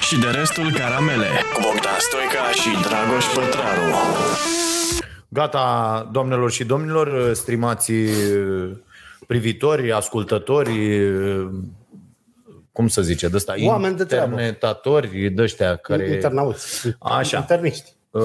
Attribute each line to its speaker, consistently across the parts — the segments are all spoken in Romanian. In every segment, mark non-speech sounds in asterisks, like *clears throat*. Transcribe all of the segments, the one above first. Speaker 1: și de restul caramele cu Bogdan Stoica și Dragoș Pătraru.
Speaker 2: Gata, doamnelor și domnilor, stimați uh, privitori, ascultători, uh, cum să zice, de ăsta,
Speaker 3: Oameni de treabă.
Speaker 2: internetatori, de ăștia care...
Speaker 3: Internauți.
Speaker 2: Așa.
Speaker 3: Interniști.
Speaker 2: Uh,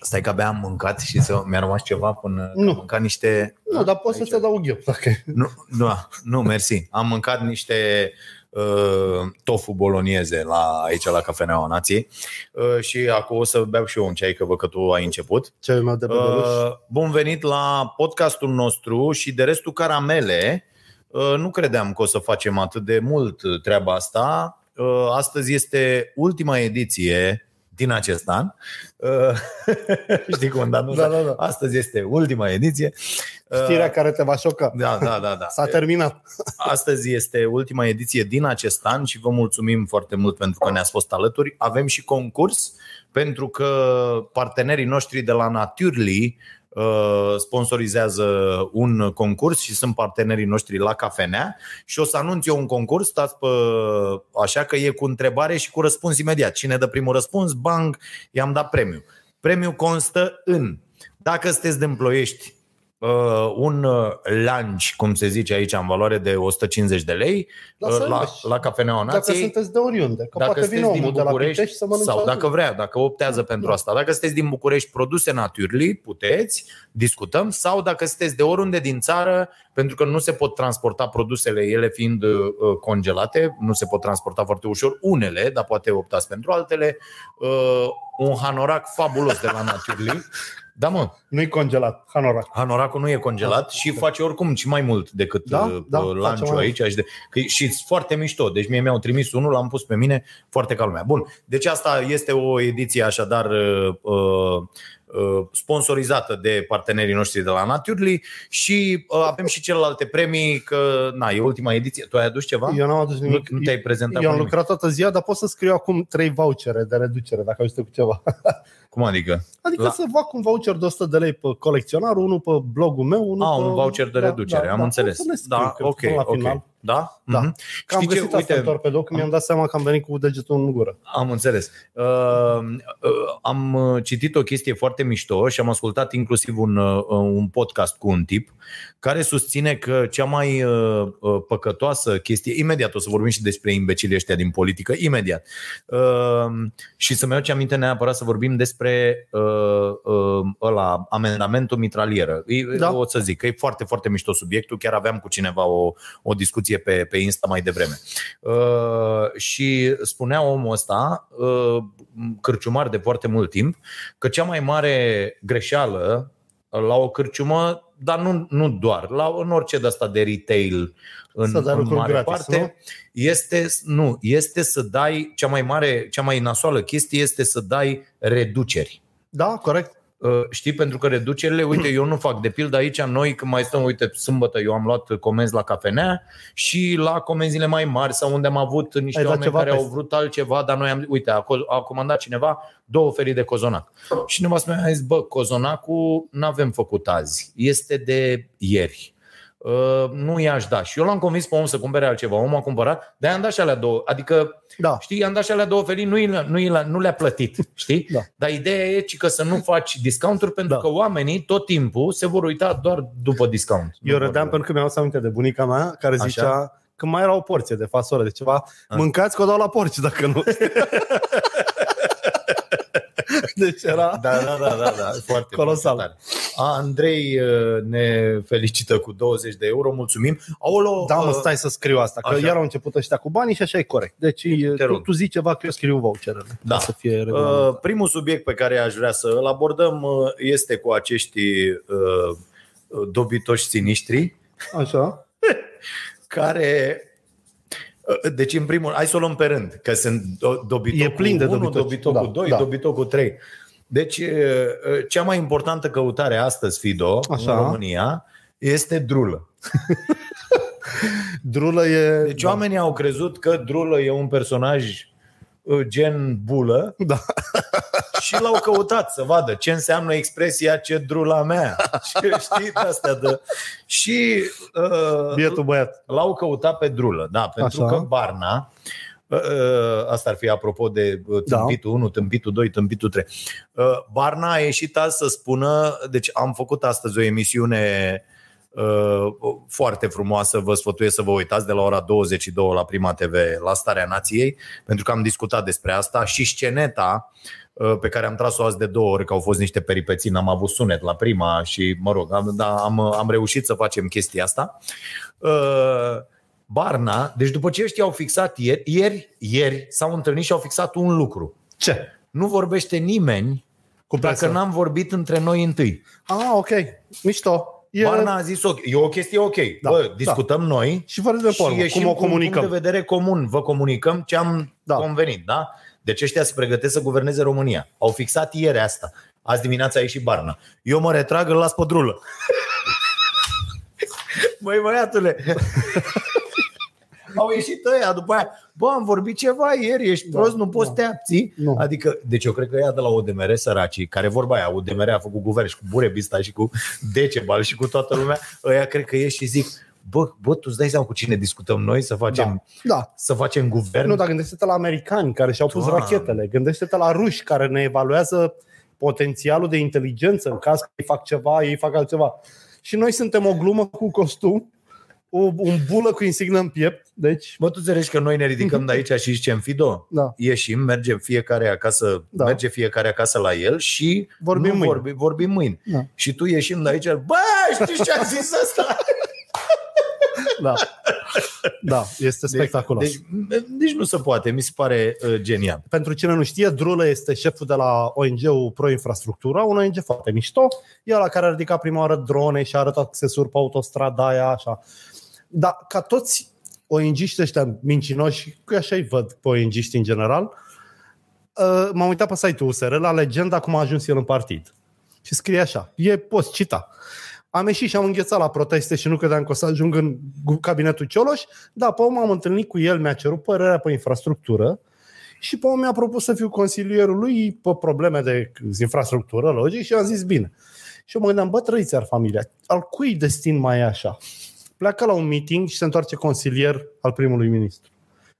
Speaker 2: stai că abia am mâncat și să mi-a rămas ceva până
Speaker 3: Nu.
Speaker 2: am mâncat niște...
Speaker 3: Nu, dar poți să-ți adaug eu. Dacă... *laughs*
Speaker 2: Nu, nu, nu, mersi. Am mâncat niște uh, tofu bolonieze la, aici la Cafeneaua Nației uh, și acum o să beau și eu un ceai, că văd că tu ai început.
Speaker 3: Cel meu de pe uh,
Speaker 2: Uh, bun venit la podcastul nostru și de restul caramele. Uh, nu credeam că o să facem atât de mult treaba asta. Uh, astăzi este ultima ediție din acest an. Uh, *laughs* știi cum, dar nu.
Speaker 3: Da, da, da.
Speaker 2: Astăzi este ultima ediție. Uh,
Speaker 3: Știrea care te va șoca.
Speaker 2: da, da, da, da.
Speaker 3: S-a terminat.
Speaker 2: Astăzi este ultima ediție din acest an și vă mulțumim foarte mult pentru că ne-ați fost alături. Avem și concurs pentru că partenerii noștri de la Naturely uh, sponsorizează un concurs și sunt partenerii noștri la cafenea și o să anunț eu un concurs, stați pe așa că e cu întrebare și cu răspuns imediat. Cine dă primul răspuns, bang, i-am dat premiu. Premiul constă în, dacă sunteți din Ploiești, uh, un uh, lunch, cum se zice aici, în valoare de 150 de lei,
Speaker 3: La
Speaker 2: uh, la,
Speaker 3: Sălăș.
Speaker 2: la cafeneaua
Speaker 3: Dacă
Speaker 2: nației.
Speaker 3: sunteți de oriunde. Că
Speaker 2: Dacă
Speaker 3: poate vine
Speaker 2: sunteți din
Speaker 3: omul de la
Speaker 2: București
Speaker 3: Pitești să mănânce
Speaker 2: sau
Speaker 3: altceva. Da.
Speaker 2: dacă vrea, dacă optează pentru asta. Dacă sunteți din București, produse Naturely, puteți, discutăm, sau dacă sunteți de oriunde din țară, pentru că nu se pot transporta produsele, ele fiind uh, uh, congelate, nu se pot transporta foarte ușor unele, dar poate optați pentru altele. Uh, un hanorac fabulos de la
Speaker 3: *laughs*
Speaker 2: Naturely. Da, mă,
Speaker 3: Nu-i congelat. Hanorac.
Speaker 2: Hanoracul nu e congelat și face oricum și mai mult decât
Speaker 3: Da,
Speaker 2: da, da,
Speaker 3: da, face mai
Speaker 2: lanciul
Speaker 3: mult.
Speaker 2: aici. Și de- că e- Și e foarte mișto. Deci mie mi-au trimis unul, l-am pus pe mine, foarte ca lumea. Bun, deci asta este o ediție așadar uh, uh, uh, sponsorizată de partenerii noștri de la Naturely și uh, avem și celelalte premii, că na, e ultima ediție. Tu ai adus ceva?
Speaker 3: Eu n-am adus
Speaker 2: Da? nu,
Speaker 3: nimic.
Speaker 2: nu te-ai prezentat
Speaker 3: Eu
Speaker 2: cu
Speaker 3: am
Speaker 2: nimic.
Speaker 3: lucrat toată ziua, dar pot să scriu acum trei vouchere de reducere, dacă ajute cu ceva. *laughs*
Speaker 2: Cum adică?
Speaker 3: Adică
Speaker 2: La-
Speaker 3: să fac un voucher de 100 de lei pe colecționar, unul pe blogul meu, unul
Speaker 2: A,
Speaker 3: pe...
Speaker 2: Ah, un voucher de
Speaker 3: Da,
Speaker 2: reducere,
Speaker 3: da,
Speaker 2: am
Speaker 3: da.
Speaker 2: înțeles.
Speaker 3: O să le scriu,
Speaker 2: Da,
Speaker 3: cred,
Speaker 2: ok,
Speaker 3: până la final.
Speaker 2: ok. Da?
Speaker 3: Da.
Speaker 2: Mhm.
Speaker 3: Că am
Speaker 2: Știi ce?
Speaker 3: găsit asta în torpedo, că mi-am dat seama că am venit cu degetul în gură.
Speaker 2: Am înțeles. Uh, uh, am uh, citit o chestie foarte mișto și am ascultat inclusiv un, uh, un podcast cu un tip care susține că cea mai uh, uh, păcătoasă chestie, imediat o să vorbim și despre imbecilii ăștia din politică, imediat. Uh, și să-mi aduce aminte neapărat să vorbim despre uh, uh, ăla, amendamentul mitralieră. E,
Speaker 3: Da.
Speaker 2: da. O să zic că e foarte, foarte mișto subiectul. Chiar aveam cu cineva o, o discuție pe, pe Insta mai devreme. Uh, și spunea omul ăsta, uh, cârciumar de foarte mult timp, că cea mai mare greșeală uh, la o cârciumă, dar nu, nu doar, la, în orice de asta de retail în,
Speaker 3: Să dai
Speaker 2: în
Speaker 3: lucruri
Speaker 2: mare
Speaker 3: gratis,
Speaker 2: parte,
Speaker 3: nu?
Speaker 2: este, nu, este să dai, cea mai mare, cea mai nasoală chestie este să dai reduceri.
Speaker 3: Da, corect.
Speaker 2: Uh, știi, pentru că reducerile, uite, eu nu fac de pildă aici, noi când mai stăm, uite, sâmbătă eu am luat comenzi la cafenea și la comenzile mai mari sau unde am avut niște
Speaker 3: Ai dat
Speaker 2: oameni
Speaker 3: ceva
Speaker 2: care
Speaker 3: peste.
Speaker 2: au vrut altceva, dar noi am, uite, a, co- a comandat cineva două felii de cozonac. Și cineva spune, a zis, bă, cozonacul n-avem făcut azi, este de ieri. Uh, nu i-aș da. Și eu l-am convins pe om să cumpere altceva. Omul a cumpărat, dar i-am dat și alea două. Adică
Speaker 3: Da.
Speaker 2: Știi, i-am dat și alea două felii, nu, i- nu, i- nu le-a plătit, știi?
Speaker 3: Da.
Speaker 2: Dar ideea e ci că să nu faci discounturi pentru
Speaker 3: Da.
Speaker 2: da. că oamenii tot timpul se vor uita doar după discount.
Speaker 3: Eu
Speaker 2: Nu
Speaker 3: râdeam
Speaker 2: vor-
Speaker 3: pentru că mi-am adus aminte de bunica mea care
Speaker 2: Așa.
Speaker 3: zicea că mai era o porție de fasole de ceva.
Speaker 2: A.
Speaker 3: Mâncați că o dau la porci dacă *laughs* nu. deci era...
Speaker 2: Da, da, da, da, da. Foarte,
Speaker 3: Colosal.
Speaker 2: Foarte tare. A, Andrei uh, ne felicită cu 20 de euro, mulțumim. Aolo,
Speaker 3: Da, mă,
Speaker 2: uh,
Speaker 3: stai să scriu asta, că
Speaker 2: așa.
Speaker 3: iar au început ăștia cu banii și așa e corect. Deci
Speaker 2: Te
Speaker 3: tu,
Speaker 2: rog.
Speaker 3: tu zici ceva că eu scriu voucherele.
Speaker 2: Da.
Speaker 3: Ca Să fie regulamentat.
Speaker 2: Uh, primul subiect pe care aș vrea să îl abordăm uh, este cu acești uh, dobitoși siniștri
Speaker 3: Așa.
Speaker 2: care deci, în primul hai să o luăm pe rând, că sunt do- dobitocul
Speaker 3: E plin de
Speaker 2: 1,
Speaker 3: dobitoci.
Speaker 2: dobitocul
Speaker 3: Da,
Speaker 2: 2,
Speaker 3: da.
Speaker 2: dobitocul 3. Deci, e, e, cea mai importantă căutare astăzi, Fido,
Speaker 3: Așa.
Speaker 2: Așa. în România, este drulă.
Speaker 3: Drulă e...
Speaker 2: Deci, oamenii au crezut că drulă e un personaj e, gen bulă
Speaker 3: Da.
Speaker 2: *laughs* și l-au căutat să vadă ce înseamnă expresia ce drula mea. *laughs* Și, știi, astea de... Și ă, uh,
Speaker 3: Bietul băiat.
Speaker 2: L-au căutat pe drulă, da, pentru
Speaker 3: Așa.
Speaker 2: Așa. că Barna Uh, uh, Asta ar fi apropo de uh,
Speaker 3: Da.
Speaker 2: tâmpitul 1, tâmpitul 2, tâmpitul 3. Uh, Barna a ieșit azi să spună, deci am făcut astăzi o emisiune uh, foarte frumoasă, vă sfătuiesc să vă uitați de la ora 22 la Prima TV, la Starea Nației, pentru că am discutat despre asta și sceneta uh, pe care am tras-o azi de două ori, că au fost niște peripeții, n-am avut sunet la prima și, mă rog, am, da, am, am reușit să facem chestia asta. Uh, Barna, deci după ce ăștia au fixat ieri, ieri, ieri s-au întâlnit și au fixat un lucru.
Speaker 3: Ce?
Speaker 2: Nu vorbește nimeni
Speaker 3: Cu
Speaker 2: dacă
Speaker 3: presa.
Speaker 2: n-am vorbit între noi întâi.
Speaker 3: Ah, ok. Mișto. E...
Speaker 2: Barna a zis, ok, e o chestie ok, da,
Speaker 3: Da,
Speaker 2: Bă,
Speaker 3: da.
Speaker 2: discutăm da. noi
Speaker 3: Și vorbim de
Speaker 2: și
Speaker 3: formă,
Speaker 2: ieșim
Speaker 3: cum o
Speaker 2: cu un
Speaker 3: comunicăm.
Speaker 2: punct de vedere comun. Vă comunicăm ce am da.
Speaker 3: Da.
Speaker 2: convenit, da? Deci ăștia se pregătesc să guverneze România. Au fixat ieri asta. Azi dimineața a ieșit Barna. Eu mă retrag, îl las pe drulă. *laughs* Măi, băiatule, au ieșit ăia după aia. Bă, am vorbit ceva ieri, ești
Speaker 3: Da,
Speaker 2: prost, nu poți
Speaker 3: da.
Speaker 2: să te abții.
Speaker 3: Nu.
Speaker 2: Adică, deci eu cred că ea de la ODMR săracii, care vorba aia, ODMR a făcut guvern și cu Burebista și cu Decebal și cu toată lumea, ăia cred că ieși și zic, bă, bă, tu îți dai seama cu cine discutăm noi să facem, da.
Speaker 3: Da.
Speaker 2: să facem guvern?
Speaker 3: Nu, da. dar gândește-te la americani care și-au pus
Speaker 2: Doamne.
Speaker 3: rachetele. Gândește-te la ruși care ne evaluează potențialul de inteligență în caz că ei fac ceva, ei fac altceva. Și noi suntem o glumă cu costum, o, un bulă cu insignă în piept, deci...
Speaker 2: Bă, tu înțelegi că noi ne
Speaker 3: Mhm.
Speaker 2: ridicăm de aici și zicem Fido?
Speaker 3: Da.
Speaker 2: Ieșim, mergem fiecare acasă, da.
Speaker 3: Da.
Speaker 2: merge fiecare acasă la el și
Speaker 3: Vorbim
Speaker 2: nu
Speaker 3: mâine.
Speaker 2: Vorbi, vorbim mâine.
Speaker 3: Da.
Speaker 2: Și tu ieșim de aici, bă, știi ce a zis ăsta? *laughs*
Speaker 3: Da, da este spectaculos.
Speaker 2: Deci, deci, deci nu se poate, mi se pare uh, genial.
Speaker 3: Pentru cine nu știe, Drulă este șeful de la ONG-ul Pro Infrastructura, un ONG foarte mișto, el la care a ridicat prima oară drone și a arătat accesuri pe autostrada aia, așa. Dar ca toți ONG-ști ăștia mincinoși, că așa îi văd pe ong în general, uh, m-am uitat pe site-ul USR la legenda cum a ajuns el în partid. Și scrie așa, e post cita. Am ieșit și am înghețat la proteste și nu credeam că o să ajung în gu- cabinetul Cioloș, dar pe urmă am întâlnit cu el, mi-a cerut părerea pe infrastructură, și pe urmă mi-a propus să fiu consilierul lui pe probleme de infrastructură, logic, și am zis bine. Și eu mă gândeam, bă, trăiți ar familia, al cui destin mai e așa? Pleacă la un meeting și se întoarce consilier al primului ministru.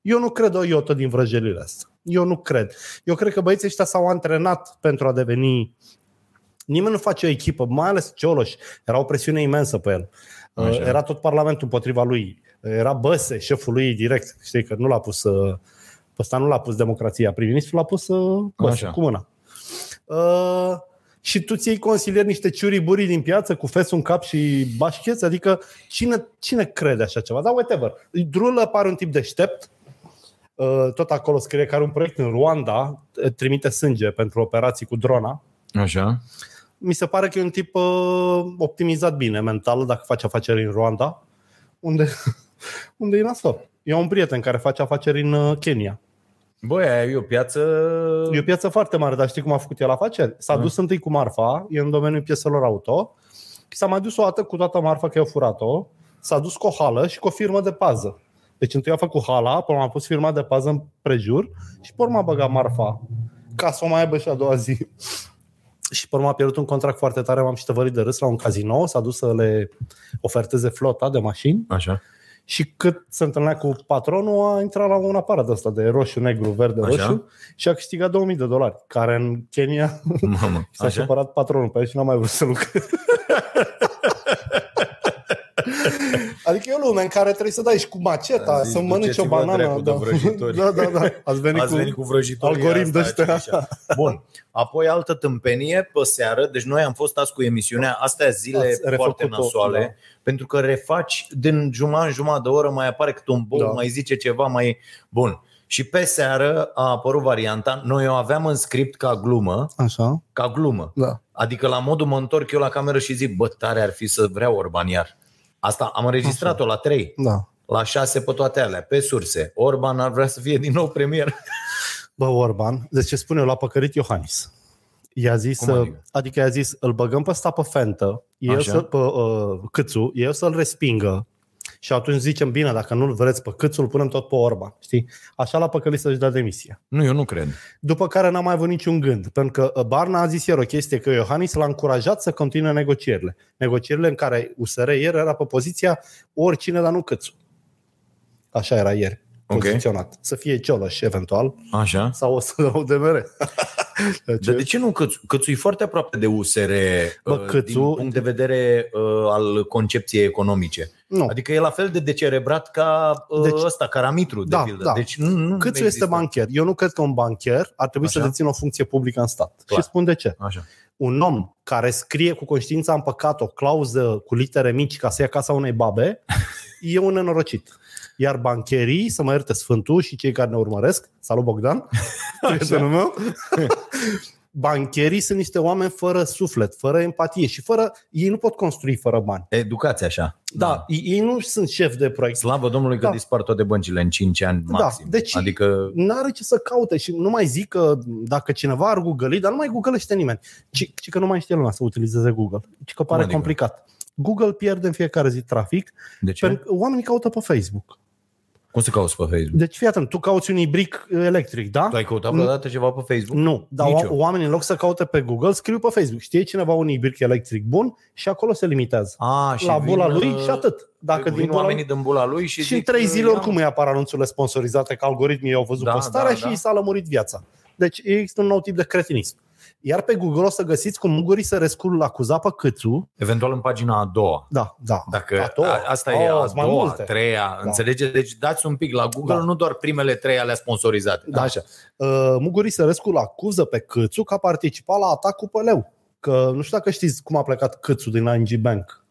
Speaker 3: Eu nu cred o iotă din vrăjelile astea. Eu nu cred. Eu cred că băieții ăștia s-au antrenat pentru a deveni... Nimeni nu face o echipă, mai ales Cioloș. Era o presiune imensă pe el.
Speaker 2: Așa.
Speaker 3: Așa. Era tot Parlamentul împotriva lui. Era Băse, șeful lui direct. Știi că nu l-a pus... uh, Pe ăsta nu l-a pus democrația. Prim-ministru l-a pus uh, Băse,
Speaker 2: Așa.
Speaker 3: cu mâna. Uh, și tu ți-ai consilier niște ciuriburi din piață cu fesul în cap și bașcheți? Adică cine, cine crede așa ceva? Dar whatever. Drulă pare un tip deștept. Uh, Tot acolo scrie că are un proiect în Rwanda, trimite sânge pentru operații cu drona.
Speaker 2: Așa.
Speaker 3: Mi se pare că e un tip uh, optimizat bine mental dacă face afaceri în Rwanda, unde, *laughs* unde e nasol. Eu am un prieten care face afaceri în uh, Kenya.
Speaker 2: Băi, aia e o piață...
Speaker 3: E o piață foarte mare, dar știi cum a făcut el afaceri? S-a dus întâi cu marfa, e în domeniul pieselor auto, și s-a mai dus o dată cu toată marfa că i-au furat-o, s-a dus cu o hală și cu o firmă de pază. Deci întâi a făcut hala, până a pus firma de pază în prejur și pe urmă a băgat marfa ca să o mai aibă și a doua zi. *laughs* Și pe urmă a pierdut un contract foarte tare, m-am și tăvărit de râs la un casino, s-a dus să le oferteze flota de mașini
Speaker 2: Așa.
Speaker 3: și cât se întâlnea cu patronul, a intrat la un aparat ăsta de roșu, negru, verde,
Speaker 2: Așa.
Speaker 3: roșu și a câștigat 2000 de dolari, care în Kenya *laughs*
Speaker 2: *laughs* Mamă.
Speaker 3: s-a supărat patronul pe el și n-a mai vrut
Speaker 2: *laughs*
Speaker 3: să lucreze. adică e o lume în care trebuie să dai și cu maceta,
Speaker 2: Am zis,
Speaker 3: să mănânci o
Speaker 2: duceți-vă dracu
Speaker 3: banană.
Speaker 2: de
Speaker 3: Da.
Speaker 2: vrăjitori.
Speaker 3: *laughs* da, da, da. Ați venit,
Speaker 2: Ați venit cu vrăjitorii
Speaker 3: algoritm de
Speaker 2: asta,
Speaker 3: ăștia.
Speaker 2: așa. Bun. Apoi altă tâmpenie pe seară. Deci noi am fost azi cu emisiunea astea zile
Speaker 3: Ați
Speaker 2: Ați
Speaker 3: refăcut-o,
Speaker 2: foarte nasoale.
Speaker 3: da.
Speaker 2: Pentru că refaci din jumătate în jumătate de oră, mai apare câte un bou, da.
Speaker 3: Da.
Speaker 2: mai zice ceva, mai... Bun. Și pe seară a apărut varianta. Noi o aveam în script ca glumă,
Speaker 3: Așa,
Speaker 2: ca glumă.
Speaker 3: da.
Speaker 2: Adică la modul mă întorc eu la cameră și zic, bă, tare ar fi să vreau Orban iar. Asta am înregistrat-o la 3,
Speaker 3: Da.
Speaker 2: la 6 pe toate alea, pe surse. Orban ar vrea să fie din nou premier.
Speaker 3: Bă, Orban, deci ce spune, eu, l-a păcărit Iohannis. I-a zis,
Speaker 2: Cum adică?
Speaker 3: adică? adică i-a zis, îl băgăm pe ăsta pe fentă, eu
Speaker 2: Așa.
Speaker 3: să, pe uh, câțu, eu să-l respingă și atunci zicem, bine, dacă nu-l vreți pe câțu, îl punem tot pe Orban, știi? Așa l-a păcălit să-și dea demisia.
Speaker 2: Nu, eu nu cred.
Speaker 3: După care n-a mai avut niciun gând, pentru că uh, Barna a zis ieri o chestie că Iohannis l-a încurajat să continue negocierile. Negocierile în care USR ieri era pe poziția oricine, dar nu Câțu. Așa era ieri.
Speaker 2: Ok.
Speaker 3: poziționat. Să fie Cioloș, eventual,
Speaker 2: Așa.
Speaker 3: sau o să dau *laughs* DMR. Deci,
Speaker 2: Dar de ce nu Cățu? Cățu e foarte aproape de USR
Speaker 3: Bă,
Speaker 2: uh,
Speaker 3: Cățu-
Speaker 2: din punct de vedere uh, al concepției economice.
Speaker 3: nu.
Speaker 2: Adică e la fel de decerebrat ca uh,
Speaker 3: Deci-
Speaker 2: deci, ăsta, Caramitru, de
Speaker 3: Da,
Speaker 2: pildă.
Speaker 3: da.
Speaker 2: Deci nu, nu
Speaker 3: Câțu
Speaker 2: nu
Speaker 3: este
Speaker 2: există.
Speaker 3: bancher? Eu nu cred că un bancher ar trebui Așa? să
Speaker 2: Așa.
Speaker 3: dețină o funcție publică în stat. Clar.
Speaker 2: Clar.
Speaker 3: Și spun de ce.
Speaker 2: Așa.
Speaker 3: Un om care scrie cu conștiința în păcat o clauză cu litere mici ca să ia casa unei babe, e un nenorocit. Iar bancherii, să mă ierte Sfântul și cei care ne urmăresc, salut *laughs* Bogdan, prietenul meu, bancherii sunt niște oameni fără suflet, fără empatie și fără, ei nu pot construi fără bani.
Speaker 2: Educați așa.
Speaker 3: Da, da. ei nu sunt șef de proiect.
Speaker 2: Slavă Domnului că
Speaker 3: Da.
Speaker 2: da. dispar toate băncile în 5 ani
Speaker 3: Da,
Speaker 2: maxim.
Speaker 3: deci-
Speaker 2: Adică
Speaker 3: n-are ce să caute și nu mai zic că dacă cineva ar google dar nu mai googlește nimeni, ci, ci că nu mai știe lumea să utilizeze Google, ci că pare
Speaker 2: adică?
Speaker 3: complicat. Google pierde în fiecare zi trafic,
Speaker 2: de ce?
Speaker 3: pentru că oamenii caută pe Facebook.
Speaker 2: Cum să cauți pe Facebook?
Speaker 3: Deci fii atent, tu cauți un ibric electric, da?
Speaker 2: Tu ai căutat vreodată ceva pe Facebook?
Speaker 3: Nu, dar
Speaker 2: Nici
Speaker 3: o-
Speaker 2: eu.
Speaker 3: oamenii în loc să caute pe Google, scriu pe Facebook. Știe cineva un ibric electric bun și acolo se limitează.
Speaker 2: A, și
Speaker 3: la
Speaker 2: vin,
Speaker 3: bula lui
Speaker 2: uh,
Speaker 3: și atât. Dacă
Speaker 2: vin
Speaker 3: din bula
Speaker 2: oamenii din bula lui și,
Speaker 3: Și în
Speaker 2: zic,
Speaker 3: trei
Speaker 2: uh,
Speaker 3: zile
Speaker 2: ia.
Speaker 3: oricum îi apar anunțurile sponsorizate că algoritmii au văzut da,
Speaker 2: Da,
Speaker 3: postarea da,
Speaker 2: da,
Speaker 3: și
Speaker 2: da.
Speaker 3: i s-a lămurit viața. Deci există un nou tip de cretinism. Iar pe Google o să găsiți cum mugurii se rescul acuza pe câțu.
Speaker 2: Eventual în pagina a doua.
Speaker 3: Da, da.
Speaker 2: Dacă
Speaker 3: a doua.
Speaker 2: a- asta
Speaker 3: Oh,
Speaker 2: e a
Speaker 3: sunt mai
Speaker 2: doua,
Speaker 3: multe.
Speaker 2: treia,
Speaker 3: Da.
Speaker 2: înțelegeți? Deci dați un pic la Google,
Speaker 3: Da.
Speaker 2: nu doar primele trei ale sponsorizate.
Speaker 3: Da. Așa. Uh, Mugurii Sărescu-l acuză pe Câțu că a participat la atacul pe leu. Că nu știu dacă știți cum a plecat Câțu din ING Bank.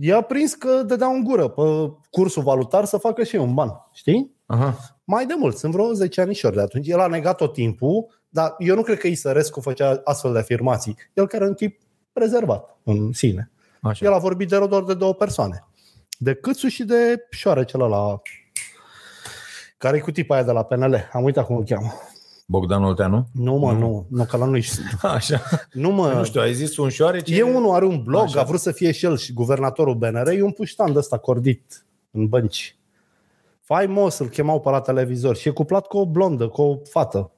Speaker 3: I-a prins că dădea un gură pe cursul valutar să facă și ei un ban. Știi?
Speaker 2: Aha.
Speaker 3: Mai de mult, sunt vreo 10 anișori de atunci. El a negat tot timpul, dar eu nu cred că Isărescu făcea astfel de afirmații. El care era un tip rezervat în sine.
Speaker 2: Așa.
Speaker 3: El a vorbit de rău doar de două persoane. De Câțu și de Șoare celălalt. Care e cu tipa aia de la PNL? Am uitat cum o cheamă.
Speaker 2: Bogdan Olteanu?
Speaker 3: *laughs* Nu mă, nu. Nu, că la noi
Speaker 2: Așa.
Speaker 3: Nu mă...
Speaker 2: Mm. Nu știu, ai zis un șoarece?
Speaker 3: E unul, are un blog,
Speaker 2: Așa.
Speaker 3: a vrut să fie și el și guvernatorul BNR, e un puștan de ăsta cordit în bănci. Faimos, îl chemau pe la televizor și e cuplat cu o blondă, cu o fată.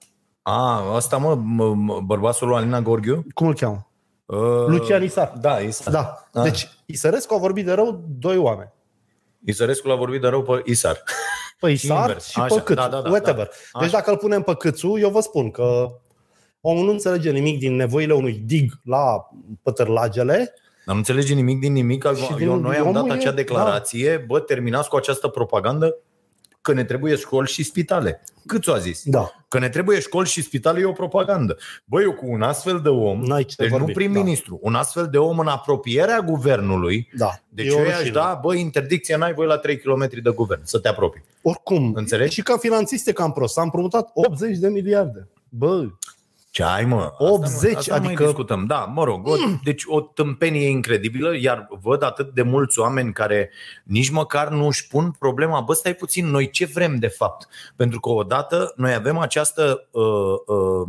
Speaker 2: A, asta mă, mă, mă, bărbatul lui Alina Gorghiu?
Speaker 3: Cum îl cheamă?
Speaker 2: Uh,
Speaker 3: Lucian Isar.
Speaker 2: Da, Isar.
Speaker 3: Da.
Speaker 2: Ah.
Speaker 3: Deci, Isărescu a vorbit de rău doi oameni.
Speaker 2: Isărescu l-a vorbit de rău pe Isar.
Speaker 3: Pe Isar
Speaker 2: Invers.
Speaker 3: Păi, și
Speaker 2: Așa.
Speaker 3: pe Câțu.
Speaker 2: Da, da, da,
Speaker 3: Whatever.
Speaker 2: da.
Speaker 3: Deci
Speaker 2: Așa.
Speaker 3: dacă îl punem pe Câțu, eu vă spun că omul nu înțelege nimic din nevoile unui dig la pătărlagele.
Speaker 2: Dar nu înțelege nimic din nimic. al-
Speaker 3: Și din-
Speaker 2: Eu, noi am
Speaker 3: omul
Speaker 2: dat
Speaker 3: e-
Speaker 2: acea declarație, bă, terminați cu această propagandă că ne trebuie școli și spitale. Cât o a zis?
Speaker 3: Da.
Speaker 2: Că ne trebuie școli și spitale e o propagandă. Băi, eu cu un astfel de om,
Speaker 3: N-ai ce
Speaker 2: deci
Speaker 3: vorbi,
Speaker 2: nu prim-ministru, un astfel de om în apropierea guvernului,
Speaker 3: Da.
Speaker 2: deci
Speaker 3: E
Speaker 2: eu
Speaker 3: o
Speaker 2: i-aș
Speaker 3: rușine.
Speaker 2: da, bă, interdicție n-ai voi la 3 km de guvern, să te apropii.
Speaker 3: Oricum.
Speaker 2: Înțelegi?
Speaker 3: Și ca finanțist e cam prost. Am împrumutat 80 de miliarde. Bă,
Speaker 2: Ce ai, mă? Asta nu-
Speaker 3: 80,
Speaker 2: asta nu mai
Speaker 3: adică- Mm.
Speaker 2: discutăm. Da, mă rog, o, deci o tâmpenie incredibilă, iar văd atât de mulți oameni care nici măcar nu își pun problema, bă, stai puțin, noi ce vrem de fapt? Pentru că odată noi avem această uh, uh,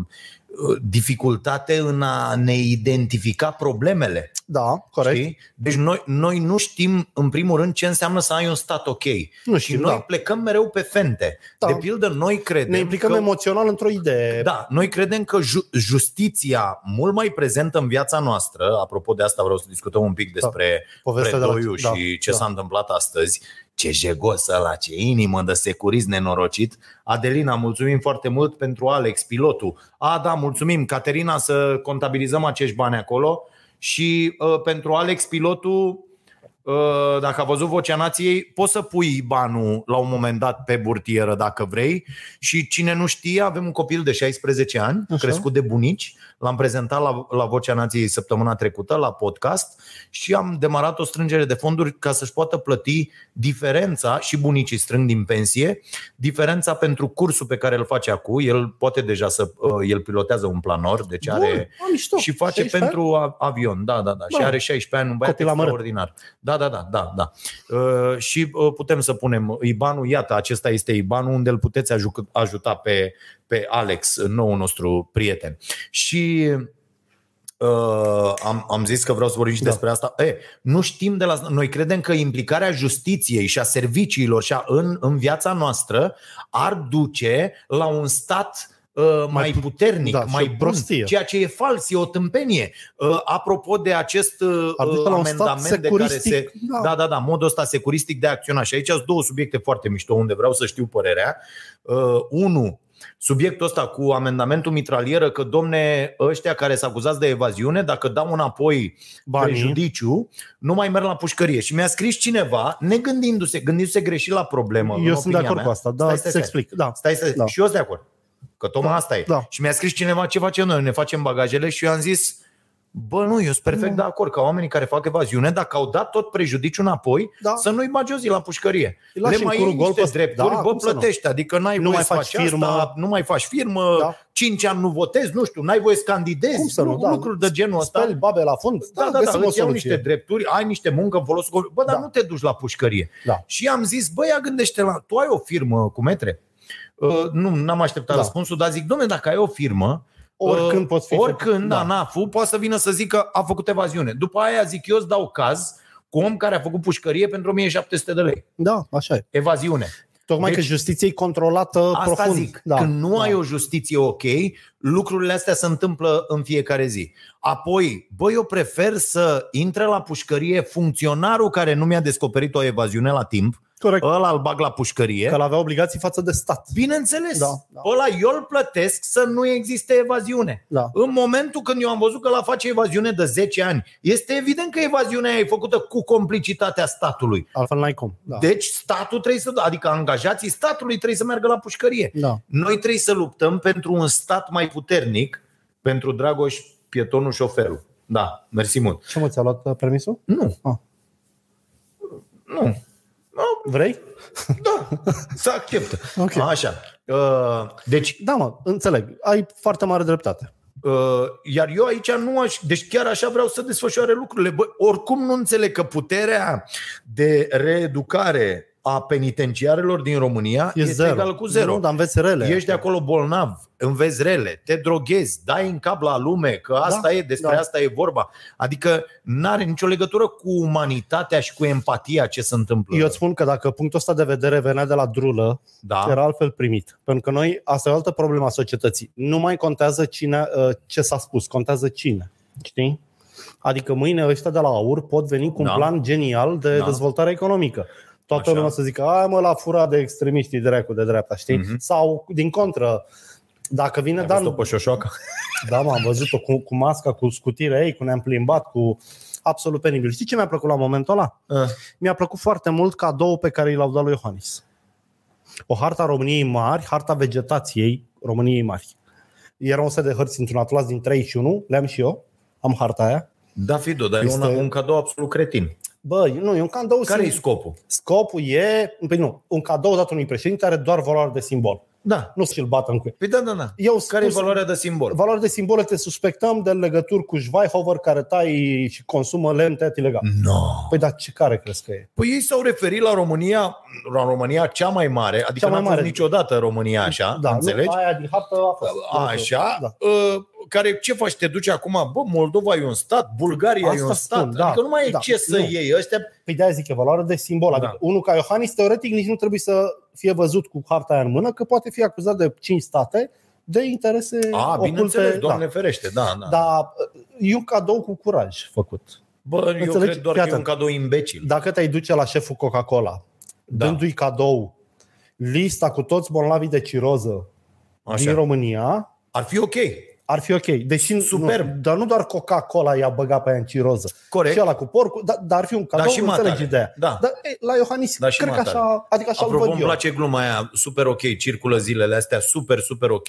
Speaker 2: uh, dificultate în a ne identifica problemele.
Speaker 3: da, corect.
Speaker 2: Știi? Deci noi, noi nu știm, în primul rând, ce înseamnă să ai un stat ok.
Speaker 3: Nu
Speaker 2: Și
Speaker 3: știm,
Speaker 2: noi
Speaker 3: da.
Speaker 2: plecăm mereu pe fente.
Speaker 3: Da.
Speaker 2: De pildă, noi credem
Speaker 3: Ne implicăm
Speaker 2: că...
Speaker 3: emoțional într-o idee.
Speaker 2: Da, noi credem că ju- justiția mult mai prezentă în viața noastră, apropo de asta vreau să discutăm un pic despre
Speaker 3: Da. Povestea de la-
Speaker 2: Predoiu
Speaker 3: da,
Speaker 2: și ce
Speaker 3: da.
Speaker 2: s-a întâmplat astăzi, ce jegos ăla, ce inimă de securist nenorocit. Adelina, mulțumim foarte mult pentru Alex, pilotul. A, da, mulțumim, Caterina, să contabilizăm acești bani acolo. Și uh, pentru Alex, pilotul, uh, dacă a văzut Vocea Nației, poți să pui banul la un moment dat pe burtieră dacă vrei și cine nu știe, avem un copil de 16 ani,
Speaker 3: Așa.
Speaker 2: Așa. crescut de bunici, l-am prezentat la, la Vocea Nației săptămâna trecută, la podcast și am demarat o strângere de fonduri ca să-și poată plăti diferența și bunicii strâng din pensie, diferența pentru cursul pe care îl face acum, el poate deja să, uh, el pilotează un planor, deci
Speaker 3: Bun,
Speaker 2: are
Speaker 3: a, mișto.
Speaker 2: și face
Speaker 3: 16?
Speaker 2: pentru a- avion, da, da, da.
Speaker 3: Bă,
Speaker 2: și are 16 ani, un băiat
Speaker 3: copil amărât.
Speaker 2: extraordinar. Da, da, da, da, da. Uh, și uh, putem să punem IBAN-ul, iată, acesta este IBAN-ul unde îl puteți aju- ajuta pe, pe Alex, nou nostru prieten. Și uh, am, am zis că vreau să vorbim și
Speaker 3: Da.
Speaker 2: da. despre asta. E, nu știm de la. Noi credem că implicarea justiției și a serviciilor și a, în, în viața noastră ar duce la un stat uh, mai
Speaker 3: pu-
Speaker 2: puternic,
Speaker 3: da,
Speaker 2: da,
Speaker 3: și
Speaker 2: mai
Speaker 3: o
Speaker 2: bun,
Speaker 3: prostie.
Speaker 2: ceea ce e fals, e o tâmpenie. Uh, apropo de acest uh,
Speaker 3: Ar duce la un stat
Speaker 2: amendament de care
Speaker 3: securistic.
Speaker 2: se...
Speaker 3: da.
Speaker 2: Da, da, da, modul ăsta securistic de a acționa. Și aici sunt două subiecte foarte mișto unde vreau să știu părerea. Uh, unu, subiectul ăsta cu amendamentul mitralieră că, domne, ăștia care s-au acuzat de evaziune, dacă dau înapoi
Speaker 3: Banii.
Speaker 2: prejudiciu, nu mai merg la pușcărie. Și mi-a scris cineva, negândindu-se, gândindu-se greșit la problemă. în
Speaker 3: Eu sunt de
Speaker 2: opinia
Speaker 3: acord
Speaker 2: mea.
Speaker 3: cu asta, da,
Speaker 2: Stai, stai,
Speaker 3: să
Speaker 2: stai.
Speaker 3: explic. Da.
Speaker 2: Stai să...
Speaker 3: Da.
Speaker 2: Da. Și eu sunt de acord. Că tocmai
Speaker 3: Da.
Speaker 2: asta e.
Speaker 3: Da.
Speaker 2: Și mi-a scris cineva ce facem noi, ne facem bagajele și eu am zis Bă, nu, eu sunt perfect de acord ca oamenii care fac evaziune, dacă au dat tot prejudiciul înapoi,
Speaker 3: Da.
Speaker 2: să nu-i bagi o zi la pușcărie.
Speaker 3: Îi lași
Speaker 2: Le
Speaker 3: în
Speaker 2: mai
Speaker 3: curul
Speaker 2: iei niște
Speaker 3: gol pe-
Speaker 2: drepturi,
Speaker 3: Da,
Speaker 2: bă,
Speaker 3: cum să nu?
Speaker 2: plătești, adică n-ai
Speaker 3: Nu
Speaker 2: voie
Speaker 3: mai
Speaker 2: să
Speaker 3: faci
Speaker 2: faci
Speaker 3: firmă.
Speaker 2: asta, nu mai faci firmă,
Speaker 3: Da.
Speaker 2: 5 ani nu votezi, nu știu, n-ai voie să candidezi,
Speaker 3: Cum să nu,
Speaker 2: lu-
Speaker 3: da.
Speaker 2: lucruri de genul ăsta.
Speaker 3: Speli babe la fund?
Speaker 2: Da, da, da,
Speaker 3: găsim o
Speaker 2: îți iau
Speaker 3: soluție.
Speaker 2: niște drepturi, ai niște muncă în folosul copilului. Bă, dar
Speaker 3: Da.
Speaker 2: nu te duci la pușcărie.
Speaker 3: Da.
Speaker 2: Și am zis, bă, ia gândește la... Tu ai o firmă cu metre? Uh, nu, n-am așteptat
Speaker 3: Da.
Speaker 2: da. răspunsul, dar zic, domne, dacă ai o firmă, ă,
Speaker 3: Oricând poți fi.
Speaker 2: uh, oricând
Speaker 3: Da.
Speaker 2: da. ANAF-ul poate să vină să zică a făcut evaziune. După aia zic, eu îți dau caz cu om care a făcut pușcărie pentru 1700 de lei.
Speaker 3: Da, așa e.
Speaker 2: Evaziune.
Speaker 3: Tocmai
Speaker 2: Deci-
Speaker 3: că justiția e controlată
Speaker 2: Asta
Speaker 3: profund.
Speaker 2: zic,
Speaker 3: da.
Speaker 2: când nu
Speaker 3: da.
Speaker 2: ai o justiție ok, lucrurile astea se întâmplă în fiecare zi. Apoi, bă, eu prefer să intre la pușcărie funcționarul care nu mi-a descoperit o evaziune la timp,
Speaker 3: Corect.
Speaker 2: ăla îl bag la pușcărie.
Speaker 3: Că el avea obligații față de stat.
Speaker 2: Bineînțeles,
Speaker 3: Da,
Speaker 2: da,
Speaker 3: da.
Speaker 2: da. ăla eu îl plătesc să nu existe evaziune.
Speaker 3: Da.
Speaker 2: În momentul când eu am văzut că la face evaziune de 10 ani, este evident că evaziunea aia e făcută cu complicitatea statului.
Speaker 3: Altfel n-ai cum. Da.
Speaker 2: Deci statul trebuie să, adică angajații statului trebuie să meargă la pușcărie.
Speaker 3: da.
Speaker 2: Noi trebuie să luptăm pentru un stat mai puternic, pentru Dragoș, pietonul, șoferul. Da, mersi mult.
Speaker 3: Ce mă, ți-a luat uh, permisul?
Speaker 2: Nu.
Speaker 3: Ah.
Speaker 2: Nu.
Speaker 3: Vrei?
Speaker 2: Da, să acceptă.
Speaker 3: *laughs* Ok.
Speaker 2: Așa. Uh, Deci,
Speaker 3: Da, mă, înțeleg. Ai foarte mare dreptate.
Speaker 2: uh, iar eu aici nu aș. Deci, chiar așa vreau să desfășoare lucrurile. Bă, oricum nu înțeleg că puterea de reeducare a penitenciarelor din România
Speaker 3: E
Speaker 2: este
Speaker 3: zero.
Speaker 2: egală cu zero.
Speaker 3: Nu, dar înveți rele.
Speaker 2: Ești de acolo bolnav, înveți rele, te droghezi, dai în cap la lume că asta e, despre
Speaker 3: da.
Speaker 2: asta e vorba. Adică nu are nicio legătură cu umanitatea și cu empatia ce se întâmplă.
Speaker 3: Eu îți spun că dacă punctul ăsta de vedere venea de la drulă,
Speaker 2: da,
Speaker 3: era altfel primit. Pentru că noi, asta e o altă problemă a societății. Nu mai contează cine, uh, ce s-a spus, contează cine. Știi? Adică mâine ăștia de la AUR pot veni cu un
Speaker 2: Da.
Speaker 3: plan genial de
Speaker 2: Da.
Speaker 3: dezvoltare economică. Toată
Speaker 2: Așa.
Speaker 3: lumea să zică, ai mă, l-a furat de extremiștii dracu de dreapta, știi?
Speaker 2: Mhm.
Speaker 3: Sau, din contră, dacă vine
Speaker 2: da,
Speaker 3: Dan...
Speaker 2: pe șoșoacă.
Speaker 3: Da, mă, am văzut-o cu, cu masca, cu scutirea ei, cu ne-am plimbat, cu absolut penibil. Știi ce mi-a plăcut la momentul ăla?
Speaker 2: Ah.
Speaker 3: Mi-a plăcut foarte mult cadou pe care l-au dat lui Iohannis. O harta României mari, harta vegetației României mari. Era un set de hărți într-un atlas din 31, le-am și eu, am harta aia.
Speaker 2: Da, Fido, dar
Speaker 3: Este-
Speaker 2: este... e un, un cadou absolut cretin.
Speaker 3: Bă, nu, e un cadou
Speaker 2: Care e
Speaker 3: sim-
Speaker 2: scopul?
Speaker 3: Scopul e, păi nu, un cadou dat unui președinte are doar valoare de simbol.
Speaker 2: Da.
Speaker 3: Nu să-l bată în cuie.
Speaker 2: Păi da, da, da.
Speaker 3: Eu
Speaker 2: Care e
Speaker 3: spun-
Speaker 2: valoarea de simbol?
Speaker 3: Valoare de simbol te suspectăm de legături cu Schweihofer care tai și consumă lemn tăiat ilegal.
Speaker 2: No.
Speaker 3: Păi dar ce care crezi că e?
Speaker 2: Păi ei s-au referit la România, la România cea mai mare, adică
Speaker 3: Cea mai
Speaker 2: n-a fost
Speaker 3: mare.
Speaker 2: niciodată România așa,
Speaker 3: Da,
Speaker 2: înțelegi?
Speaker 3: Nu, aia din hartă a fost.
Speaker 2: Așa,
Speaker 3: Da.
Speaker 2: uh, care ce faci? Te duci acum, bă, Moldova e un stat, Bulgaria
Speaker 3: Asta
Speaker 2: e un
Speaker 3: spun,
Speaker 2: stat,
Speaker 3: da,
Speaker 2: adică nu mai e
Speaker 3: da,
Speaker 2: ce să
Speaker 3: nu.
Speaker 2: iei ăștia.
Speaker 3: Păi de-aia zic e valoare de simbol. Adică
Speaker 2: Da.
Speaker 3: unul ca Iohannis, teoretic, nici nu trebuie să fie văzut cu harta aia în mână, că poate fi acuzat de cinci state de interese
Speaker 2: A, bineînțeles,
Speaker 3: oculte.
Speaker 2: doamne ferește, da, da.
Speaker 3: da. Dar e un cadou cu curaj făcut.
Speaker 2: Bă, eu
Speaker 3: Înțelegi?
Speaker 2: cred doar
Speaker 3: Fii
Speaker 2: că e un
Speaker 3: atent.
Speaker 2: cadou imbecil.
Speaker 3: Dacă te-ai duce la șeful Coca-Cola,
Speaker 2: Da.
Speaker 3: dându-i cadou lista cu toți bolnavii de ciroză Așa. Da, din
Speaker 2: Așa.
Speaker 3: România,
Speaker 2: Ar fi ok.
Speaker 3: ar fi ok. Deși
Speaker 2: Superb.
Speaker 3: Nu, dar nu doar Coca-Cola i-a băgat pe aia în ciroză.
Speaker 2: Corect.
Speaker 3: Și ăla cu porcul, da, dar, dar ar fi un cadou,
Speaker 2: și
Speaker 3: înțelegi
Speaker 2: matare.
Speaker 3: ideea.
Speaker 2: Da.
Speaker 3: Dar e, la Iohannis,
Speaker 2: Da, și
Speaker 3: cred că
Speaker 2: matare.
Speaker 3: așa, adică așa îl
Speaker 2: Apropo,
Speaker 3: văd
Speaker 2: îmi
Speaker 3: eu.
Speaker 2: place gluma aia, super ok, circulă zilele astea, super, super ok.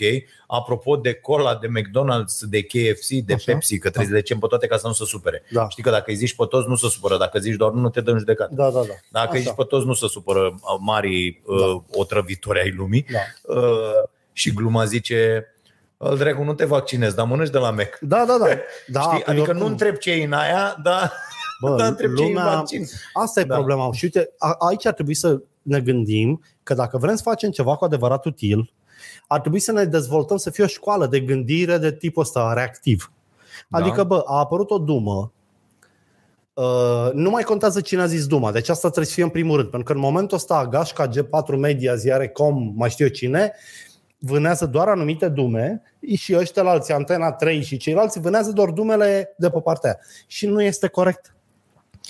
Speaker 2: Apropo de cola, de McDonald's, de KFC, de
Speaker 3: Așa.
Speaker 2: Așa. Pepsi, că trebuie să le cem pe toate ca să nu se supere.
Speaker 3: Da.
Speaker 2: Știi că dacă îi zici pe toți, nu se supără. Dacă zici doar unul, te dă în judecată.
Speaker 3: Da, da, da.
Speaker 2: Dacă
Speaker 3: Așa.
Speaker 2: Așa. zici pe toți, nu se supără uh, marii uh, otrăvitori ai lumii.
Speaker 3: Da.
Speaker 2: Uh, și gluma zice, îl dracu, nu te vaccinezi, dar mănânci de la Mac.
Speaker 3: Da,
Speaker 2: *laughs*
Speaker 3: da, da. da
Speaker 2: Știi? Adică
Speaker 3: oricum.
Speaker 2: nu întreb ce e în aia, dar,
Speaker 3: Bă,
Speaker 2: *laughs* dar întreb ce e
Speaker 3: lumea-
Speaker 2: în vaccin.
Speaker 3: Asta e da.
Speaker 2: Da.
Speaker 3: problema. Și uite, a, aici ar trebui să ne gândim că dacă vrem să facem ceva cu adevărat util, ar trebui să ne dezvoltăm să fie o școală de gândire de tipul ăsta reactiv.
Speaker 2: Da.
Speaker 3: Adică, bă, a apărut o dumă, Uh, nu mai contează cine a zis Duma, deci asta trebuie să fie în primul rând, pentru că în momentul ăsta Gașca, G4 Media, Ziare.com, mai știu eu cine, vânează doar anumite dume și ăștia la alții, Antena 3 și ceilalți, vânează doar dumele de pe partea aia. Și nu este corect.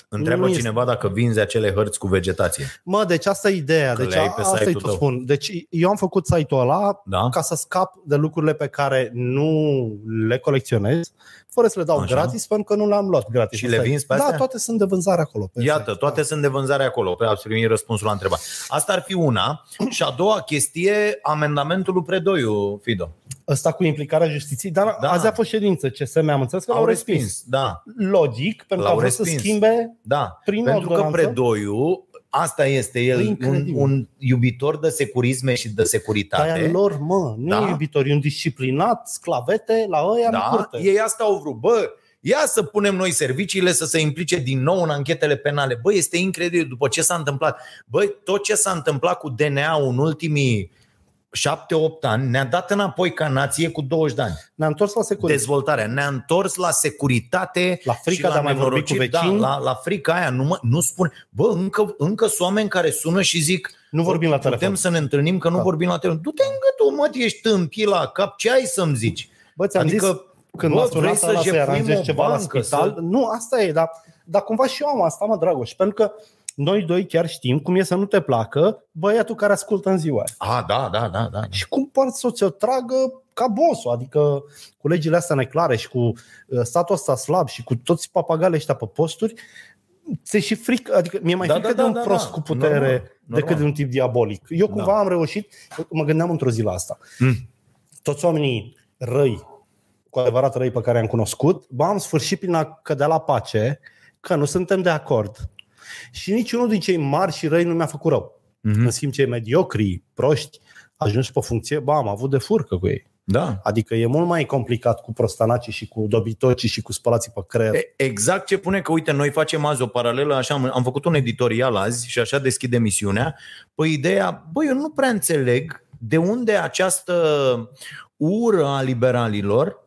Speaker 2: Întreabă
Speaker 3: Nu este.
Speaker 2: cineva dacă vinzi acele hărți cu vegetație.
Speaker 3: Mă, deci asta e ideea.
Speaker 2: Că
Speaker 3: Deci
Speaker 2: le ai pe
Speaker 3: asta e
Speaker 2: site-ul
Speaker 3: tot
Speaker 2: tău.
Speaker 3: spun. Deci eu am făcut site-ul ăla
Speaker 2: Da?
Speaker 3: ca să scap de lucrurile pe care nu le colecționez, fără să le dau
Speaker 2: Așa.
Speaker 3: Așa. gratis, pentru că nu le-am luat gratis.
Speaker 2: Și le
Speaker 3: Asta e.
Speaker 2: vinzi pe astea?
Speaker 3: Da, toate sunt de vânzare acolo. pe
Speaker 2: Iată,
Speaker 3: site.
Speaker 2: toate sunt de vânzare acolo. Pe ați primit răspunsul la întrebare. Asta ar fi una. Și a doua chestie, amendamentul lui Predoiu, Fido.
Speaker 3: Ăsta cu implicarea justiției, dar
Speaker 2: Da.
Speaker 3: da. azi a fost ședință CSM, am înțeles că
Speaker 2: Au
Speaker 3: l-au respins.
Speaker 2: respins. Da,
Speaker 3: Logic, pentru că
Speaker 2: L-au
Speaker 3: au vrut să
Speaker 2: respins.
Speaker 3: schimbe
Speaker 2: da.
Speaker 3: prin
Speaker 2: Pentru că
Speaker 3: ordonanță.
Speaker 2: Predoiu, asta este el, un,
Speaker 3: Incredibil.
Speaker 2: un iubitor de securisme și de securitate.
Speaker 3: Dar e al lor, mă, nu
Speaker 2: Da.
Speaker 3: da. e iubitor, e un disciplinat, sclavete, la ăia da. în
Speaker 2: Da?
Speaker 3: curte.
Speaker 2: Ei asta au vrut. Bă, ia să punem noi serviciile să se implice din nou în anchetele penale. Bă, este incredibil după ce s-a întâmplat. Bă, tot ce s-a întâmplat cu DNA-ul în ultimii 7-8 ani ne-a dat înapoi ca nație cu 20 de ani.
Speaker 3: Ne-am întors la securitate.
Speaker 2: Dezvoltarea. Ne-a întors la securitate
Speaker 3: La frica
Speaker 2: și
Speaker 3: de a mai vorbi cu
Speaker 2: nenorociri.
Speaker 3: vecini.
Speaker 2: Da, la, la frica aia. Nu, mă, nu spun. Bă, încă, încă sunt oameni care sună și zic
Speaker 3: Nu vorbim la telefon.
Speaker 2: putem să ne întâlnim că nu
Speaker 3: Da.
Speaker 2: vorbim la telefon. Du-te în gâtul, mă, ești tâmpit la cap. Ce ai să-mi zici?
Speaker 3: Bă, ți-am
Speaker 2: Adică,
Speaker 3: adică, zis, când
Speaker 2: bă,
Speaker 3: m-a
Speaker 2: vrei
Speaker 3: sunat
Speaker 2: să
Speaker 3: ăla să-i
Speaker 2: jefuim o
Speaker 3: aranjez ceva la
Speaker 2: bancă,
Speaker 3: spital,
Speaker 2: să-
Speaker 3: nu, asta e, dar, dar cumva și eu am asta, mă, Dragoș, pentru că noi doi chiar știm cum e să nu te placă băiatul care ascultă în ziua aia.
Speaker 2: A, da, da, da, da.
Speaker 3: Și cum poate să ți-o tragă ca bosul, adică cu legile astea neclare și cu uh, statul ăsta slab și cu toți papagalii ăștia pe posturi, ți și frică, adică mi-e mai
Speaker 2: Da,
Speaker 3: da, frică
Speaker 2: da,
Speaker 3: da,
Speaker 2: da,
Speaker 3: de un
Speaker 2: da,
Speaker 3: da, prost
Speaker 2: da.
Speaker 3: da. cu putere
Speaker 2: Normal,
Speaker 3: normal, decât
Speaker 2: normal.
Speaker 3: de un tip diabolic. Eu cumva
Speaker 2: Da.
Speaker 3: da. am reușit, mă gândeam într-o zi la asta.
Speaker 2: Mm.
Speaker 3: Toți oamenii răi, cu adevărat răi pe care am cunoscut, bă, am sfârșit prin a cădea la pace că nu suntem de acord. Și niciunul din cei mari și răi nu mi-a făcut rău.
Speaker 2: Mhm.
Speaker 3: În schimb, cei mediocri, proști, ajunși pe funcție, ba, am avut de furcă cu ei.
Speaker 2: Da.
Speaker 3: Adică e mult mai complicat cu prostanacii și cu dobitocii și cu spălații pe creier.
Speaker 2: E- Exact ce pune că, uite, noi facem azi o paralelă, așa, am, am făcut un editorial azi și așa deschid emisiunea, păi ideea, băi, eu nu prea înțeleg de unde această ură a liberalilor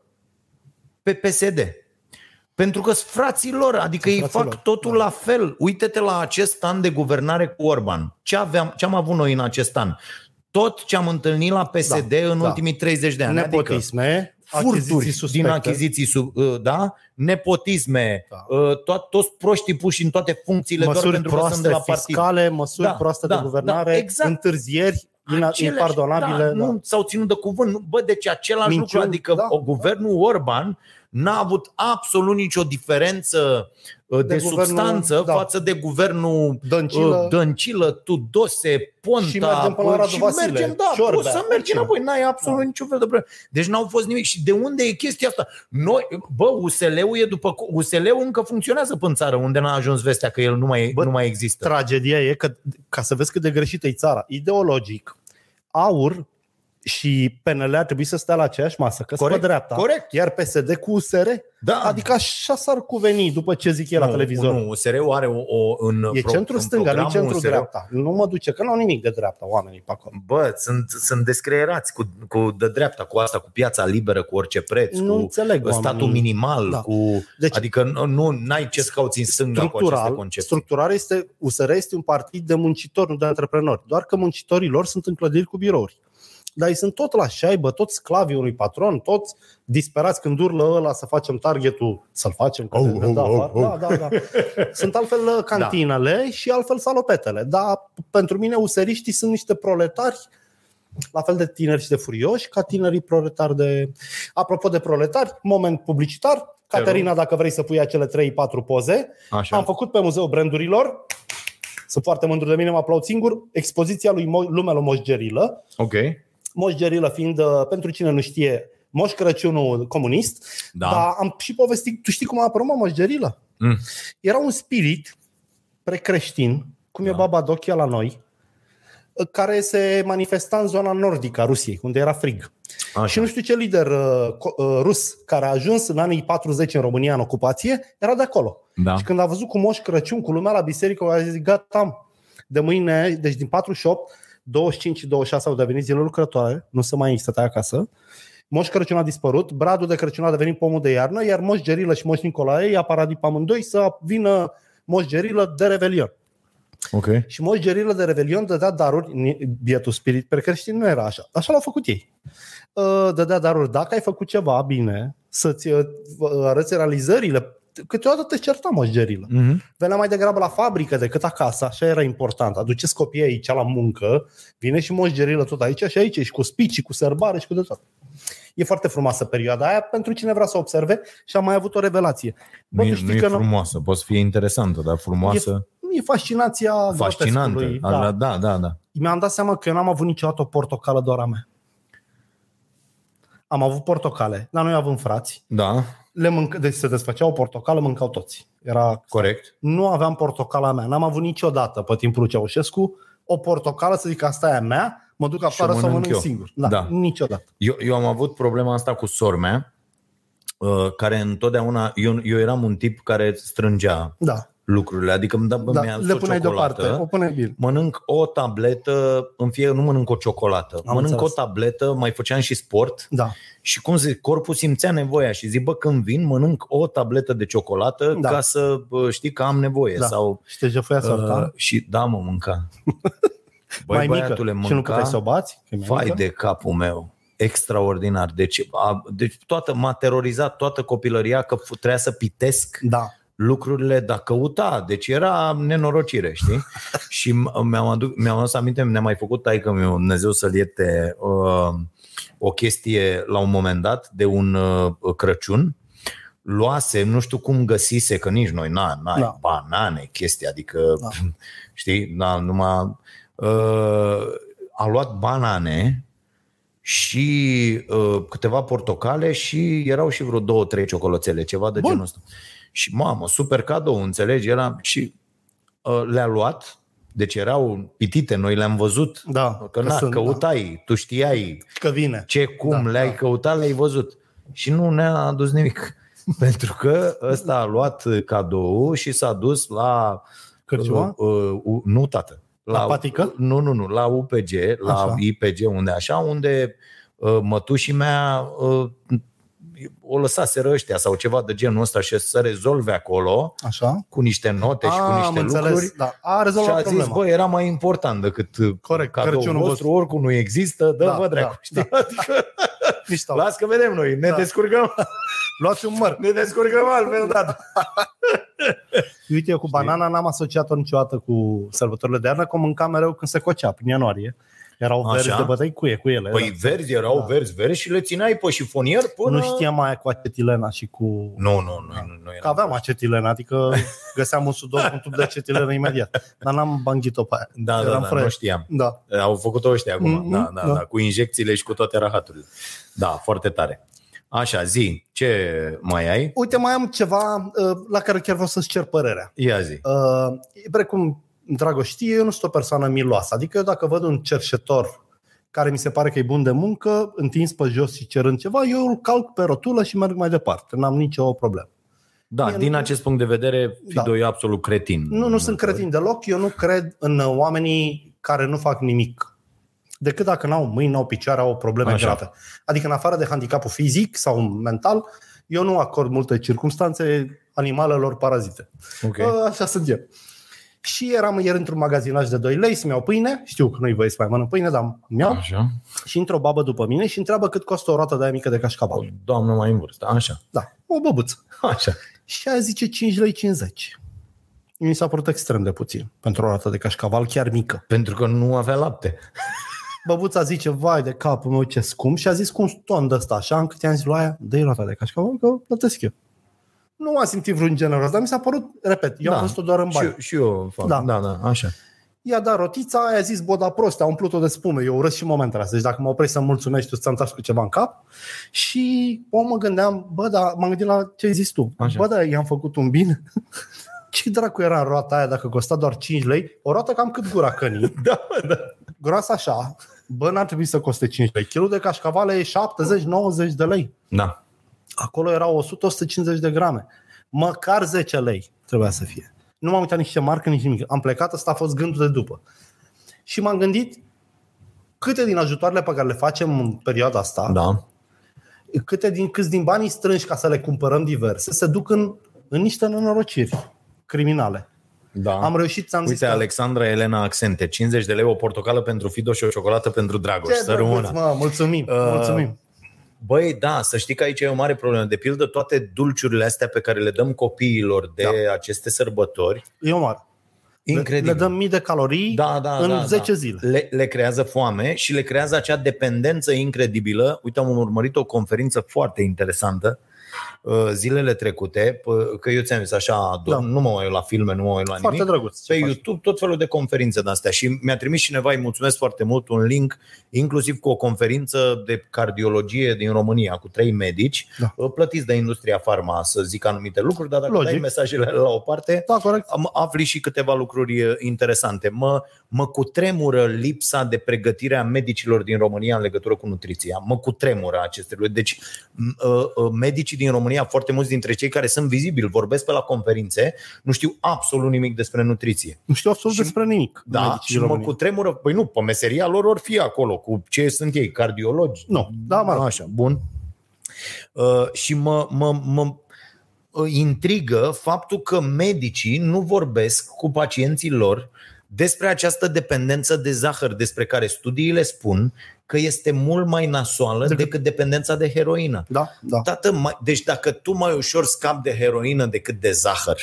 Speaker 2: pe PSD. Pentru că sunt frații lor, adică ei
Speaker 3: Sunt frații
Speaker 2: fac
Speaker 3: lor,
Speaker 2: totul
Speaker 3: da.
Speaker 2: la fel. Uite-te la acest an de guvernare cu Orban. Ce, aveam, ce am avut noi în acest an? Tot ce am întâlnit la PSD da, în
Speaker 3: da.
Speaker 2: da. ultimii 30 de ani. Adică,
Speaker 3: Nepotisme, achiziții
Speaker 2: furturi din
Speaker 3: suspecte.
Speaker 2: achiziții, sub, da? nepotisme,
Speaker 3: Da.
Speaker 2: da. toți proștii puși în toate funcțiile doar
Speaker 3: măsuri
Speaker 2: pentru că sunt de
Speaker 3: proaste
Speaker 2: la partid.
Speaker 3: fiscale, măsuri
Speaker 2: Da,
Speaker 3: proaste
Speaker 2: da,
Speaker 3: de guvernare,
Speaker 2: da, exact.
Speaker 3: întârzieri ina-
Speaker 2: Aceleași-
Speaker 3: impardonabile.
Speaker 2: da,
Speaker 3: Da,
Speaker 2: Nu s-au ținut de cuvânt. Nu- Bă, deci același
Speaker 3: Minciuni,
Speaker 2: lucru, adică
Speaker 3: da,
Speaker 2: o,
Speaker 3: da.
Speaker 2: guvernul Orban n-a avut absolut nicio diferență uh, de, de
Speaker 3: De guvernul-
Speaker 2: substanță
Speaker 3: da.
Speaker 2: față de guvernul
Speaker 3: Dăncilă.
Speaker 2: uh, Dăncilă, Tudose, Ponta
Speaker 3: Și mergem până la
Speaker 2: uh,
Speaker 3: Radu
Speaker 2: și
Speaker 3: Vasile,
Speaker 2: mergem, da,
Speaker 3: Ciorbea,
Speaker 2: poți să mergi
Speaker 3: orice.
Speaker 2: înapoi, n-ai absolut
Speaker 3: Da.
Speaker 2: niciun fel de problemă. Deci n-au fost nimic și de unde e chestia asta? Noi, bă, USL-ul e după USL-ul încă funcționează până în țară, unde n-a ajuns vestea că el nu mai,
Speaker 3: Bă,
Speaker 2: nu mai există.
Speaker 3: Tragedia e că, ca să vezi cât de greșită e țara, ideologic, AUR și PNL ar trebui să stea la aceeași masă, că sunt pe
Speaker 2: Corect,
Speaker 3: dreapta.
Speaker 2: corect.
Speaker 3: Iar PSD cu USR,
Speaker 2: Da.
Speaker 3: adică așa s-ar cuveni după ce zic ei la
Speaker 2: Nu,
Speaker 3: televizor.
Speaker 2: Nu, USR-ul are o, o în
Speaker 3: E
Speaker 2: pro-
Speaker 3: centru
Speaker 2: în
Speaker 3: stânga, nu e
Speaker 2: programul
Speaker 3: centru
Speaker 2: USR-ul.
Speaker 3: dreapta. Nu mă duce, că nu au nimic de dreapta oamenii pe acolo.
Speaker 2: Bă, sunt, sunt descreierați cu, cu de dreapta, cu asta, cu piața liberă, cu orice preț,
Speaker 3: Nu
Speaker 2: cu
Speaker 3: înțeleg
Speaker 2: statul
Speaker 3: oamenii.
Speaker 2: minimal,
Speaker 3: Da.
Speaker 2: cu
Speaker 3: Deci,
Speaker 2: adică nu- nu n-ai ce să cauți în sânga cu aceste
Speaker 3: structural,
Speaker 2: concepții.
Speaker 3: structural este, USR este un partid de muncitori, nu de antreprenori. Doar că muncitorii lor sunt în clădiri cu birouri. Dar ei sunt tot la șaibă, toți sclavii unui patron, toți disperați când urlă ăla să facem targetul, să-l facem. că
Speaker 2: Au,
Speaker 3: ne
Speaker 2: au,
Speaker 3: dă
Speaker 2: au,
Speaker 3: afară.
Speaker 2: au.
Speaker 3: Da, da, da. Sunt altfel uh, cantinele și altfel salopetele. Dar pentru mine useriștii sunt niște proletari la fel de tineri și de furioși ca tinerii proletari de... Apropo de proletari, moment publicitar,
Speaker 2: rog.
Speaker 3: Caterina, dacă vrei să pui acele 3-4 poze,
Speaker 2: Așa.
Speaker 3: am făcut pe Muzeul Brandurilor. Sunt foarte mândru de mine, mă aplaud singur. Expoziția lui Mo- Lumea lui Moș Gerilă.
Speaker 2: Ok.
Speaker 3: Moș Gerilă fiind, uh, pentru cine nu știe, Moș Crăciunul comunist.
Speaker 2: Da.
Speaker 3: Dar am și povestit, tu știi cum a apărut mă, Moș Gerilă?
Speaker 2: Mm.
Speaker 3: Era un spirit precreștin, cum e
Speaker 2: Da.
Speaker 3: Baba Dochia la noi, uh, care se manifesta în zona nordică a Rusiei, unde era frig.
Speaker 2: Așa.
Speaker 3: Și nu știu ce lider uh, co- uh, rus care a ajuns în anii 40 în România în ocupație, era de acolo.
Speaker 2: Da.
Speaker 3: Și când a văzut cu Moș Crăciun, cu lumea la biserică, a zis, gata, am. de mâine, deci din 48, 25 și 26 au devenit zile lucrătoare, nu se mai stătea acasă. Moș Crăciun a dispărut, bradul de Crăciun a devenit pomul de iarnă, iar Moș Gerilă și Moș Nicolae i-a paradit pe amândoi să vină Moș Gerilă de Revelion.
Speaker 2: Ok.
Speaker 3: Și moș gerilă de Revelion dădea daruri, ni- bietul spirit pe creștin nu era așa. Așa l-au făcut ei. Uh, Dădea daruri. Dacă ai făcut ceva bine, să-ți uh, vă arăți realizările, câteodată te certa moș gerilă.
Speaker 2: Mm-hmm.
Speaker 3: Venea mai degrabă la fabrică decât acasă, așa era important. Aduceți copiii aici la muncă, vine și moș gerilă tot aici și aici, și cu spicii, cu sărbare și cu de tot. E foarte frumoasă perioada aia pentru cine vrea să observe și a mai avut o revelație. Bă,
Speaker 2: Nu,
Speaker 3: tu
Speaker 2: e,
Speaker 3: știi
Speaker 2: nu e
Speaker 3: că nu-
Speaker 2: frumoasă, poate să fie interesantă, dar frumoasă,
Speaker 3: E fascinația
Speaker 2: e fascinantă.
Speaker 3: grotescului,
Speaker 2: Da. da, da, da.
Speaker 3: mi-am dat seama că eu n-am avut niciodată o portocală doar a mea. Am avut portocale, dar noi avem frați.
Speaker 2: Da,
Speaker 3: Le mânc- deci se desfăcea o portocală, mâncau toți. Era...
Speaker 2: corect.
Speaker 3: Nu aveam portocala mea, n-am avut niciodată pe timpul lui Ceaușescu o portocală să zic asta e a mea, mă duc afară
Speaker 2: o
Speaker 3: să o
Speaker 2: mănânc
Speaker 3: mănânc
Speaker 2: eu.
Speaker 3: singur. Da,
Speaker 2: Da.
Speaker 3: da. Niciodată.
Speaker 2: Eu, eu am avut problema asta cu sormea, uh, care întotdeauna, eu, eu eram un tip care strângea
Speaker 3: Da,
Speaker 2: lucrurile, adică îmi da,
Speaker 3: da.
Speaker 2: da mi-a
Speaker 3: le puneai deoparte, o puneai bine.
Speaker 2: mănânc o tabletă, în fie nu mănânc o ciocolată, Am mănânc
Speaker 3: înțeles.
Speaker 2: o tabletă, mai făceam și sport
Speaker 3: Da.
Speaker 2: și cum zic, corpul simțea nevoia și zic, bă, când vin, mănânc o tabletă de ciocolată da.
Speaker 3: Da.
Speaker 2: ca să bă, știi că am nevoie
Speaker 3: Da.
Speaker 2: sau
Speaker 3: Și te jefuia sorta,
Speaker 2: uh, și da, mă
Speaker 3: *laughs*
Speaker 2: mânca. Băi,
Speaker 3: mai mică
Speaker 2: băiatule, mânca,
Speaker 3: și nu puteai să o bați. că e mai
Speaker 2: vai
Speaker 3: mică.
Speaker 2: de capul meu. Extraordinar. Deci, a, deci toată, m-a terorizat toată copilăria că fu- trebuia să pitesc
Speaker 3: Da.
Speaker 2: lucrurile, dacă căuta, deci era nenorocire, *laughs* știi? și m- mi-am, aduc, mi-am adus aminte, ne-a mai făcut taică meu, Dumnezeu să-l ierte, uh, o chestie la un moment dat de un uh, Crăciun, luase, nu știu cum găsise, că nici noi, na, na, da.
Speaker 3: Da.
Speaker 2: banane, chestii, adică, da.
Speaker 3: Da.
Speaker 2: *laughs* știi, na, numai, uh, a luat banane și uh, câteva portocale și erau și vreo două, trei ciocolățele, ceva de
Speaker 3: Bun.
Speaker 2: genul ăsta. Și mamă, super cadou, înțelegi? Era și uh, le-a luat, deci erau pitite, noi le-am văzut.
Speaker 3: Da,
Speaker 2: Că,
Speaker 3: că
Speaker 2: na,
Speaker 3: sunt,
Speaker 2: căutai, tu știai
Speaker 3: Că vine.
Speaker 2: ce, cum, da,
Speaker 3: Da,
Speaker 2: le-ai da.
Speaker 3: da.
Speaker 2: căutat, le-ai văzut. Și nu ne-a adus nimic. *laughs* Pentru că ăsta a luat cadou și s-a dus la...
Speaker 3: Cârciuma?
Speaker 2: Uh, uh, uh, nu, tată.
Speaker 3: La patică?
Speaker 2: Nu, nu, nu. La UPG, la
Speaker 3: Așa.
Speaker 2: IPG, unde așa, unde uh, mătușii mea uh, o lăsaseră ăștia sau ceva de genul ăsta și să rezolve acolo
Speaker 3: Așa.
Speaker 2: cu niște note și Deci cu
Speaker 3: Ah,
Speaker 2: niște
Speaker 3: am înțeles,
Speaker 2: lucruri.
Speaker 3: Da. A
Speaker 2: Și
Speaker 3: rezolvat
Speaker 2: a
Speaker 3: problema.
Speaker 2: zis, bă, era mai important decât uh,
Speaker 3: Corect,
Speaker 2: cadoul
Speaker 3: Crăciunul
Speaker 2: vostru,
Speaker 3: vostru.
Speaker 2: oricum nu există, dă-vă
Speaker 3: Da,
Speaker 2: dracu,
Speaker 3: da,
Speaker 2: știi? Adică,
Speaker 3: Mișto.
Speaker 2: Las că vedem noi, ne da.
Speaker 3: Da. *laughs*
Speaker 2: descurcăm,
Speaker 3: Luați un măr.
Speaker 2: ne descurcăm altfel, da.
Speaker 3: *laughs* Uite, eu cu banana n-am asociat-o niciodată cu sărbătorile de iarnă, că o mâncam mereu când se cocea, prin ianuarie. Erau
Speaker 2: Așa.
Speaker 3: verzi de bătăi cu, e, cu ele.
Speaker 2: Păi verzi erau, da.
Speaker 3: Da.
Speaker 2: verzi, verzi și le țineai pe șifonier
Speaker 3: da.
Speaker 2: până...
Speaker 3: Nu știam mai cu acetilena și cu...
Speaker 2: Nu, nu, nu, nu, nu
Speaker 3: Că
Speaker 2: era.
Speaker 3: aveam
Speaker 2: *laughs*
Speaker 3: acetilena, adică găseam un sudor cu un tub de acetilena imediat. Dar n-am banghit-o pe aia.
Speaker 2: Da, da,
Speaker 3: Eram
Speaker 2: da,
Speaker 3: fraier.
Speaker 2: nu știam.
Speaker 3: Da.
Speaker 2: Au făcut-o ăștia acum,
Speaker 3: Mhm,
Speaker 2: da, da, da,
Speaker 3: da.
Speaker 2: da, cu injecțiile și cu toate rahaturile. Da, foarte tare. Așa, zi, ce mai ai?
Speaker 3: Uite, mai am ceva uh, la care chiar vreau să-ți cer părerea.
Speaker 2: Ia zi.
Speaker 3: Uh, e precum Dragoș știe, eu nu sunt o persoană miloasă. Adică eu dacă văd un cerșetor care mi se pare că e bun de muncă, întins pe jos și cerând ceva, eu îl calc pe rotulă și merg mai departe. N-am nicio problemă.
Speaker 2: Da,
Speaker 3: el-
Speaker 2: din acest punct de vedere,
Speaker 3: Da.
Speaker 2: Fido e absolut cretin.
Speaker 3: Nu, nu sunt cretin deloc. Eu nu cred în oamenii care nu fac nimic. Decât dacă n-au mâini, n-au picioare, au probleme
Speaker 2: Așa.
Speaker 3: Așa. grave. Adică în afară de handicapul fizic sau mental, eu nu acord multe circunstanțe animalelor parazite.
Speaker 2: Okay.
Speaker 3: Okay. Așa sunt eu. Și eram ieri într-un magazinaj de 2 lei să-mi iau pâine. Știu că nu-i voie să mai mănânc pâine, dar mi iau.
Speaker 2: Așa.
Speaker 3: Și intră o babă după mine și întreabă cât costă o roată de aia mică de
Speaker 2: O
Speaker 3: cașcaval.
Speaker 2: doamnă mai în vârstă, așa. *laughs*
Speaker 3: Da, o băbuță.
Speaker 2: Așa.
Speaker 3: Și aia zice 5 lei 50. Mi s-a părut extrem de puțin pentru o roată de cașcaval, chiar mică.
Speaker 2: Pentru că nu avea lapte.
Speaker 3: Băbuța zice, vai de capul meu ce scump și a zis cu un ton de ăsta așa, încât i-am zis lui aia, dă-i roata de cașcaval că plătesc eu. Nu am simțit vreun generos, dar mi s-a părut, repet, eu
Speaker 2: Da.
Speaker 3: am văzut-o doar în bani.
Speaker 2: Și, și eu fac. Da.
Speaker 3: Da.
Speaker 2: da, da, așa.
Speaker 3: I-a dat rotița, aia a zis, bă, da prost, a umplut-o de spume, eu urăsc și momentele astea. Deci dacă mă oprești să mulțumești, tu ți-am tras cu ceva în cap. Și bă, mă gândeam, bă, da, m-am gândit la ce ai zis tu.
Speaker 2: Așa.
Speaker 3: Așa. Bă, da, i-am făcut un bine. *laughs* ce dracu era în roata aia dacă costa doar 5 lei? O roată cam cât gura cănii.
Speaker 2: *laughs* Da, da.
Speaker 3: Groasă așa, bă, n-ar trebui să coste 5 lei. Kilul de cașcavale e 70-90 de lei.
Speaker 2: Da.
Speaker 3: Acolo erau 100-150 de grame. Măcar 10 lei trebuia să fie. Nu m-am uitat nici ce marcă, nici nimic. Am plecat, ăsta a fost gândul de după. Și m-am gândit câte din ajutoarele pe care le facem în perioada asta,
Speaker 2: Da.
Speaker 3: câte din, câți din banii strânși ca să le cumpărăm diverse, se duc în, în niște nenorociri criminale.
Speaker 2: Da.
Speaker 3: Am reușit, ți-am zis
Speaker 2: Uite,
Speaker 3: că-
Speaker 2: Alexandra Elena Accente, 50 de lei, o portocală pentru Fido și o ciocolată pentru Dragoș.
Speaker 3: Ce
Speaker 2: Să
Speaker 3: drăguț,
Speaker 2: rămână.
Speaker 3: mă, mulțumim,
Speaker 2: Uh,
Speaker 3: mulțumim.
Speaker 2: Băi, da, să știi că aici e o mare problemă. De pildă, toate dulciurile astea pe care le dăm copiilor de da. aceste sărbători,
Speaker 3: E omar.
Speaker 2: incredibil.
Speaker 3: Le, le dăm mii de calorii
Speaker 2: da, da,
Speaker 3: în
Speaker 2: da,
Speaker 3: 10
Speaker 2: da.
Speaker 3: zile.
Speaker 2: Le, le creează foame și le creează acea dependență incredibilă. Uite, am urmărit o conferință foarte interesantă uh, zilele trecute, p- că eu ți-am zis așa, da.
Speaker 3: Da.
Speaker 2: nu mă mai uit la filme, nu mă mai uit la
Speaker 3: Foarte
Speaker 2: Da, nimic.
Speaker 3: drăguț. ce
Speaker 2: Pe
Speaker 3: faci.
Speaker 2: YouTube tot felul de conferințe de astea și mi-a trimis cineva, îi mulțumesc foarte mult, un link inclusiv cu o conferință de cardiologie din România cu trei medici,
Speaker 3: Da.
Speaker 2: uh, plătiți de industria farma să zic anumite lucruri, dar dacă Logic.
Speaker 3: Logic.
Speaker 2: dai mesajele la o parte,
Speaker 3: Da, corect.
Speaker 2: am afli și câteva lucruri uh, interesante. Mă, mă cutremură lipsa de pregătire a medicilor din România în legătură cu nutriția. Mă cutremură aceste lucruri. Deci, m- uh, uh, medicii din România, foarte mulți dintre cei care sunt vizibili, vorbesc pe la conferințe, nu știu absolut nimic despre nutriție.
Speaker 3: Nu știu absolut
Speaker 2: Și-
Speaker 3: despre nimic.
Speaker 2: Da,
Speaker 3: medicii
Speaker 2: și mă
Speaker 3: români.
Speaker 2: cutremură, păi nu, pe meseria lor or fi acolo, cu ce sunt ei, cardiologi.
Speaker 3: Nu, da, mă rog.
Speaker 2: Așa, bun. Uh, și mă, mă, mă uh, intrigă faptul că medicii nu vorbesc cu pacienții lor despre această dependență de zahăr, despre care studiile spun că este mult mai nasoală
Speaker 3: Decât-
Speaker 2: decât dependența de heroină.
Speaker 3: Da, da.
Speaker 2: Tată, mai, deci dacă tu mai ușor scapi de heroină decât de zahăr,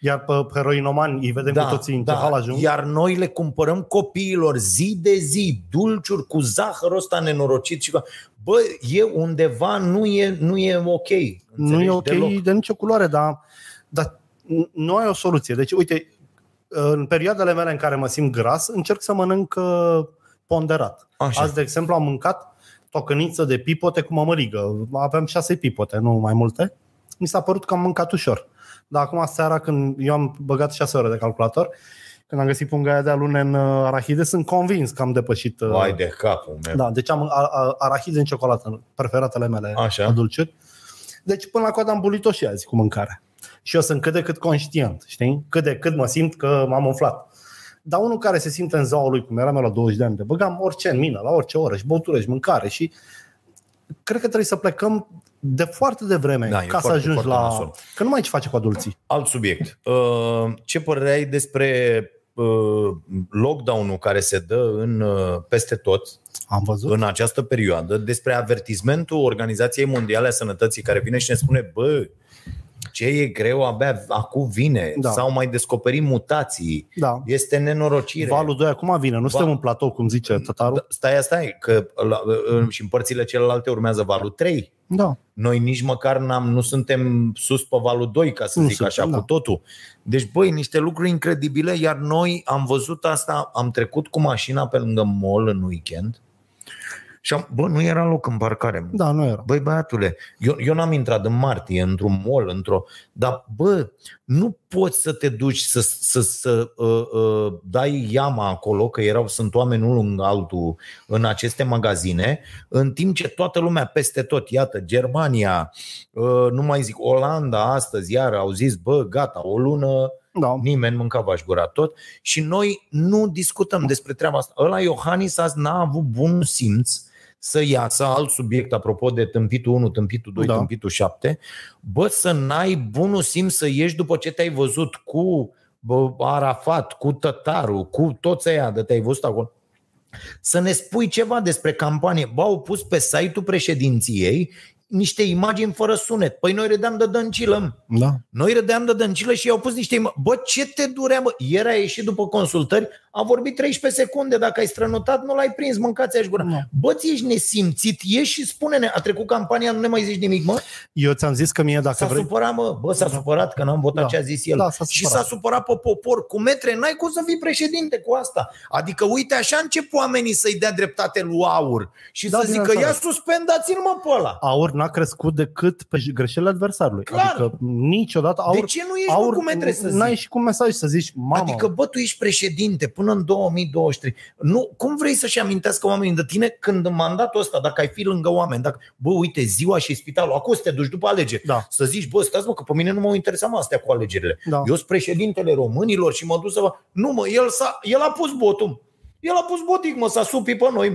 Speaker 3: Iar pe heroinomani îi vedem cu toții în da, cehal ajung.
Speaker 2: iar noi le cumpărăm copiilor zi de zi dulciuri cu zahărul ăsta nenorocit și cu- bă, e undeva nu e, nu e ok.
Speaker 3: nu e ok
Speaker 2: Deloc.
Speaker 3: de nicio culoare, dar, dar n- nu ai o soluție. Deci, uite, în perioadele mele în care mă simt gras, încerc să mănânc uh, ponderat.
Speaker 2: Așa.
Speaker 3: Așa. Azi, de exemplu, am mâncat tocăniță de pipote cu mămăligă. Aveam șase pipote, nu mai multe. Mi s-a părut că am mâncat ușor. Dar acum seara, când eu am băgat șase ore de calculator, când am găsit punga aia de alune în uh, arahide, sunt convins că am depășit... uh,
Speaker 2: Vai de capul meu.
Speaker 3: da, deci am a, a, arahide în ciocolată, preferatele mele
Speaker 2: Așa.
Speaker 3: la dulciuri. Deci până la coadă am bulit-o și azi cu mâncare. Și eu sunt cât de cât conștient, știi? Cât de cât mă simt că m-am umflat. Dar unul care se simte în zaua lui, cum eram eu la 20 de ani, de băgam orice în mină, la orice oră, și băutură, și mâncare, și cred că trebuie să plecăm de foarte devreme
Speaker 2: Da,
Speaker 3: da,
Speaker 2: e
Speaker 3: ca să
Speaker 2: foarte,
Speaker 3: ajungi
Speaker 2: foarte
Speaker 3: la...
Speaker 2: nasol.
Speaker 3: Că nu mai ai ce face cu adulții.
Speaker 2: Alt subiect. Uh, Ce părere ai despre uh, lockdown-ul care se dă în, uh, peste tot
Speaker 3: Am văzut.
Speaker 2: în această perioadă, despre avertismentul Organizației Mondiale a Sănătății care vine și ne spune, bă, ce e greu, abia acum vine, da.
Speaker 3: Da.
Speaker 2: sau mai descoperim mutații,
Speaker 3: Da.
Speaker 2: Este nenorocire.
Speaker 3: Valul 2 acum vine, nu suntem
Speaker 2: Val-
Speaker 3: în platou, cum zice
Speaker 2: Da.
Speaker 3: tătarul.
Speaker 2: Stai, stai, că la, în- și în părțile celelalte urmează valul 3.
Speaker 3: Da.
Speaker 2: Noi nici măcar n-am, nu suntem sus pe valul 2, ca să
Speaker 3: Nu
Speaker 2: zic
Speaker 3: suntem,
Speaker 2: așa,
Speaker 3: da.
Speaker 2: cu totul. Deci, băi, niște lucruri incredibile, iar noi am văzut asta, am trecut cu mașina pe lângă mall în weekend și am, bă, nu era loc în parcare. mă.
Speaker 3: Da, nu era.
Speaker 2: Băi, băiatule, eu, eu n-am intrat în martie într-un mall, într-o. Dar, bă, nu poți să te duci să, să, să uh, uh, dai iama acolo, că erau, sunt oameni unul în altul în aceste magazine, în timp ce toată lumea peste tot, iată, Germania, uh, nu mai zic, Olanda, astăzi, iar au zis, bă, gata, o lună,
Speaker 3: Da.
Speaker 2: nimeni mânca vaș gura tot și noi nu discutăm despre treaba asta. Ăla Iohannis azi n-a avut bun simț să iasă alt subiect apropo de tâmpitul 1, tâmpitul 2, da.
Speaker 3: Da.
Speaker 2: tâmpitul 7, bă să n-ai bunul simț să ieși după ce te-ai văzut cu bă, Arafat, cu Tătaru, cu toți aia de te-ai văzut acolo să ne spui ceva despre campanie. Bă, au pus pe site-ul președinției niște imagini fără sunet. Păi noi râdeam de dăncilăm.
Speaker 3: Da.
Speaker 2: Noi râdeam de dăncilă și i-au pus niște... ima- Bă, ce te durea, mă? Ieri a ieșit după consultări, a vorbit 13 secunde, dacă ai strănutat, nu l-ai prins, mâncați aș gura.
Speaker 3: Nu.
Speaker 2: Bă, ți ești nesimțit, ieși și spune-ne, a trecut campania, nu ne mai zici nimic, mă?
Speaker 3: Eu ți-am zis că mie, dacă
Speaker 2: S-a
Speaker 3: vrei...
Speaker 2: supărat, mă, bă, s-a supărat că n-am votat
Speaker 3: Da.
Speaker 2: ce a zis el.
Speaker 3: Da, s-a
Speaker 2: și
Speaker 3: supărat.
Speaker 2: s-a supărat pe popor, cu metre, n-ai cum să fii președinte cu asta. Adică, uite, așa încep oamenii să-i dea dreptate lui Aur și
Speaker 3: Da,
Speaker 2: să zică, ia
Speaker 3: bineînțeles.
Speaker 2: suspendați-l, mă, pe ăla.
Speaker 3: aur n-a crescut decât pe greșelile adversarului.
Speaker 2: Clar.
Speaker 3: Adică niciodată aur,
Speaker 2: De ce nu ești aur,
Speaker 3: aur
Speaker 2: cu metre să zici?
Speaker 3: n-ai și cu mesaj să zici, mamă,
Speaker 2: Adică, bă, tu ești președinte până în 2023. Nu, cum vrei să-și amintească oamenii de tine când în mandatul ăsta, dacă ai fi lângă oameni, dacă, bă, uite, ziua și spitalul, acum să te duci după alegeri.
Speaker 3: Da.
Speaker 2: Să zici, bă, stați mă, că pe mine nu mă interesam astea cu alegerile.
Speaker 3: Da.
Speaker 2: Eu sunt președintele românilor și mă duc să vă... Nu, mă, el, s-a, el a pus botul. El a pus botic, mă, s-a supi pe noi.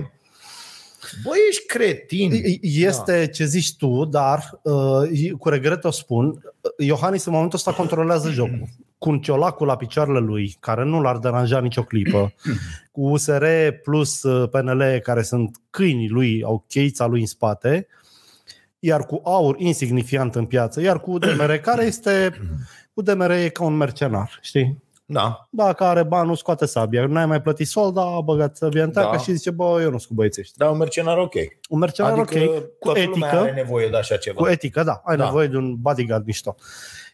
Speaker 2: Bă, ești cretin.
Speaker 3: e- este da. ce zici uh,
Speaker 2: Hmm.
Speaker 3: tu, dar uh, cu regret o spun, Iohannis în momentul ăsta controlează jocul. cu un ciolacul la picioarele lui, care nu l-ar deranja nicio clipă,
Speaker 2: Hmm.
Speaker 3: cu USR plus uh, PNL, care sunt câinii lui, au cheița lui în spate, iar cu aur insignifiant în piață, iar cu DMR, care este... Cu DMR e ca un mercenar, știi?
Speaker 2: Da.
Speaker 3: Dacă are bani, nu scoate sabia. N-ai mai plătit solda, a băgat sabia în
Speaker 2: Da.
Speaker 3: teacă și zice, bă, eu nu sunt cu băieții ăștia.
Speaker 2: Dar un mercenar ok.
Speaker 3: Un mercenar,
Speaker 2: adică
Speaker 3: ok, cu
Speaker 2: toată lumea
Speaker 3: etică,
Speaker 2: are nevoie de așa ceva.
Speaker 3: cu etică, da, ai
Speaker 2: Da.
Speaker 3: nevoie de un bodyguard mișto.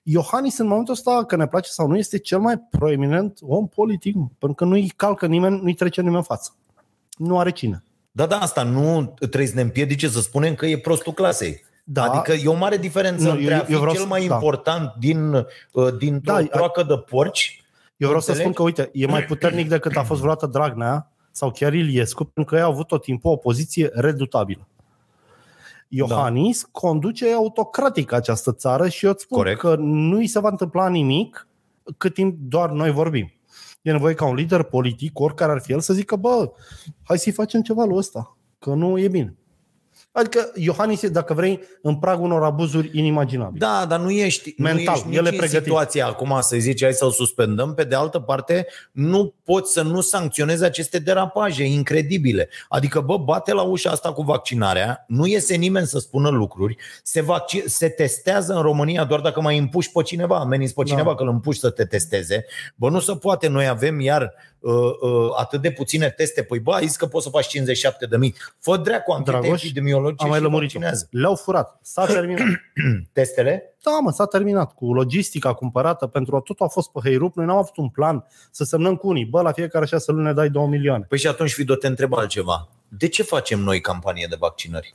Speaker 3: Iohannis, în momentul ăsta, că ne place sau nu, este cel mai proeminent om politic, mă, pentru că nu-i calcă nimeni, nu-i trece nimeni în față. Nu are cine.
Speaker 2: da, da, asta nu trebuie să ne împiedice să spunem că e prostul clasei.
Speaker 3: Da,
Speaker 2: Adică e o mare diferență
Speaker 3: Nu,
Speaker 2: nu, între
Speaker 3: eu-
Speaker 2: a
Speaker 3: eu
Speaker 2: fi
Speaker 3: vreau
Speaker 2: cel
Speaker 3: să-
Speaker 2: mai
Speaker 3: da.
Speaker 2: important din, uh, dintr-o
Speaker 3: Da,
Speaker 2: da,
Speaker 3: a-
Speaker 2: troacă de porci.
Speaker 3: eu vreau să
Speaker 2: înțelegi?
Speaker 3: spun că, uite, e mai puternic decât a fost vreodată Dragnea sau chiar Iliescu, pentru că ei au avut tot timpul o poziție redutabilă. Iohannis da. conduce autocratic această țară și eu îți spun
Speaker 2: Corect.
Speaker 3: că nu îi se va întâmpla nimic cât timp doar noi vorbim. E nevoie ca un lider politic, oricare ar fi el, să zică, bă, hai să-i facem ceva lui ăsta, că nu e bine. Adică Iohannis e, dacă vrei, în pragul unor abuzuri inimaginabile.
Speaker 2: Da, dar nu ești, nu
Speaker 3: Mental,
Speaker 2: ești nici
Speaker 3: el e
Speaker 2: în
Speaker 3: pregătit.
Speaker 2: situația acum să zici hai să-l suspendăm. Pe de altă parte, nu poți să nu sancționezi aceste derapaje incredibile. Adică, bă, bate la ușa asta cu vaccinarea, nu iese nimeni să spună lucruri, se, vaci- se testează în România doar dacă mai împuși pe cineva, ameninți pe cineva
Speaker 3: Da.
Speaker 2: că îl împuși să te testeze. Bă, nu se poate, noi avem iar uh, uh, atât de puține teste. Păi, bă, ai zis că poți să faci 57.000. Fă dracu, anchete
Speaker 3: Dragoș,
Speaker 2: epidemiologice
Speaker 3: Am mai
Speaker 2: Da, și
Speaker 3: lămurit.
Speaker 2: vaccinează.
Speaker 3: Le-au furat.
Speaker 2: *clears throat*
Speaker 3: S-a terminat.
Speaker 2: Testele?
Speaker 3: Da, mă, s-a terminat cu logistica cumpărată pentru tot a fost pe Heirup. Noi n-am avut un plan să semnăm cu unii. Bă, la fiecare șase luni ne dai 2 milioane.
Speaker 2: Păi și atunci, Fido, te întreb altceva. De ce facem noi campanie de vaccinări?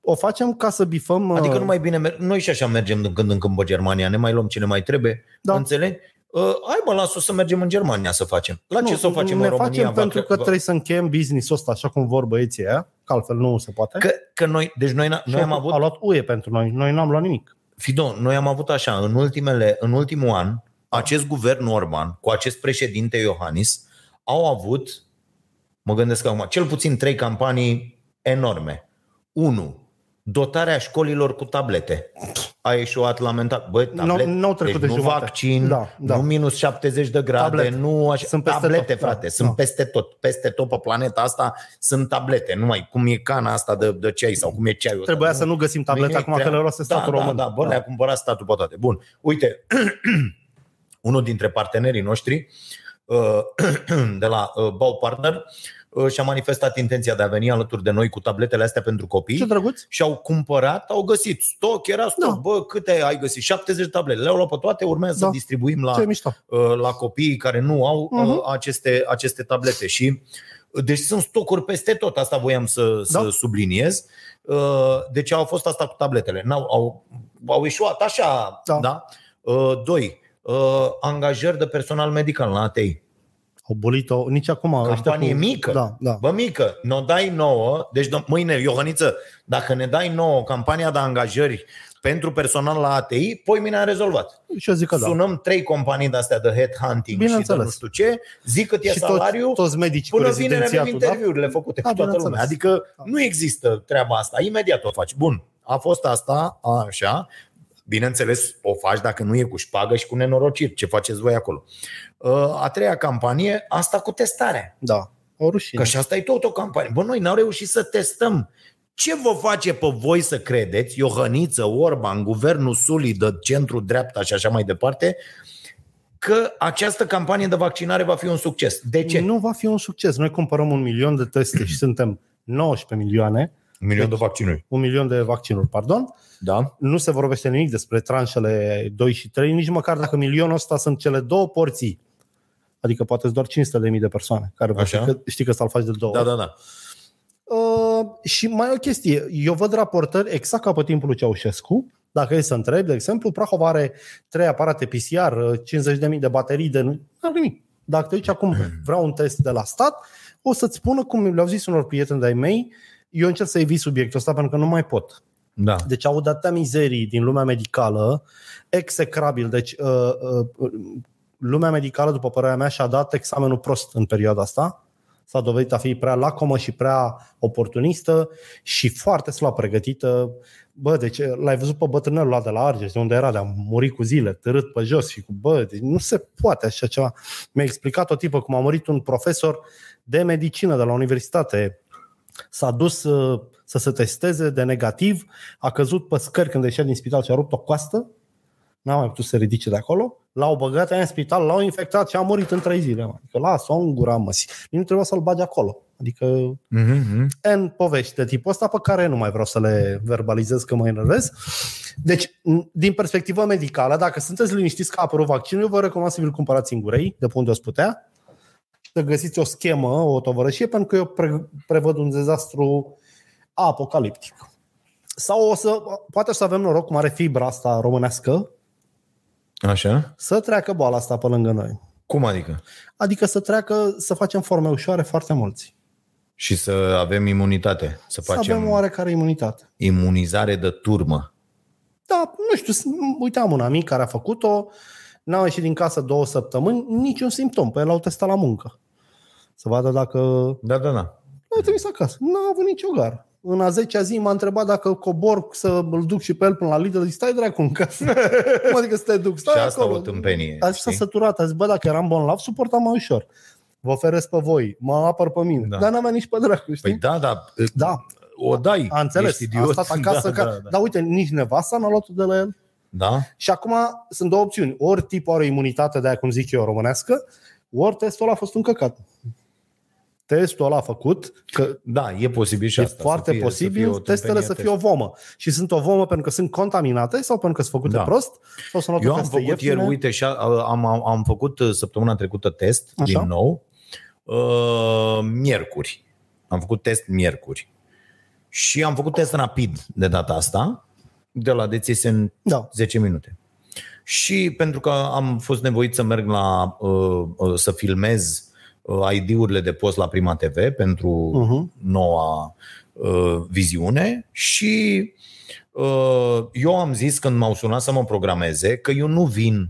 Speaker 3: O facem ca să bifăm...
Speaker 2: Adică
Speaker 3: uh,
Speaker 2: nu mai bine mer- Noi și așa mergem din când în când pe Germania, ne mai luăm ce ne mai trebuie, da.
Speaker 3: Da.
Speaker 2: înțelegi? Uh, Hai mă, las să mergem în Germania să facem. La ce să o facem
Speaker 3: ne
Speaker 2: în România?
Speaker 3: facem
Speaker 2: Va-
Speaker 3: pentru că
Speaker 2: va-
Speaker 3: trebuie să încheiem business-ul ăsta așa cum vor băieții aia, că altfel nu se poate.
Speaker 2: Că, că noi, deci noi, n-
Speaker 3: Și
Speaker 2: noi am
Speaker 3: au-
Speaker 2: avut
Speaker 3: Au luat UE pentru noi. Noi n-am luat nimic.
Speaker 2: Fido, noi am avut așa, în, ultimele, în ultimul an, acest guvern Orban, cu acest președinte Iohannis, au avut, mă gândesc acum, cel puțin trei campanii enorme. 1. Dotarea școlilor cu tablete. A ieșuat lamentat. Bă, tablet,
Speaker 3: N-au- n-au trecut
Speaker 2: deci
Speaker 3: de
Speaker 2: nu
Speaker 3: jumate.
Speaker 2: vaccin,
Speaker 3: Da, da.
Speaker 2: nu minus 70 de grade,
Speaker 3: Tablete.
Speaker 2: nu așa.
Speaker 3: Sunt peste
Speaker 2: tablete,
Speaker 3: tot, da,
Speaker 2: frate,
Speaker 3: da.
Speaker 2: sunt peste tot. Peste tot pe planeta asta sunt tablete. Numai cum e cana asta de, de ceai sau cum e ceaiul ăsta.
Speaker 3: Trebuia
Speaker 2: Nu-
Speaker 3: să nu găsim tablete
Speaker 2: Nimic,
Speaker 3: acum că
Speaker 2: treabă.
Speaker 3: le luase statul
Speaker 2: da,
Speaker 3: român.
Speaker 2: Da, da, bă, da. le-a cumpărat statul pe toate. Bun, uite, *clears throat* unul dintre partenerii noștri uh, *clears throat* de la uh, Bau Partner uh, și-a manifestat intenția de a veni alături de noi cu tabletele astea pentru copii
Speaker 3: Ce drăguț?
Speaker 2: și au cumpărat, au găsit stoc, era stoc,
Speaker 3: Da.
Speaker 2: da. bă, câte ai găsit? 70 de tablete. Le-au luat pe toate, urmează da.
Speaker 3: Da.
Speaker 2: să distribuim la,
Speaker 3: Ce mișto.
Speaker 2: uh, la copiii care nu au uh,
Speaker 3: Mhm.
Speaker 2: aceste, aceste tablete. Și uh, deci sunt stocuri peste tot, asta voiam să, să
Speaker 3: Da.
Speaker 2: subliniez. Uh, Deci au fost asta cu tabletele. N-au, au, au ieșuat așa, da?
Speaker 3: Da.
Speaker 2: da? Uh, Doi, uh, angajări de personal medical la ATI.
Speaker 3: Au bulit-o nici acum. ăștia
Speaker 2: Campanie mică.
Speaker 3: Da, da.
Speaker 2: Bă, mică, ne dai nouă, deci de- mâine, Iohăniță, dacă ne dai nouă campania de angajări pentru personal la ATI, poi mine am rezolvat
Speaker 3: Și eu zic că da.
Speaker 2: sunăm trei companii de astea de headhunting și de
Speaker 3: Bineînțeles.
Speaker 2: nu știu ce, zic cât e
Speaker 3: și
Speaker 2: salariul,
Speaker 3: toți, toți medicii cu
Speaker 2: până vine avem
Speaker 3: rezidențiatul, da?
Speaker 2: interviurile făcute
Speaker 3: Da,
Speaker 2: cu toată lumea.
Speaker 3: bineînțeles.
Speaker 2: Adică nu există treaba asta, imediat o faci. Bun, a fost asta, așa, bineînțeles o faci dacă nu e cu șpagă și cu nenorociri, ce faceți voi acolo. Uh, A treia campanie, asta cu testarea.
Speaker 3: Da. O rușine.
Speaker 2: Că și asta e tot o campanie. Bă, noi n-am reușit să testăm. Ce vă face pe voi să credeți, Iohăniță, Orban, guvernul solidă, centru dreapta și așa mai departe, că această campanie de vaccinare va fi un succes? De ce?
Speaker 3: Nu va fi un succes. Noi cumpărăm un milion de teste și suntem 19 milioane,
Speaker 2: Un milion de vaccinuri.
Speaker 3: un milion de vaccinuri, pardon.
Speaker 2: Da?
Speaker 3: Nu se vorbește nimic despre tranșele 2 și 3, nici măcar dacă milionul ăsta sunt cele două porții. Adică poate doar 500 de mii de persoane care vor
Speaker 2: Așa.
Speaker 3: ști că, știi că s-al faci de două.
Speaker 2: Da, da, da.
Speaker 3: Uh, și mai o chestie. Eu văd raportări exact ca pe timpul lui Ceaușescu. Dacă e să întreb, de exemplu, Prahova are trei aparate PCR, uh, 50.000 de baterii, de nu n-am nimic. Dacă te duci acum, vreau un test de la stat, o să-ți spună cum le-au zis unor prieteni de-ai mei, eu încerc să evit subiectul ăsta pentru că nu mai pot.
Speaker 2: da.
Speaker 3: Deci au atâtea mizerii din lumea medicală, execrabil. Deci uh, uh, lumea medicală, după părerea mea, și-a dat examenul prost în perioada asta. s-a dovedit a fi prea lacomă și prea oportunistă și foarte slab pregătită. Bă, deci l-ai văzut pe bătrânelul ăla de la Argeș, de unde era, de a muri cu zile, târât pe jos și cu bă, deci nu se poate așa ceva. Mi-a explicat o tipă cum a murit un profesor de medicină de la universitate. S-a dus uh, să se testeze de negativ, a căzut pe scări când ieșea din spital și a rupt o coastă, n-a mai putut să se ridice de acolo, l-au băgat aia în spital, l-au infectat și a murit în trei zile. mă. Adică lasă-o în gura măsii. Nu trebuia să-l bagi acolo. Adică
Speaker 2: Mm-hmm.
Speaker 3: N povești de tipul ăsta pe care nu mai vreau să le verbalizez că mă enervez. Deci, n- din perspectivă medicală, dacă sunteți liniștiți că a apărut vaccinul, eu vă recomand să vi-l cumpărați singurei, de pe unde o putea, și să găsiți o schemă, o tovărășie, pentru că eu pre- prevăd un dezastru apocaliptic. Sau o să, poate o să avem noroc, cum are fibra asta românească,
Speaker 2: Așa?
Speaker 3: să treacă boala asta pe lângă noi.
Speaker 2: Cum adică?
Speaker 3: Adică să treacă, să facem forme ușoare foarte mulți.
Speaker 2: Și să avem imunitate, să
Speaker 3: Să
Speaker 2: facem
Speaker 3: avem oarecare imunitate.
Speaker 2: imunizare de turmă.
Speaker 3: Da, nu știu, s- uite, am un amic care a făcut-o, n-a ieșit din casă două săptămâni, niciun simptom, pe el l-au testat la muncă. Să vadă dacă...
Speaker 2: Da, da, da.
Speaker 3: L-au trimis acasă, n-a avut nicio gară. În a 10-a zi m-a întrebat dacă cobor să îl duc și pe el până la Lidl, zic, stai dracu în casă. *laughs* Cum adică să te duc? Stai
Speaker 2: și asta
Speaker 3: acolo.
Speaker 2: o tâmpenie.
Speaker 3: Așa s-a
Speaker 2: știi?
Speaker 3: săturat, a zis, bă, dacă eram bolnav, suportam mai ușor. Vă oferesc pe voi, mă apăr pe mine.
Speaker 2: Da.
Speaker 3: Da. Dar n-am nici pe dracu, știi?
Speaker 2: Păi da, da,
Speaker 3: da,
Speaker 2: o dai.
Speaker 3: a înțeles.
Speaker 2: Ești
Speaker 3: A
Speaker 2: idiot.
Speaker 3: stat
Speaker 2: *laughs*
Speaker 3: acasă.
Speaker 2: da,
Speaker 3: ca...
Speaker 2: da, da.
Speaker 3: Dar uite, nici nevasta n-a luat de la el.
Speaker 2: da?
Speaker 3: Și acum sunt două opțiuni. Ori tipul are imunitate de aia, cum zic eu, românească, ori testul ăla a fost un căcat. Testul ăla a făcut, că
Speaker 2: Da, e posibil și
Speaker 3: e
Speaker 2: asta.
Speaker 3: foarte
Speaker 2: să fie,
Speaker 3: posibil
Speaker 2: să fie o
Speaker 3: testele
Speaker 2: tâmpenie
Speaker 3: să fie o vomă. Și sunt o vomă pentru că sunt contaminate sau pentru că sunt făcute
Speaker 2: Da.
Speaker 3: da. prost sau sunt luate
Speaker 2: Eu am
Speaker 3: teste
Speaker 2: făcut
Speaker 3: ieftine.
Speaker 2: ieri, uite, și a- am, am, am făcut uh, săptămâna trecută test
Speaker 3: Așa.
Speaker 2: din nou, uh, miercuri. Am făcut test miercuri. Și am făcut test rapid de data asta, de la dețise în
Speaker 3: Da.
Speaker 2: 10 minute. Și pentru că am fost nevoit să merg la uh, uh, să filmez uh, ID-urile de post la Prima TV pentru
Speaker 3: Mhm.
Speaker 2: uh-huh. noua uh, viziune și uh, eu am zis când m-au sunat să mă programeze că eu nu vin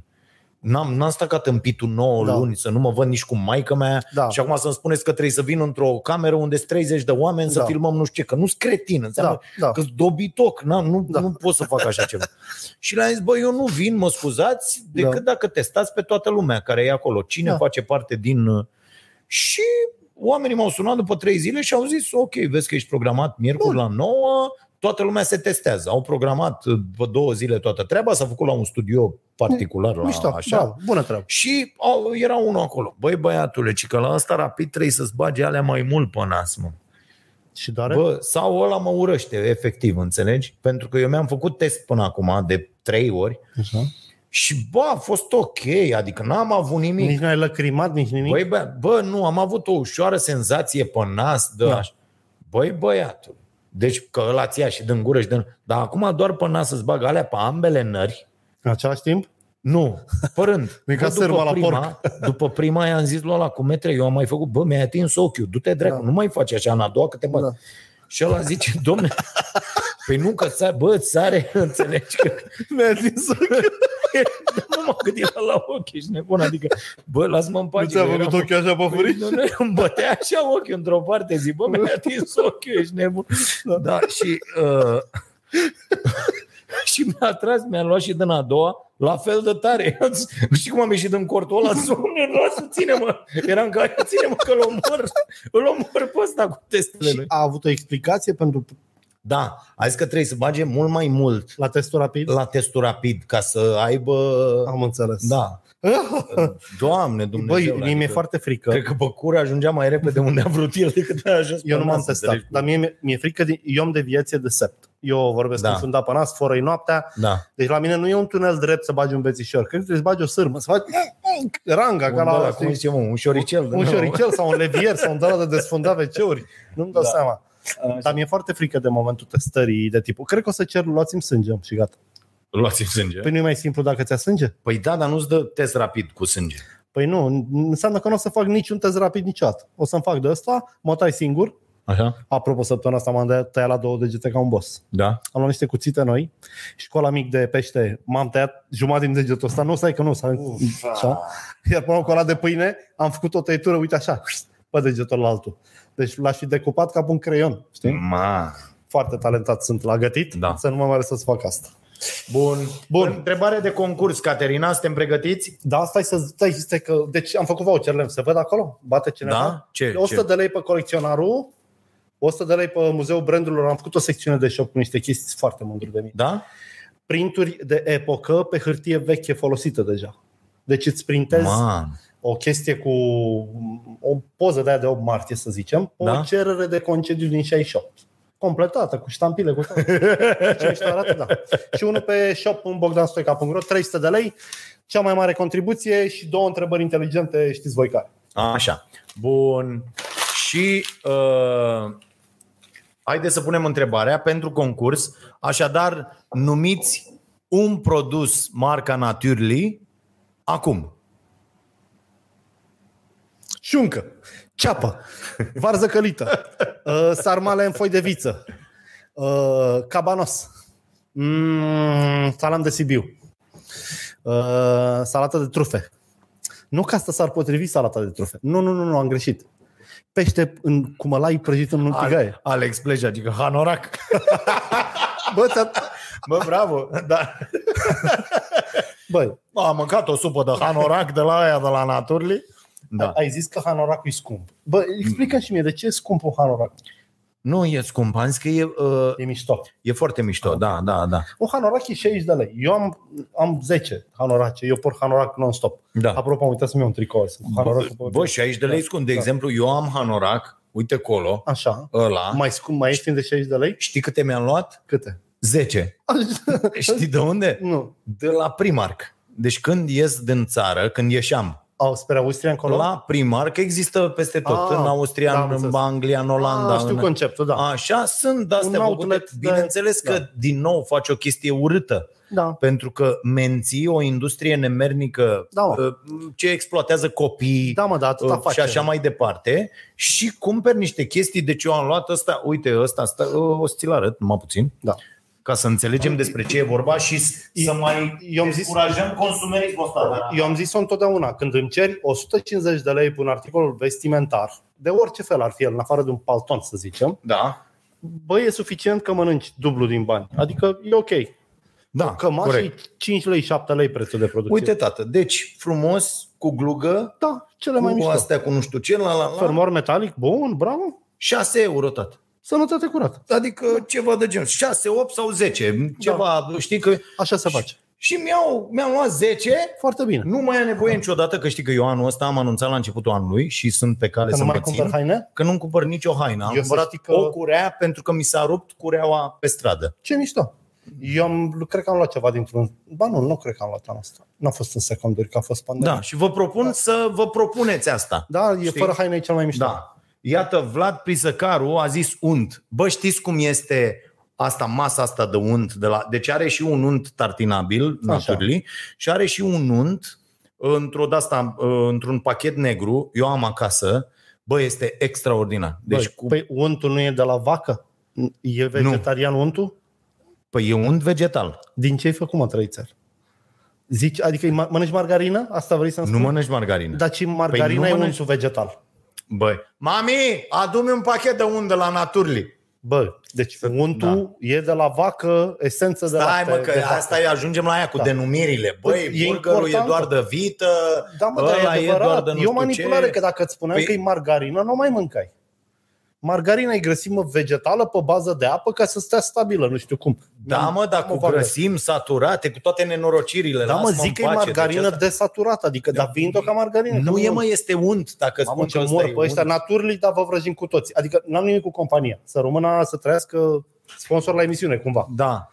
Speaker 2: N-am, n-am stacat în pitul 9 da.
Speaker 3: Da.
Speaker 2: luni să nu mă văd nici cu maica mea
Speaker 3: Da.
Speaker 2: și acum să-mi spuneți că trebuie să vin într-o cameră unde sunt 30 de oameni să
Speaker 3: Da.
Speaker 2: filmăm nu știu ce, că nu-s cretin, înseamnă
Speaker 3: Da, da.
Speaker 2: că dobitoc, na, nu, da.
Speaker 3: Da.
Speaker 2: nu pot să fac așa ceva. și le-am zis, bă, eu nu vin, mă scuzați,
Speaker 3: Da.
Speaker 2: decât da. dacă testați pe toată lumea care e acolo, cine da.
Speaker 3: Da.
Speaker 2: face parte din... uh, Și oamenii m-au sunat după trei zile și au zis, ok, vezi că ești programat miercuri la 9, toată lumea se testează. Au programat uh, pe două zile toată treaba, s-a făcut la un studio particular, la,
Speaker 3: Mișto,
Speaker 2: așa.
Speaker 3: bravo, bună treabă.
Speaker 2: Și au, era unul acolo. Băi, băiatule, ci că la asta rapid trebuie să-ți bagi alea mai mult pe nas, mă.
Speaker 3: Și doare?
Speaker 2: Bă, sau ăla mă urăște, efectiv, înțelegi? Pentru că eu mi-am făcut test până acum de trei ori
Speaker 3: Așa.
Speaker 2: și, bă, a fost ok, adică n-am avut nimic.
Speaker 3: Nici nu ai lăcrimat, nici nimic.
Speaker 2: Băi, bă, bă, nu, am avut o ușoară senzație pe nas de
Speaker 3: Da.
Speaker 2: da. Băi, băiatul, deci că ăla ți ia și din gură și din... Dar acum doar pe nas îți bag alea pe ambele nări.
Speaker 3: În același *laughs* timp?
Speaker 2: Nu, *laughs* părând.
Speaker 3: E ca
Speaker 2: Bă,
Speaker 3: sârma la
Speaker 2: prima, *laughs* după prima i-am zis lui ăla cu metre, eu am mai făcut, bă, mi-ai atins ochiul, du-te dracu, da.
Speaker 3: Da.
Speaker 2: nu mai faci așa în a doua că te bagi. Da.
Speaker 3: Da.
Speaker 2: Și ăla zice, *laughs* domne, păi nu că ți bă, ți sare, *laughs* înțelegi că
Speaker 3: Mi-a zis
Speaker 2: nu m-am gândit la, la ochi, ești nebun, adică, bă, las-mă în
Speaker 3: Deci
Speaker 2: pace. că eram-
Speaker 3: ochiul așa pe
Speaker 2: Păi, nu, nu, îmi bătea așa ochiul într-o parte, zic, bă, mi-a atins ochiul, ești nebun. Da, da și, uh, *laughs* și mi-a tras, mi-a luat și din a doua, la fel de tare. *laughs* Nu știu cum am ieșit în cortul ăla, sună, lasă, ține-mă. Eram ca, ține-mă că îl omor, îl omor pe ăsta cu testele.
Speaker 3: Și
Speaker 2: lui.
Speaker 3: a avut o explicație pentru
Speaker 2: Da, a zis că trebuie să bage mult mai mult
Speaker 3: la testul rapid?
Speaker 2: la testul rapid ca să aibă...
Speaker 3: Am înțeles.
Speaker 2: *laughs* Da. Doamne Dumnezeu. adică
Speaker 3: Băi, mie mi-e foarte frică.
Speaker 2: Cred că Băcura ajungea mai repede unde a vrut el decât a ajuns.
Speaker 3: Eu nu
Speaker 2: pe
Speaker 3: m-am
Speaker 2: nas,
Speaker 3: testat,
Speaker 2: înțelegi?
Speaker 3: dar mie mi-e- mi-e frică, din, eu am deviație de sept. Eu vorbesc
Speaker 2: Da.
Speaker 3: da. când pe nas, fără noaptea,
Speaker 2: Da.
Speaker 3: deci la mine nu e un tunel drept să bagi un bețișor, cred că trebuie să bagi o sârmă, să faci ranga,
Speaker 2: Un
Speaker 3: ca
Speaker 2: de-ala,
Speaker 3: la
Speaker 2: cum
Speaker 3: știi,
Speaker 2: zice, mă, un șoricel. de
Speaker 3: un
Speaker 2: nou.
Speaker 3: șoricel sau un levier sau un de de desfundat WC-uri, nu-mi dau
Speaker 2: Da.
Speaker 3: da. seama.
Speaker 2: Așa.
Speaker 3: Dar mi-e foarte frică de momentul testării de tipul, cred că o să cer, luați-mi sânge și gata.
Speaker 2: Luați-mi sânge.
Speaker 3: Păi nu e mai simplu dacă ți-a sânge?
Speaker 2: Păi da, dar nu-ți dă test rapid cu sânge.
Speaker 3: Păi nu, n- înseamnă că nu o să fac niciun test rapid niciodată. O să-mi fac de ăsta, mă tai singur.
Speaker 2: Așa?
Speaker 3: Apropo, săptămâna asta m-am tăiat la două degete ca un boss.
Speaker 2: Da.
Speaker 3: am luat niște cuțite noi și cu ăla mic de pește m-am tăiat jumătate din degetul ăsta, nu stai că nu, stai, așa. Iar până cu ăla de pâine am făcut o tăietură, uite așa, pe degetul la altul. Deci l-aș fi decupat ca pe un creion, știi?
Speaker 2: Ma.
Speaker 3: Foarte talentat sunt la gătit,
Speaker 2: Da.
Speaker 3: să nu mă mai lăsă să fac asta.
Speaker 2: Bun.
Speaker 3: Bun.
Speaker 2: Întrebare de concurs, Caterina. Suntem pregătiți?
Speaker 3: Da, stai să stai, stai că... Deci am făcut voucherele, se văd acolo? Bate cineva?
Speaker 2: Da? Ce-
Speaker 3: 100
Speaker 2: ce?
Speaker 3: de lei pe colecționarul, 100 de lei pe muzeul brandurilor. Am făcut o secțiune de shop cu niște chestii foarte mândru de mine.
Speaker 2: Da?
Speaker 3: Printuri de epocă pe hârtie veche folosită deja. Deci îți printezi
Speaker 2: Man.
Speaker 3: o chestie cu o poză de aia de 8 martie, să zicem, da?
Speaker 2: Da.
Speaker 3: o cerere de concediu din 68. Completată, cu ștampile, cu toate. Ce mișto arată, da. Și unul pe shop în bogdanstoica.ro, 300 de lei, cea mai mare contribuție și două întrebări inteligente, știți voi care.
Speaker 2: Așa. Bun. Și uh, haideți să punem întrebarea pentru concurs. Așadar, numiți un produs marca Naturally acum.
Speaker 3: Șuncă, ceapă, varză
Speaker 2: *laughs*
Speaker 3: călită, uh, sarmale în foi de viță, uh, cabanos, mm, salam de Sibiu, uh, salată de trufe. Nu că asta s-ar potrivi salata de trufe. Nu, nu, nu, nu, am greșit. Pește în cumălai prăjit în
Speaker 2: Ale-
Speaker 3: untigaie.
Speaker 2: Alex Pleja, adică Hanorac.
Speaker 3: Bă, ți-a...
Speaker 2: *laughs* Bă, bravo!
Speaker 3: *laughs*
Speaker 2: Da.
Speaker 3: Bă,
Speaker 2: Am mâncat o supă de Hanorac de la aia, de la Naturally. Da.
Speaker 3: ai zis că hanoracul e scump. Bă, explică și mie de ce e scump un hanorac.
Speaker 2: Nu, e scump. Am zis că e, uh,
Speaker 3: E mișto.
Speaker 2: e foarte mișto. Da, da, da.
Speaker 3: Un hanorac e 60 de lei. Eu am, am 10 hanorace. Eu por hanorac non-stop.
Speaker 2: Da.
Speaker 3: Apropo, am uitat să-mi iau un tricou. să- cu hanoracul
Speaker 2: Bă,
Speaker 3: pe-
Speaker 2: bă, și aici de lei scump. De
Speaker 3: Da.
Speaker 2: exemplu, eu am Hanorac, uite colo,
Speaker 3: Așa.
Speaker 2: ăla.
Speaker 3: Mai scump, mai ieftin de 60 de lei? *laughs*
Speaker 2: Știi câte mi-am luat?
Speaker 3: Câte?
Speaker 2: 10. Știi de unde?
Speaker 3: nu.
Speaker 2: De la Primark. Deci când ies din țară, când ieșeam,
Speaker 3: Au, spre Austria încolo?
Speaker 2: la Primark există peste tot,
Speaker 3: Ah,
Speaker 2: în Austria,
Speaker 3: da, am
Speaker 2: în
Speaker 3: înțeles.
Speaker 2: Anglia, în Olanda.
Speaker 3: Ah, știu
Speaker 2: în...
Speaker 3: conceptul, da.
Speaker 2: Așa sunt de-astea
Speaker 3: Un
Speaker 2: făcute.
Speaker 3: outlet de-
Speaker 2: Bineînțeles că,
Speaker 3: da.
Speaker 2: din nou, faci o chestie urâtă.
Speaker 3: Da.
Speaker 2: Pentru că menții o industrie nemernică
Speaker 3: Da, mă.
Speaker 2: uh, ce exploatează copii
Speaker 3: Da, mă, dar atâta
Speaker 2: uh,
Speaker 3: face.
Speaker 2: și așa mai departe și cumperi niște chestii. Deci eu am luat ăsta, uite ăsta, stă, uh, o să ți-l arăt, numai puțin,
Speaker 3: Da.
Speaker 2: ca să înțelegem despre ce e vorba și s- să mai
Speaker 3: eu am zis-
Speaker 2: descurajăm consumerismul ăsta. da?
Speaker 3: Eu am zis-o întotdeauna. Când îmi ceri 150 de lei pe un articol vestimentar, de orice fel ar fi el, în afară de un palton, să zicem,
Speaker 2: Da,
Speaker 3: bă, e suficient că mănânci dublu din bani. Adică e ok.
Speaker 2: da,
Speaker 3: Cămașa e
Speaker 2: corect.
Speaker 3: 5 lei, 7 lei prețul de producție.
Speaker 2: Uite, tată, deci frumos, cu glugă,
Speaker 3: da, cele mai
Speaker 2: cu
Speaker 3: mișto.
Speaker 2: astea, cu nu știu ce, la la la,
Speaker 3: Fermor metalic, bun, bravo.
Speaker 2: 6 euro, tată.
Speaker 3: Sănătate curată.
Speaker 2: Adică ceva de genul, 6, 8 sau 10, ceva, da. știi că...
Speaker 3: Așa se face.
Speaker 2: Și mi-au, mi-am luat 10,
Speaker 3: Foarte bine.
Speaker 2: nu mai e
Speaker 3: Da.
Speaker 2: nevoie niciodată, că știi că eu anul ăsta am anunțat la începutul anului și sunt pe cale
Speaker 3: Că
Speaker 2: să
Speaker 3: nu
Speaker 2: mă
Speaker 3: mai
Speaker 2: țin,
Speaker 3: cumpăr haine?
Speaker 2: că nu-mi cumpăr nicio haină. Am
Speaker 3: Eu să
Speaker 2: cumpărat
Speaker 3: știi
Speaker 2: că...
Speaker 3: că-
Speaker 2: o curea pentru că mi s-a rupt cureaua pe stradă.
Speaker 3: Ce mișto! Eu am, cred că am luat ceva dintr-un... Ba nu, nu cred că am luat anul ăsta. N-a fost în secundări, că a fost pandemie.
Speaker 2: Da, și vă propun să vă propuneți asta.
Speaker 3: Da, e
Speaker 2: Știi?
Speaker 3: fără haine e cel mai mișto.
Speaker 2: Da. Iată, Vlad Prisăcaru a zis unt. Bă, știți cum este asta, masa asta de unt? De la... Deci are și un unt tartinabil, naturally, și are și un unt ă, într-o asta, ă, într-un pachet negru. Eu am acasă. Bă, este extraordinar. Deci,
Speaker 3: Deci,
Speaker 2: Bă, cu...
Speaker 3: Păi untul nu e de la vacă? E vegetarian nu. untul?
Speaker 2: păi, e unt vegetal.
Speaker 3: Din ce ai făcut, mă, trăițel? Zici, adică îi ma- mănânci margarină? Asta vrei să-mi
Speaker 2: Nu
Speaker 3: spui?
Speaker 2: mănânci margarină.
Speaker 3: Dar și margarina
Speaker 2: nu
Speaker 3: păi e
Speaker 2: mănânci-
Speaker 3: untul vegetal.
Speaker 2: Băi, mami, adu-mi un pachet de unt de la Naturli.
Speaker 3: Bă, deci untul da. e de la vacă, esență de
Speaker 2: Stai
Speaker 3: lapte.
Speaker 2: mă
Speaker 3: de
Speaker 2: că
Speaker 3: vacă.
Speaker 2: asta e, ajungem la aia cu da. denumirile. Băi,
Speaker 3: E
Speaker 2: e burgerul e
Speaker 3: important.
Speaker 2: doar de vită,
Speaker 3: Da, mă, dar e
Speaker 2: ăla
Speaker 3: adevărat. E,
Speaker 2: doar de nu
Speaker 3: e o
Speaker 2: știu
Speaker 3: manipulare,
Speaker 2: ce.
Speaker 3: că dacă îți spuneam
Speaker 2: Păi-
Speaker 3: păi... că e margarină, nu o mai mâncai. Margarina e grăsimă vegetală pe bază de apă ca să stea stabilă, nu știu cum.
Speaker 2: Da, mă, dar cu
Speaker 3: o vorbesc.
Speaker 2: grăsimi saturate, cu toate nenorocirile.
Speaker 3: Da, mă,
Speaker 2: lasă-mă
Speaker 3: zic că
Speaker 2: în
Speaker 3: e
Speaker 2: pace,
Speaker 3: margarină
Speaker 2: deci
Speaker 3: desaturată, adică, dar vind-o ca margarină.
Speaker 2: asta- Nu
Speaker 3: că
Speaker 2: e, mă, este unt, dacă îți
Speaker 3: Mamă,
Speaker 2: spun
Speaker 3: ce
Speaker 2: că ăsta
Speaker 3: mor
Speaker 2: e
Speaker 3: pe ăștia
Speaker 2: unt.
Speaker 3: naturli, dar vă vrăjim cu toți. Adică n-am nimic cu compania. Să rămână să trăiască sponsor la emisiune, cumva.
Speaker 2: Da,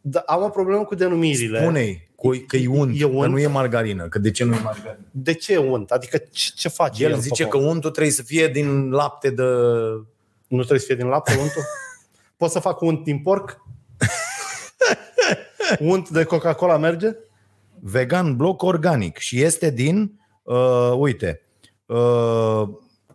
Speaker 3: Dar am o problemă cu denumirile.
Speaker 2: pune cu că e unt,
Speaker 3: E unt?
Speaker 2: că nu e margarină, că de ce nu e margarină?
Speaker 3: De ce unt? Adică ce, ce face?
Speaker 2: El zice
Speaker 3: după-
Speaker 2: că untul trebuie să fie din lapte de...
Speaker 3: Nu trebuie să fie din lapte
Speaker 4: *laughs*
Speaker 3: untul? Pot să fac unt din porc? unt de Coca-Cola merge?
Speaker 2: vegan bloc organic și este din, uh, uite, uh,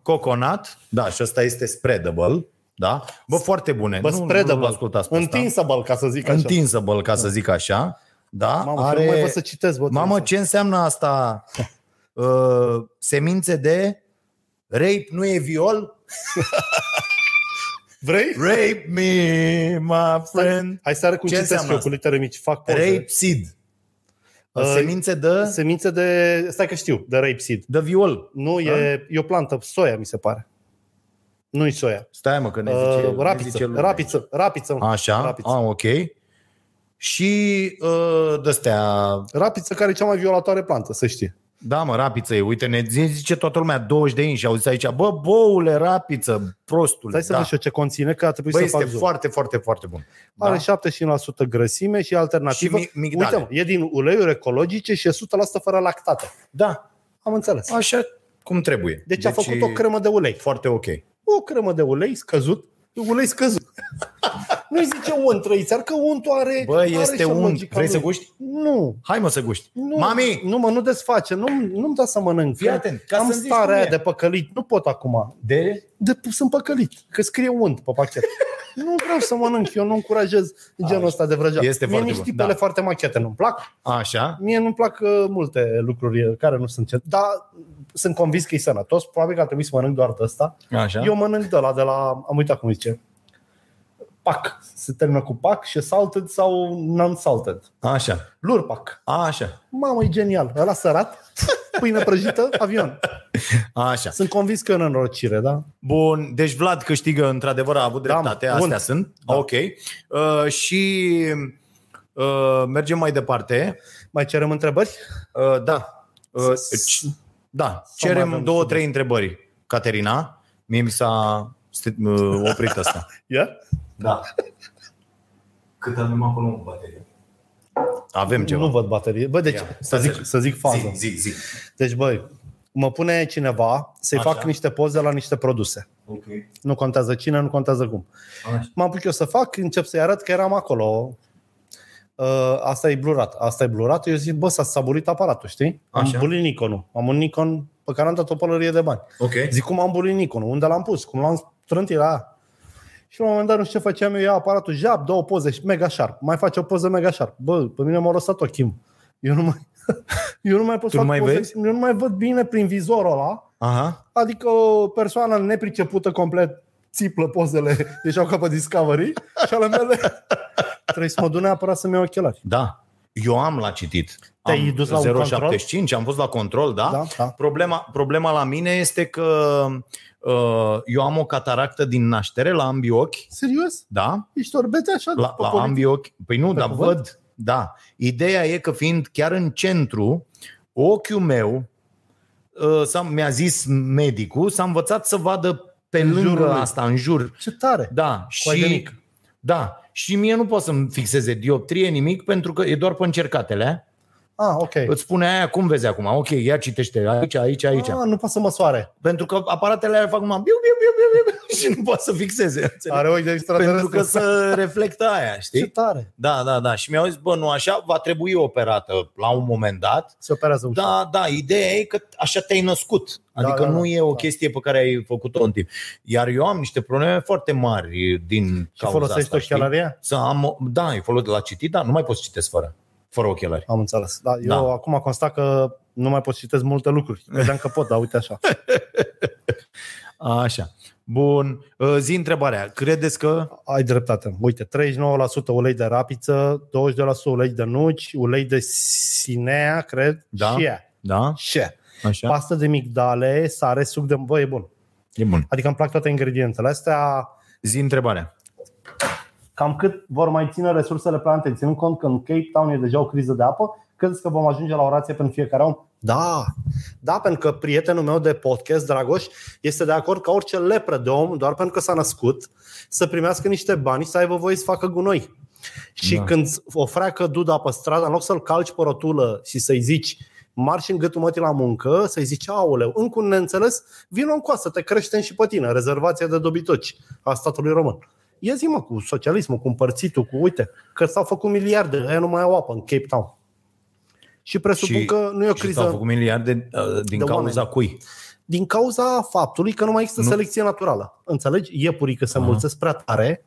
Speaker 2: coconut, da, și ăsta este spreadable, da? Bă, foarte bune.
Speaker 3: Bă,
Speaker 2: Nu-
Speaker 3: spreadable.
Speaker 2: Nu, ascultați pe ăsta.
Speaker 3: Întinsable, ca să zic așa.
Speaker 2: Întinsable, ca să zic așa. Da,
Speaker 3: Mamă, Are...
Speaker 2: are...
Speaker 3: nu mai văd să citesc, bă. *laughs*
Speaker 2: Mamă, ce înseamnă asta? Uh, semințe de
Speaker 4: Rape nu e viol?
Speaker 3: Vrei?
Speaker 4: Rape me, my friend.
Speaker 3: Hai să arăt cum
Speaker 4: Ce
Speaker 3: citesc
Speaker 4: înseamnă
Speaker 3: eu cu litere mici. Fac poze.
Speaker 4: Rape seed.
Speaker 3: Uh,
Speaker 4: Semințe de,
Speaker 3: Semințe de... Stai că știu, de rape seed.
Speaker 4: de viol.
Speaker 3: Nu, e, e o plantă, soia, mi se pare. Nu-i soia.
Speaker 4: Stai mă că ne zice,
Speaker 3: Uh,
Speaker 4: ne zice
Speaker 3: rapiță,
Speaker 4: lumea.
Speaker 3: rapiță, rapiță. mă.
Speaker 4: Așa,
Speaker 3: Rapiță.
Speaker 4: ah, ok. Și uh, de-astea,
Speaker 3: Rapiță care e cea mai violatoare plantă, să știi.
Speaker 4: da mă, rapiță e, uite, ne zi- zice toată lumea 20 de inși, auziți aici, bă, boule, rapiță, prostule.
Speaker 3: Stai să
Speaker 4: da.
Speaker 3: văd și eu ce conține, că a trebuit
Speaker 4: Băi,
Speaker 3: să
Speaker 4: este
Speaker 3: fac zoom.
Speaker 4: foarte, foarte, foarte bun.
Speaker 3: Are 75% grăsime și alternativă.
Speaker 4: Da. Și mi- migdale.
Speaker 3: Uite, mă, e din uleiuri ecologice și e 100% fără lactate.
Speaker 4: Da,
Speaker 3: Am înțeles.
Speaker 4: așa cum trebuie.
Speaker 3: Deci, deci a Deci făcut o cremă de ulei.
Speaker 4: Foarte ok.
Speaker 3: O cremă de ulei scăzut. Ulei
Speaker 4: *laughs*
Speaker 3: scăzut. Nu-i zice unt trăițar, că untul are
Speaker 4: Bă,
Speaker 3: are
Speaker 4: este
Speaker 3: și o
Speaker 4: unt.
Speaker 3: logică
Speaker 4: Vrei
Speaker 3: lui.
Speaker 4: să guști?
Speaker 3: Nu.
Speaker 4: Hai mă să guști.
Speaker 3: Nu,
Speaker 4: Mami!
Speaker 3: nu mă, nu desface, nu, nu-mi da să mănânc.
Speaker 4: Fii atent, ca
Speaker 3: Am
Speaker 4: să-mi zici
Speaker 3: starea
Speaker 4: cum
Speaker 3: aia
Speaker 4: e.
Speaker 3: de păcălit, nu pot acum.
Speaker 4: De?
Speaker 3: De, sunt păcălit, că scrie unt pe
Speaker 4: *laughs*
Speaker 3: pachet. nu vreau să mănânc, eu nu încurajez genul ăsta de vrăjeală.
Speaker 4: Este
Speaker 3: Mie
Speaker 4: foarte
Speaker 3: nici
Speaker 4: bun,
Speaker 3: tipele
Speaker 4: da.
Speaker 3: foarte machete nu-mi plac.
Speaker 4: Așa.
Speaker 3: Mie nu-mi plac uh, multe lucruri uh, care nu sunt ce... Dar sunt convins că e sănătos. Probabil că ar trebui să mănânc doar de ăsta.
Speaker 4: Așa.
Speaker 3: Eu mănânc de la, de la, am uitat cum zice, pac. Se termină cu pac și salted sau non-salted.
Speaker 4: Așa.
Speaker 3: Lurpac.
Speaker 4: Așa.
Speaker 3: Mamă, e genial. Ăla sărat, pâine prăjită, avion.
Speaker 4: Așa.
Speaker 3: Sunt convins că e o nenorocire, da?
Speaker 4: Bun, deci Vlad câștigă într-adevăr, a avut
Speaker 3: mă,
Speaker 4: dreptate, astea
Speaker 3: bun.
Speaker 4: sunt.
Speaker 3: Da.
Speaker 4: Ok. Uh, și uh, mergem mai departe.
Speaker 3: Mai cerem întrebări?
Speaker 4: Uh, da. Uh,
Speaker 3: S-
Speaker 4: ci- da,
Speaker 3: Sau mai
Speaker 4: cerem
Speaker 3: avem
Speaker 4: două,
Speaker 3: subiect?
Speaker 4: trei întrebări. Caterina, mie mi s-a st- uh, oprit asta.
Speaker 3: *laughs* Yeah?
Speaker 2: *laughs*
Speaker 4: Da. Cât avem acolo în baterie? Avem ceva.
Speaker 3: Nu văd baterie. Bă, deci,
Speaker 4: Ia,
Speaker 3: să, zic,
Speaker 4: să-
Speaker 3: să zic fază.
Speaker 4: Zi, zi, zi.
Speaker 3: Deci, băi, mă pune cineva să-i
Speaker 4: Așa.
Speaker 3: fac niște poze la niște produse.
Speaker 4: Ok.
Speaker 3: Nu contează cine, nu contează cum.
Speaker 4: Așa.
Speaker 3: M-am apuc eu să fac, încep să-i arăt că eram acolo. Uh, asta e blurat, asta e blurat. Eu zic, bă, s-a saburit aparatul, știi? Am
Speaker 4: Așa.
Speaker 3: bulit Nikonul. Am un Nikon pe care am dat o pălărie de bani.
Speaker 4: Ok.
Speaker 3: Zic, cum am bulit Nikonul? Unde l-am pus? Cum l-am strânt la aia? Și la un moment dat, nu știu ce făceam eu, ia aparatul, jab, două poze și mega sharp. Mai face o poză mega sharp. Bă, pe mine m-a lăsat ochii. Eu nu mai, *laughs* eu nu mai pot
Speaker 4: Tu
Speaker 3: să
Speaker 4: nu
Speaker 3: fac
Speaker 4: mai
Speaker 3: poze.
Speaker 4: vezi?
Speaker 3: Eu nu mai văd bine prin vizorul ăla.
Speaker 4: Aha.
Speaker 3: Adică o persoană nepricepută complet țiplă pozele, *laughs* ieșeau ca pe Discovery *laughs* și ale mele *laughs* trebuie să mă duc neapărat să-mi iau ochelari.
Speaker 4: Da. Eu am la citit.
Speaker 3: Te-ai
Speaker 4: Am
Speaker 3: dus la un
Speaker 4: 0,75, am fost la control, da?
Speaker 3: Da, da.
Speaker 4: Problema, problema la mine este că uh, eu am o cataractă din naștere la ambii ochi,
Speaker 3: Serios?
Speaker 4: da?
Speaker 3: Ești orbete așa?
Speaker 4: La,
Speaker 3: după
Speaker 4: la
Speaker 3: politic?
Speaker 4: ambii ochi. Păi nu,
Speaker 3: Pe
Speaker 4: dar
Speaker 3: cuvânt?
Speaker 4: văd. Da. Ideea e că fiind chiar în centru, ochiul meu uh, s-a, mi-a zis medicul, s-a învățat să vadă pe
Speaker 3: În
Speaker 4: lângă
Speaker 3: jurul lui.
Speaker 4: asta, în jur.
Speaker 3: Ce tare!
Speaker 4: Da,
Speaker 3: ai de
Speaker 4: și,
Speaker 3: mic.
Speaker 4: da, și mie nu pot să-mi fixeze dioptrie nimic pentru că e doar pe încercatele.
Speaker 3: Ah, ok.
Speaker 4: Îți spune aia cum vezi acum. Ok, ia citește aici, aici, aici.
Speaker 3: Ah, nu poate să măsoare.
Speaker 4: Pentru că aparatele alea fac numai biu, biu, biu, biu, biu, *laughs* și nu poate să fixeze. înțelegi?
Speaker 3: Are ochi de
Speaker 4: Pentru
Speaker 3: extraterestru.
Speaker 4: că să reflectă aia,
Speaker 3: Ce
Speaker 4: știi?
Speaker 3: tare!
Speaker 4: Da, da, da. Și mi-au zis, bă, nu așa, va trebui operată la un moment dat.
Speaker 3: Se operează ușa.
Speaker 4: Da, da, ideea e că așa te-ai născut. Adică
Speaker 3: da,
Speaker 4: nu
Speaker 3: da,
Speaker 4: e o
Speaker 3: da.
Speaker 4: chestie pe care ai făcut-o în timp. Iar eu am niște probleme foarte mari din
Speaker 3: Și
Speaker 4: cauza
Speaker 3: folosești
Speaker 4: asta, știi?
Speaker 3: ochelaria?
Speaker 4: Să am, da, e folos de la citit, dar nu mai poți să citesc fără, fără ochelari.
Speaker 3: Am înțeles. Da, eu
Speaker 4: Da.
Speaker 3: acum constat că nu mai pot să citesc multe lucruri. Credeam că pot, dar uite
Speaker 4: *laughs*
Speaker 3: așa.
Speaker 4: Așa. Bun. Uh, Zi întrebarea. Credeți că...
Speaker 3: Ai dreptate. Uite, 39% ulei de rapiță, 20% ulei de nuci, ulei de sinea, cred.
Speaker 4: Da.
Speaker 3: Și ea.
Speaker 4: Da?
Speaker 3: Și ea.
Speaker 4: Așa?
Speaker 3: Pastă de migdale, sare, suc de... Bă, e bun.
Speaker 4: E bun.
Speaker 3: Adică îmi plac toate ingredientele astea.
Speaker 4: Zi întrebarea.
Speaker 3: Cam cât vor mai ține resursele plante, ținând cont că în Cape Town e deja o criză de apă, credeți că vom ajunge la o rație pentru fiecare om? Da, da, pentru că prietenul meu de podcast, Dragoș, este de acord ca orice lepră de om, doar pentru că s-a născut, să primească niște bani, să aibă voie să facă gunoi. Și
Speaker 4: Da.
Speaker 3: da. când o freacă duda pe stradă, în loc să-l calci pe rotulă și să-i zici marși în gâtul mătii la muncă, să-i zici, aoleu, încă un neînțeles, vină în coastă, te creștem și pe tine, rezervația de dobitoci a statului român. Ia zi mă, cu socialismul, cu împărțitul, cu uite, că s-au făcut miliarde, aia nu mai au apă în Cape Town. Și presupun
Speaker 4: Și-
Speaker 3: că nu e o
Speaker 4: Și s-au
Speaker 3: criză
Speaker 4: făcut miliarde uh, din
Speaker 3: De
Speaker 4: cauza
Speaker 3: oameni.
Speaker 4: cui?
Speaker 3: din cauza faptului că nu mai există
Speaker 4: Nu.
Speaker 3: nu. selecție naturală. Înțelegi? Iepurii că se
Speaker 4: Aha.
Speaker 3: mulțesc prea tare,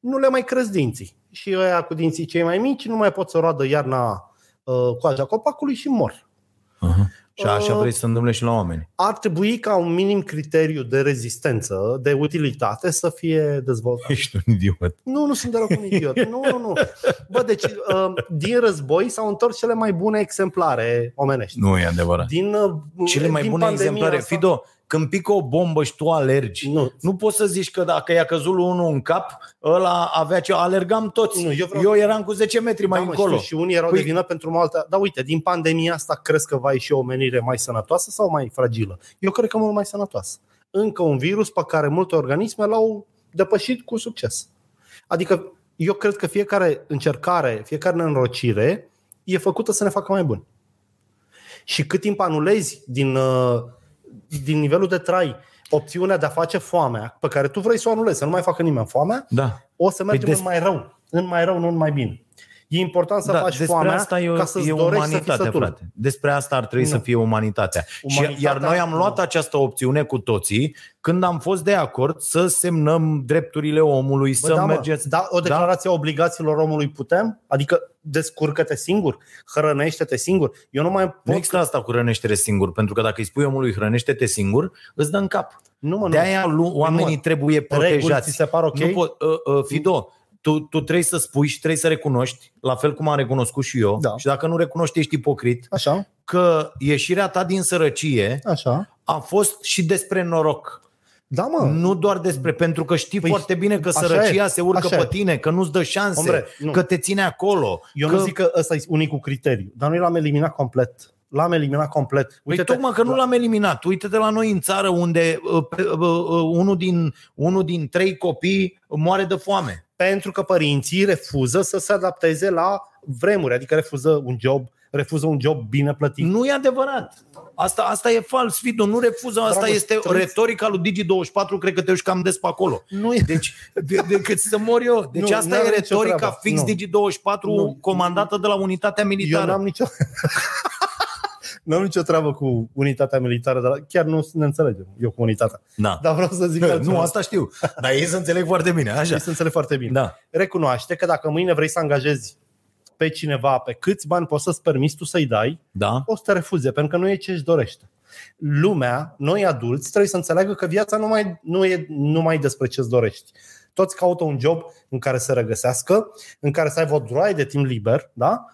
Speaker 3: nu le mai cresc dinții. Și ăia cu dinții cei mai mici nu mai pot să roadă iarna uh, coaja copacului și mor.
Speaker 4: Aha. Și așa vrei să se întâmple și la oameni.
Speaker 3: ar trebui ca un minim criteriu de rezistență, de utilitate să fie dezvoltat.
Speaker 4: Ești un idiot.
Speaker 3: Nu, nu sunt deloc un idiot. Nu, nu, nu. Bă, deci uh, din război s-au întors cele mai bune exemplare omenești.
Speaker 4: Nu e adevărat.
Speaker 3: Din uh,
Speaker 4: Cele mai
Speaker 3: din
Speaker 4: bune
Speaker 3: pandemia
Speaker 4: exemplare.
Speaker 3: asta-
Speaker 4: Fido, când pică o bombă și tu alergi,
Speaker 3: Nu,
Speaker 4: nu poți să zici că dacă i-a căzut lui unul în cap, ăla avea ce... Alergam toți.
Speaker 3: Nu,
Speaker 4: eu,
Speaker 3: eu vreau-
Speaker 4: eu eram cu 10 metri mai
Speaker 3: da, mă,
Speaker 4: încolo.
Speaker 3: Știu, și unii erau
Speaker 4: Păi-
Speaker 3: păi... de vină pentru malta. Dar uite, din pandemia asta crezi că va ieși o omenire mai sănătoasă sau mai fragilă? Eu cred că mult mai sănătoasă. Încă un virus pe care multe organisme l-au depășit cu succes. Adică eu cred că fiecare încercare, fiecare nenorocire e făcută să ne facă mai buni. Și cât timp anulezi din, uh, din nivelul de trai opțiunea de a face foamea, pe care tu vrei să o anulezi, să nu mai facă nimeni foamea,
Speaker 4: Da.
Speaker 3: o să mergem
Speaker 4: Păi
Speaker 3: păi
Speaker 4: des-
Speaker 3: în mai rău. În mai rău, nu în mai bine. E important să
Speaker 4: da,
Speaker 3: faci
Speaker 4: despre
Speaker 3: foamea
Speaker 4: asta e, o-
Speaker 3: ca să-ți
Speaker 4: e
Speaker 3: dorești să fii
Speaker 4: umanitatea,
Speaker 3: sătul.
Speaker 4: frate. Despre asta ar trebui nu.
Speaker 3: Nu.
Speaker 4: să fie umanitatea. umanitatea.
Speaker 3: Umanitatea-
Speaker 4: Și, iar noi am luat
Speaker 3: nu.
Speaker 4: această opțiune cu toții când am fost de acord să semnăm drepturile omului,
Speaker 3: Bă,
Speaker 4: să
Speaker 3: da, mă,
Speaker 4: mergeți...
Speaker 3: da, o declarație a obligațiilor omului putem? Adică descurcă-te singur, hrănește-te singur. Eu nu mai
Speaker 4: Nu
Speaker 3: pot...
Speaker 4: există asta cu hrănește-te singur, pentru că dacă îi spui omului hrănește-te singur, îți dă în cap.
Speaker 3: Nu, mă, nu.
Speaker 4: De-aia lu- oamenii
Speaker 3: Nu.
Speaker 4: trebuie
Speaker 3: Reguli ți
Speaker 4: protejați.
Speaker 3: se par ok? Mm.
Speaker 4: Nu pot, uh, uh, Fido, tu, tu trebuie să spui și trebuie să recunoști, la fel cum am recunoscut și eu,
Speaker 3: Da.
Speaker 4: și dacă nu recunoști, ești ipocrit,
Speaker 3: Așa,
Speaker 4: că ieșirea ta din sărăcie
Speaker 3: așa.
Speaker 4: a fost și despre noroc.
Speaker 3: Da, mă.
Speaker 4: Nu doar despre, pentru că știi păi,
Speaker 3: Păi,
Speaker 4: foarte bine că
Speaker 3: așa
Speaker 4: sărăcia
Speaker 3: e,
Speaker 4: se urcă
Speaker 3: așa
Speaker 4: pe
Speaker 3: e.
Speaker 4: tine, că nu-ți dă șanse,
Speaker 3: Ombre, nu.
Speaker 4: că te ține acolo.
Speaker 3: Eu
Speaker 4: că...
Speaker 3: nu zic că ăsta e unicul criteriu, dar noi l-am eliminat complet. L-am eliminat complet.
Speaker 4: Păi
Speaker 3: Uite-te- da.
Speaker 4: tocmai că nu l-am eliminat. Uite-te la noi în țară unde uh, pe- uh, uh, unul din, unul din trei copii moare de foame.
Speaker 3: pentru că părinții refuză să se adapteze la vremuri, adică refuză un job, refuză un job bine plătit.
Speaker 4: Nu e adevărat. Asta, asta e fals, Fido. Nu refuză. Asta
Speaker 3: Bravo,
Speaker 4: este
Speaker 3: trebuie-
Speaker 4: retorica lui Digi24. Cred că te uiți cam des pe acolo.
Speaker 3: Nu e.
Speaker 4: Deci, de, decât să mor eu. Deci
Speaker 3: Nu,
Speaker 4: asta
Speaker 3: n-are
Speaker 4: e
Speaker 3: nicio
Speaker 4: retorica
Speaker 3: treabă.
Speaker 4: fix
Speaker 3: Nu.
Speaker 4: Digi24
Speaker 3: Nu.
Speaker 4: comandată de la unitatea
Speaker 3: Eu
Speaker 4: militară.
Speaker 3: n-am nicio... *laughs* n-am nicio treabă cu unitatea militară, dar chiar nu ne înțelegem eu cu unitatea.
Speaker 4: Da.
Speaker 3: Dar vreau să zic altceva.
Speaker 4: Nu, asta știu. Dar ei să înțeleg foarte bine. Așa.
Speaker 3: Și să înțeleg foarte bine.
Speaker 4: Da.
Speaker 3: Recunoaște că dacă mâine vrei să angajezi pe cineva, pe câți bani poți să-ți permiți tu să-i dai,
Speaker 4: Da.
Speaker 3: o să te refuze, pentru că nu e ce își dorește. Lumea, noi adulți, trebuie să înțeleagă că viața nu, mai, nu e numai despre ce îți dorești. Toți caută un job în care să regăsească, în care să aibă o droaie de timp liber, da?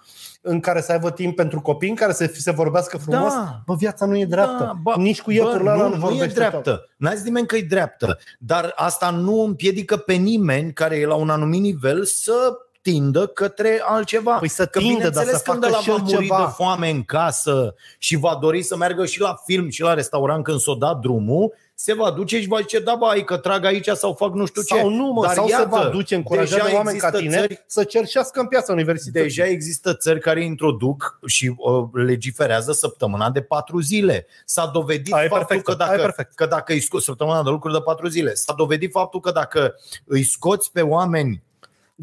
Speaker 3: în care să aibă timp pentru copii, în care să fi- se vorbească frumos.
Speaker 4: Da.
Speaker 3: Bă, viața nu e dreaptă.
Speaker 4: Da,
Speaker 3: ba, Nici cu iepurile
Speaker 4: bă,
Speaker 3: alea nu,
Speaker 4: nu, nu e
Speaker 3: vorbește
Speaker 4: dreaptă. N-a zis nimeni că e dreaptă. Dar asta nu împiedică pe nimeni care e la un anumit nivel să tindă către altceva.
Speaker 3: Păi să
Speaker 4: că
Speaker 3: tindă, dar să
Speaker 4: bineînțeles că
Speaker 3: facă
Speaker 4: ăla
Speaker 3: și
Speaker 4: va
Speaker 3: el
Speaker 4: muri
Speaker 3: ceva.
Speaker 4: de foame în casă și va dori să meargă și la film și la restaurant când s-o da drumul, se va duce și va zice, da, bă, ai că trag aici sau fac nu știu
Speaker 3: Sau
Speaker 4: ce.
Speaker 3: nu, mă,
Speaker 4: Dar
Speaker 3: sau
Speaker 4: iată,
Speaker 3: se va duce încurajat de
Speaker 4: deja
Speaker 3: oameni ca
Speaker 4: există
Speaker 3: tine
Speaker 4: țări-
Speaker 3: să cerșească în piața universității.
Speaker 4: Deja există țări care introduc și uh, legiferează săptămâna de patru zile. S-a dovedit
Speaker 3: Ai
Speaker 4: faptul
Speaker 3: perfect,
Speaker 4: că
Speaker 3: ai
Speaker 4: dacă,
Speaker 3: perfect.
Speaker 4: că dacă îi scoți săptămâna de lucru de patru zile, s-a dovedit faptul că dacă îi scoți pe oameni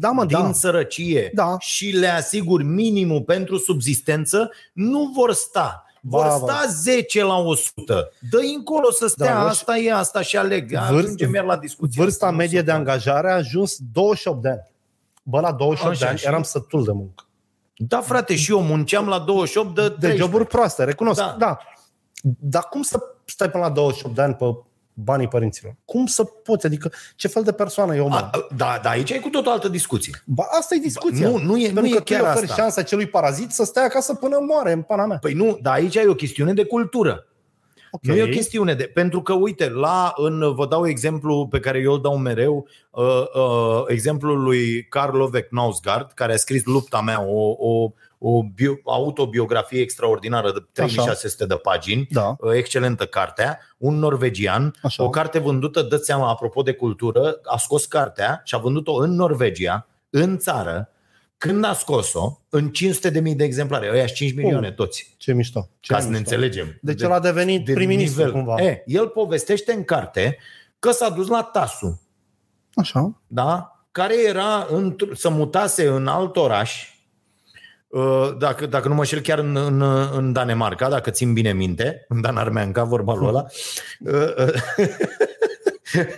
Speaker 3: Da, mă,
Speaker 4: din
Speaker 3: da.
Speaker 4: sărăcie
Speaker 3: Da.
Speaker 4: și le asiguri minimul pentru subzistență, nu vor sta. Vor
Speaker 3: Ba, ba.
Speaker 4: sta 10 la 100. dă încolo să stea,
Speaker 3: Da,
Speaker 4: da,
Speaker 3: eu-
Speaker 4: asta e, asta și aleg.
Speaker 3: Vârst-
Speaker 4: Ajungem iar la discuție.
Speaker 3: Vârsta medie de angajare a ajuns 28 de ani. Bă, la 28
Speaker 4: Așa,
Speaker 3: de ani
Speaker 4: și-
Speaker 3: eram sătul de muncă.
Speaker 4: Da, frate, și eu munceam la 28 de,
Speaker 3: De
Speaker 4: 13.
Speaker 3: joburi proaste, recunosc.
Speaker 4: Da.
Speaker 3: Da. da. Dar cum să stai până la 28 de ani pe banii părinților? Cum să poți? Adică ce fel de persoană e omul?
Speaker 4: A, a, da, da, aici e cu tot o altă discuție.
Speaker 3: Ba, asta e discuția.
Speaker 4: Ba, nu- nu e-
Speaker 3: Pentru
Speaker 4: nu e
Speaker 3: că tu
Speaker 4: chiar
Speaker 3: îi oferi
Speaker 4: asta.
Speaker 3: șansa celui parazit să stea acasă până moare în pana mea.
Speaker 4: Păi nu, dar aici e o chestiune de cultură.
Speaker 3: Okay.
Speaker 4: Nu e o chestiune de. Pentru că, uite, la în, vă dau exemplu pe care eu îl dau mereu, uh, uh, exemplul lui Karl Lovek Knausgaard, care a scris Lupta mea, o, o, o bio, autobiografie extraordinară de 3600 de pagini,
Speaker 3: Da.
Speaker 4: uh, excelentă cartea, un norvegian,
Speaker 3: Așa.
Speaker 4: o carte vândută, dă seama, apropo de cultură, a scos cartea și a vândut-o în Norvegia, în țară, când a scos-o, în 500.000 de exemplare, ăia 5 milioane toți,
Speaker 3: Ce mișto. Ce
Speaker 4: ca să ne
Speaker 3: mișto.
Speaker 4: înțelegem.
Speaker 3: Deci el a devenit de prim-ministru
Speaker 4: nivel.
Speaker 3: cumva.
Speaker 4: E, el povestește în carte că s-a dus la Tasu,
Speaker 3: Așa.
Speaker 4: da? care era într- să mutase în alt oraș, uh, dacă, dacă nu mă șel chiar în, în, în Danemarca, dacă țin bine minte, în Dan Armeanca, vorba lui ăla, Uh, uh,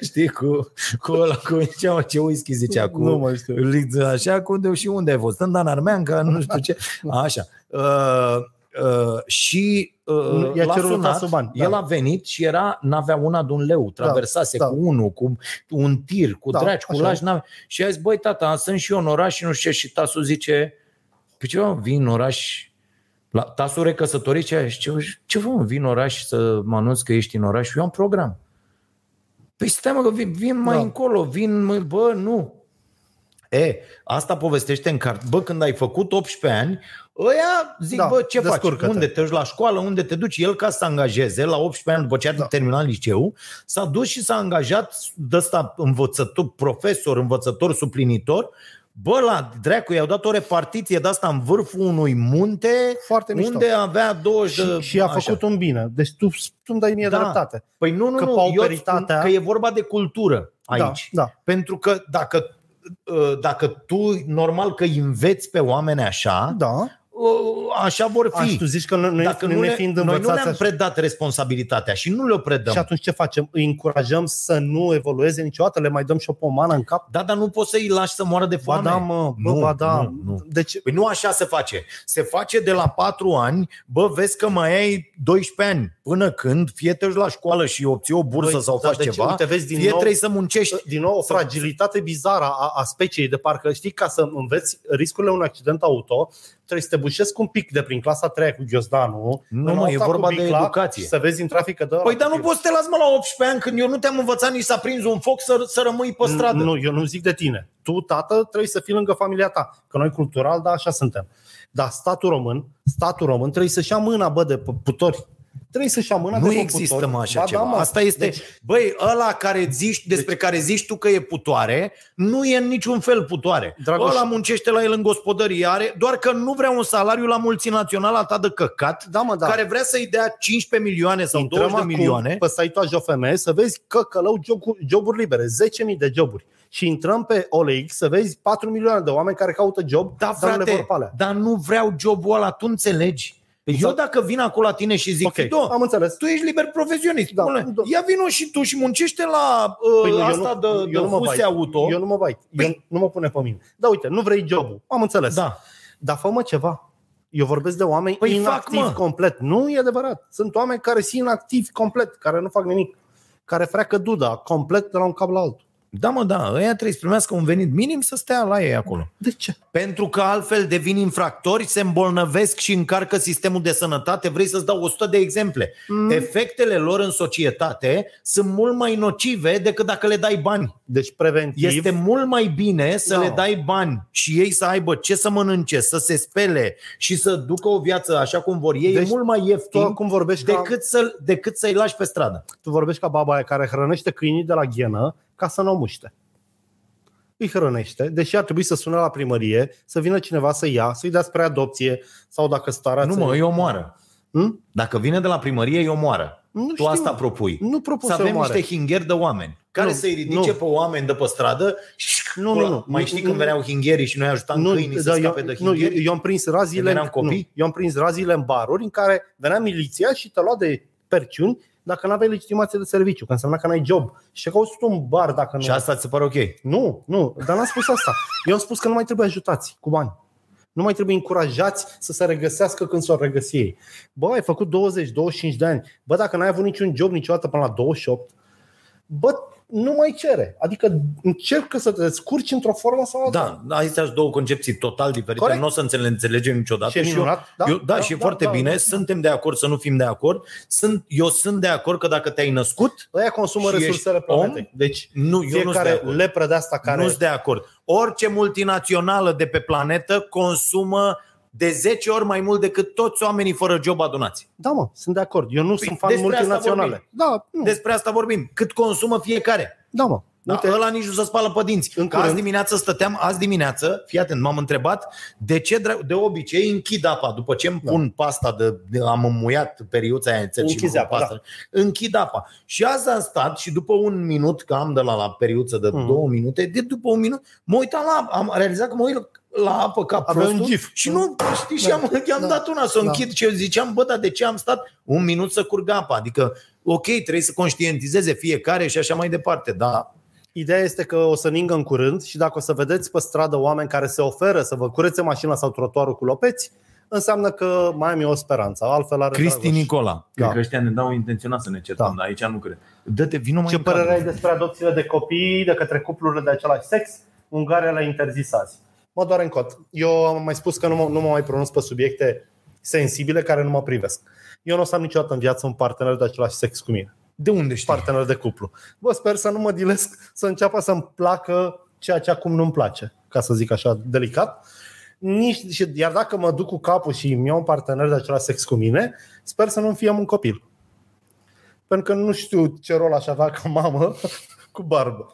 Speaker 4: știi, cu, cu ăla, cu ce, ce whisky zicea, cu,
Speaker 3: Nu mai știu.
Speaker 4: Lic- Așa, cu unde și unde ai fost? În Dan Armeanca, nu știu ce. Așa. Uh, Uh, și uh,
Speaker 3: I-a
Speaker 4: l-a
Speaker 3: cerut
Speaker 4: sunat,
Speaker 3: tasul bani, da.
Speaker 4: el a venit și era, n-avea una de un leu, traversase
Speaker 3: da.
Speaker 4: cu unul, cu un tir, cu
Speaker 3: Da,
Speaker 4: draci, cu
Speaker 3: așa
Speaker 4: lași,
Speaker 3: e.
Speaker 4: n-avea. și a zis, băi tata, sunt și eu în oraș și nu știu ce, și tasul zice, pe ce mă, vin în oraș, la tasul recăsătorit, ce, ce, ce vă, mă, vin în oraș să mă anunț că ești în oraș, eu am program. Păi stai mă, că vin, vin mai
Speaker 3: Da.
Speaker 4: încolo, vin, mă, bă, nu, E, asta povestește în carte. Bă, când ai făcut 18 ani, ăia zic, da,
Speaker 3: Da,
Speaker 4: bă, ce faci?
Speaker 3: descurcă-te.
Speaker 4: Unde te duci la școală? Unde te duci? El ca să se angajeze, la 18 ani, după ce a da. terminat liceu, s-a dus și s-a angajat de ăsta învățător, profesor, învățător suplinitor. Bă, la dracu, i-au dat o repartiție de asta în vârful unui munte,
Speaker 3: Foarte mișto.
Speaker 4: unde avea 20 de-
Speaker 3: Și, și a
Speaker 4: așa.
Speaker 3: făcut un bine. Deci tu, tu îmi dai mie
Speaker 4: Da.
Speaker 3: da. dreptate.
Speaker 4: Păi nu, nu,
Speaker 3: că
Speaker 4: nu, eu spun
Speaker 3: pauperitatea-
Speaker 4: că e vorba de cultură aici.
Speaker 3: Da, da.
Speaker 4: Pentru că dacă, uh, dacă tu, normal că înveți pe oameni așa, uh,
Speaker 3: Da.
Speaker 4: așa vor
Speaker 3: Aș, tu
Speaker 4: fi.
Speaker 3: zici că noi,
Speaker 4: Dacă
Speaker 3: noi
Speaker 4: nu
Speaker 3: ne
Speaker 4: ne,
Speaker 3: fiind
Speaker 4: noi nu
Speaker 3: învățați
Speaker 4: ne-am Da.
Speaker 3: așa.
Speaker 4: predat responsabilitatea și nu le-o predăm.
Speaker 3: Și atunci ce facem? Îi încurajăm să nu evolueze niciodată? Le mai dăm și o pomană în cap?
Speaker 4: Da, dar nu poți să-i lași să moară de
Speaker 3: Ba
Speaker 4: foame.
Speaker 3: da, mă, bă,
Speaker 4: Nu,
Speaker 3: ba da.
Speaker 4: nu, nu.
Speaker 3: Deci,
Speaker 4: Păi nu așa se face. Se face de la 4 ani, bă, vezi că mai ai 12 ani, până când fie te duci la școală și obții o bursă
Speaker 3: Băi,
Speaker 4: sau
Speaker 3: dar
Speaker 4: faci
Speaker 3: de ce?
Speaker 4: ceva,
Speaker 3: Uite, vezi, din
Speaker 4: fie
Speaker 3: nou-
Speaker 4: trebuie să muncești.
Speaker 3: din nou o fragilitate bizară a, a speciei, de parcă știi, ca să înveți riscurile unui accident auto, trebuie să te bușesc un pic de prin clasa 3 cu ghiozdanul.
Speaker 4: Nu,
Speaker 3: în
Speaker 4: mă, e
Speaker 3: alta cu
Speaker 4: vorba de
Speaker 3: bicla
Speaker 4: educație.
Speaker 3: și Să vezi în trafică de
Speaker 4: Păi dar nu poți să te las mă la 18 ani când eu nu te-am învățat nici să aprinzi un foc să, să rămâi pe stradă.
Speaker 3: Nu, eu nu zic de tine. Tu, tată, trebuie să fii lângă familia ta. Că noi cultural, da, așa suntem. Dar statul român, statul român trebuie să-și ia mâna, bă, de p- putori. Trebuie să-și ia mâna de
Speaker 4: Nu
Speaker 3: pe
Speaker 4: există
Speaker 3: putori.
Speaker 4: mă așa
Speaker 3: Ba
Speaker 4: ceva.
Speaker 3: Da, mă.
Speaker 4: Asta este,
Speaker 3: Deci,
Speaker 4: deci, băi, ăla care zici, despre deci, care zici tu că e putoare, nu e în niciun fel putoare.
Speaker 3: Dragoș-
Speaker 4: ăla muncește la el în gospodărie, are, doar că nu vrea un salariu la multinaționala ta de căcat,
Speaker 3: da, mă, da.
Speaker 4: care vrea să-i dea 15 milioane sau
Speaker 3: Intrăm
Speaker 4: 20 de
Speaker 3: acum
Speaker 4: milioane.
Speaker 3: pe site-ul AJOFM să vezi că călău joburi, joburi libere, 10.000 de joburi. Și intrăm pe OLX să vezi 4 milioane de oameni care caută job,
Speaker 4: Da,
Speaker 3: dar nu le
Speaker 4: frate,
Speaker 3: vor pe alea.
Speaker 4: dar nu vreau jobul ăla, tu înțelegi? Eu
Speaker 3: Exact.
Speaker 4: dacă vin acolo la tine și zic,
Speaker 3: Ok,
Speaker 4: okay. do,
Speaker 3: am înțeles.
Speaker 4: tu ești liber profesionist.
Speaker 3: Da,
Speaker 4: Da,
Speaker 3: da.
Speaker 4: Ia vino și tu și muncește la uh,
Speaker 3: Păi nu, eu
Speaker 4: asta
Speaker 3: nu-
Speaker 4: de,
Speaker 3: eu
Speaker 4: de
Speaker 3: nu mă
Speaker 4: fuse
Speaker 3: bag.
Speaker 4: auto. Păi-
Speaker 3: Eu nu mă bait, eu nu mă pune pe mine. Da, uite, nu vrei jobul, am înțeles.
Speaker 4: Da.
Speaker 3: Dar fă-mă ceva. Eu vorbesc de oameni
Speaker 4: Păi
Speaker 3: păi
Speaker 4: fac,
Speaker 3: inactivi
Speaker 4: mă.
Speaker 3: fac, complet. Nu e adevărat. Sunt oameni care sunt inactivi complet, care nu fac nimic. Care freacă duda complet de la un cap la altul.
Speaker 4: Da, mă, da, ăia trebuie să primească un venit minim să stea la ei acolo.
Speaker 3: De ce?
Speaker 4: Pentru că altfel devin infractori, se îmbolnăvesc și încarcă sistemul de sănătate. Vrei să-ți dau 100 de exemple. Mm. Efectele lor în societate sunt mult mai nocive decât dacă le dai bani.
Speaker 3: Deci preventiv...
Speaker 4: Este mult mai bine să
Speaker 3: Da.
Speaker 4: le dai bani și ei să aibă ce să mănânce, să se spele și să ducă o viață așa cum vor ei. Deci, da. e
Speaker 3: Deci
Speaker 4: mult mai
Speaker 3: tu
Speaker 4: ieftin
Speaker 3: acum vorbești ca...
Speaker 4: decât, să, decât să-i lași pe stradă.
Speaker 3: tu vorbești ca baba aia care hrănește câinii de la ghenă ca să nu o muște. Îi hrănește, deși ar trebui să sună la primărie, să vină cineva să ia, să-i dea spre adopție sau dacă starea
Speaker 4: Nu,
Speaker 3: ți-
Speaker 4: mă, îi omoară.
Speaker 3: Hmm?
Speaker 4: Dacă vine de la primărie, îi omoară.
Speaker 3: Nu
Speaker 4: tu
Speaker 3: știu.
Speaker 4: asta propui.
Speaker 3: Nu propun
Speaker 4: să
Speaker 3: să
Speaker 4: avem
Speaker 3: omoare.
Speaker 4: niște hingheri de oameni care
Speaker 3: Nu,
Speaker 4: să-i ridice
Speaker 3: nu.
Speaker 4: pe oameni de pe stradă și
Speaker 3: Nu, nu, nu.
Speaker 4: mai
Speaker 3: Nu,
Speaker 4: știi
Speaker 3: nu,
Speaker 4: când
Speaker 3: nu.
Speaker 4: veneau hingherii și noi ajutam nu, câinii să
Speaker 3: da,
Speaker 4: scape
Speaker 3: eu,
Speaker 4: de
Speaker 3: nu, eu,
Speaker 4: hingheri?
Speaker 3: eu am prins razile
Speaker 4: Când eram copii?
Speaker 3: Nu, eu am prins razile în baruri în care venea miliția și te lua de perciuni dacă nu aveai legitimație de serviciu, că însemna că n-ai job. Și că tu un bar dacă nu
Speaker 4: Și asta ți se pare ok?
Speaker 3: Nu, nu, dar n-am spus asta. Eu am spus că nu mai trebuie ajutați cu bani. Nu mai trebuie încurajați să se regăsească când s-o regăsi ei. Bă, ai făcut 20-25 de ani. Bă, dacă n-ai avut niciun job niciodată până la 28, bă, nu mai cere. Adică încercă să te descurci într-o formă sau alta.
Speaker 4: Da, aici sunt două concepții total diferite.
Speaker 3: Corect.
Speaker 4: Nu o să înțe- le înțelegem niciodată.
Speaker 3: Și e
Speaker 4: Și eu-
Speaker 3: minunat, da?
Speaker 4: Eu, da,
Speaker 3: Da,
Speaker 4: și e
Speaker 3: da,
Speaker 4: foarte
Speaker 3: da,
Speaker 4: bine.
Speaker 3: da.
Speaker 4: Suntem de acord să nu fim de acord. Sunt, eu sunt de acord că dacă te-ai născut,
Speaker 3: Ăia consumă
Speaker 4: Și
Speaker 3: resursele
Speaker 4: ești om?
Speaker 3: planetei. Deci
Speaker 4: nu, eu nu sunt de
Speaker 3: fiecare
Speaker 4: acord.
Speaker 3: lepră de asta
Speaker 4: Care...
Speaker 3: care...
Speaker 4: Nu sunt de acord. Orice multinațională de pe planetă consumă de 10 ori mai mult decât toți oamenii fără job adunați.
Speaker 3: Da, mă, sunt de acord. Eu nu
Speaker 4: Păi,
Speaker 3: sunt fan
Speaker 4: despre asta
Speaker 3: multinaționale. Da, nu.
Speaker 4: Despre asta vorbim. Cât consumă fiecare.
Speaker 3: Da, mă.
Speaker 4: Da,
Speaker 3: Uite,
Speaker 4: ăla nici nu se spală pe dinți.
Speaker 3: În
Speaker 4: Că azi
Speaker 3: curând-
Speaker 4: dimineață stăteam, azi dimineață, fii atent, m-am întrebat de ce dra- de obicei închid apa după ce îmi
Speaker 3: Da.
Speaker 4: pun pasta de, de am înmuiat periuța aia în țel și
Speaker 3: Închizi
Speaker 4: îmi pun
Speaker 3: apa, da.
Speaker 4: pasta. Închid apa. Și azi am stat și după un minut, că am de la, la periuță de
Speaker 3: Mhm.
Speaker 4: două minute, de după un minut, mă uitam la apă. am realizat că mă uit la apă ca
Speaker 3: Aveai
Speaker 4: prostul
Speaker 3: un gif.
Speaker 4: și nu, știi, și
Speaker 3: Da.
Speaker 4: am, i-am
Speaker 3: Da.
Speaker 4: dat una să o
Speaker 3: Da.
Speaker 4: închid și eu ziceam, bă, dar de ce am stat un minut să curgă apa? Adică, ok, trebuie să conștientizeze fiecare și așa mai departe, da.
Speaker 3: Ideea este că o să ningă în curând și dacă o să vedeți pe stradă oameni care se oferă să vă curețe mașina sau trotuarul cu lopeți, înseamnă că Miami e o speranță. Altfel are
Speaker 4: Cristi
Speaker 3: Dragoș.
Speaker 4: Nicola.
Speaker 3: Da.
Speaker 4: Cred că ăștia ne dau intenționat să ne certăm,
Speaker 3: Da.
Speaker 4: dar aici nu cred. Dă-te, vină mai
Speaker 3: Ce
Speaker 4: în
Speaker 3: părere
Speaker 4: cadru.
Speaker 3: ai despre adopțiile de copii de către cuplurile de același sex? Ungaria le-a interzis azi. Mă doare în cot. Eu am mai spus că nu mă, nu mă mai pronunț pe subiecte sensibile care nu mă privesc. Eu nu o să am niciodată în viață un partener de același sex cu mine.
Speaker 4: De unde știi?
Speaker 3: Partener de cuplu. Bă, sper să nu mă dilesc, să înceapă să-mi placă ceea ce acum nu-mi place, ca să zic așa delicat. Nici, și, iar dacă mă duc cu capul și îmi iau un partener de același sex cu mine, sper să nu-mi fie un copil. Pentru că nu știu ce rol aș avea ca mamă *laughs* cu barbă.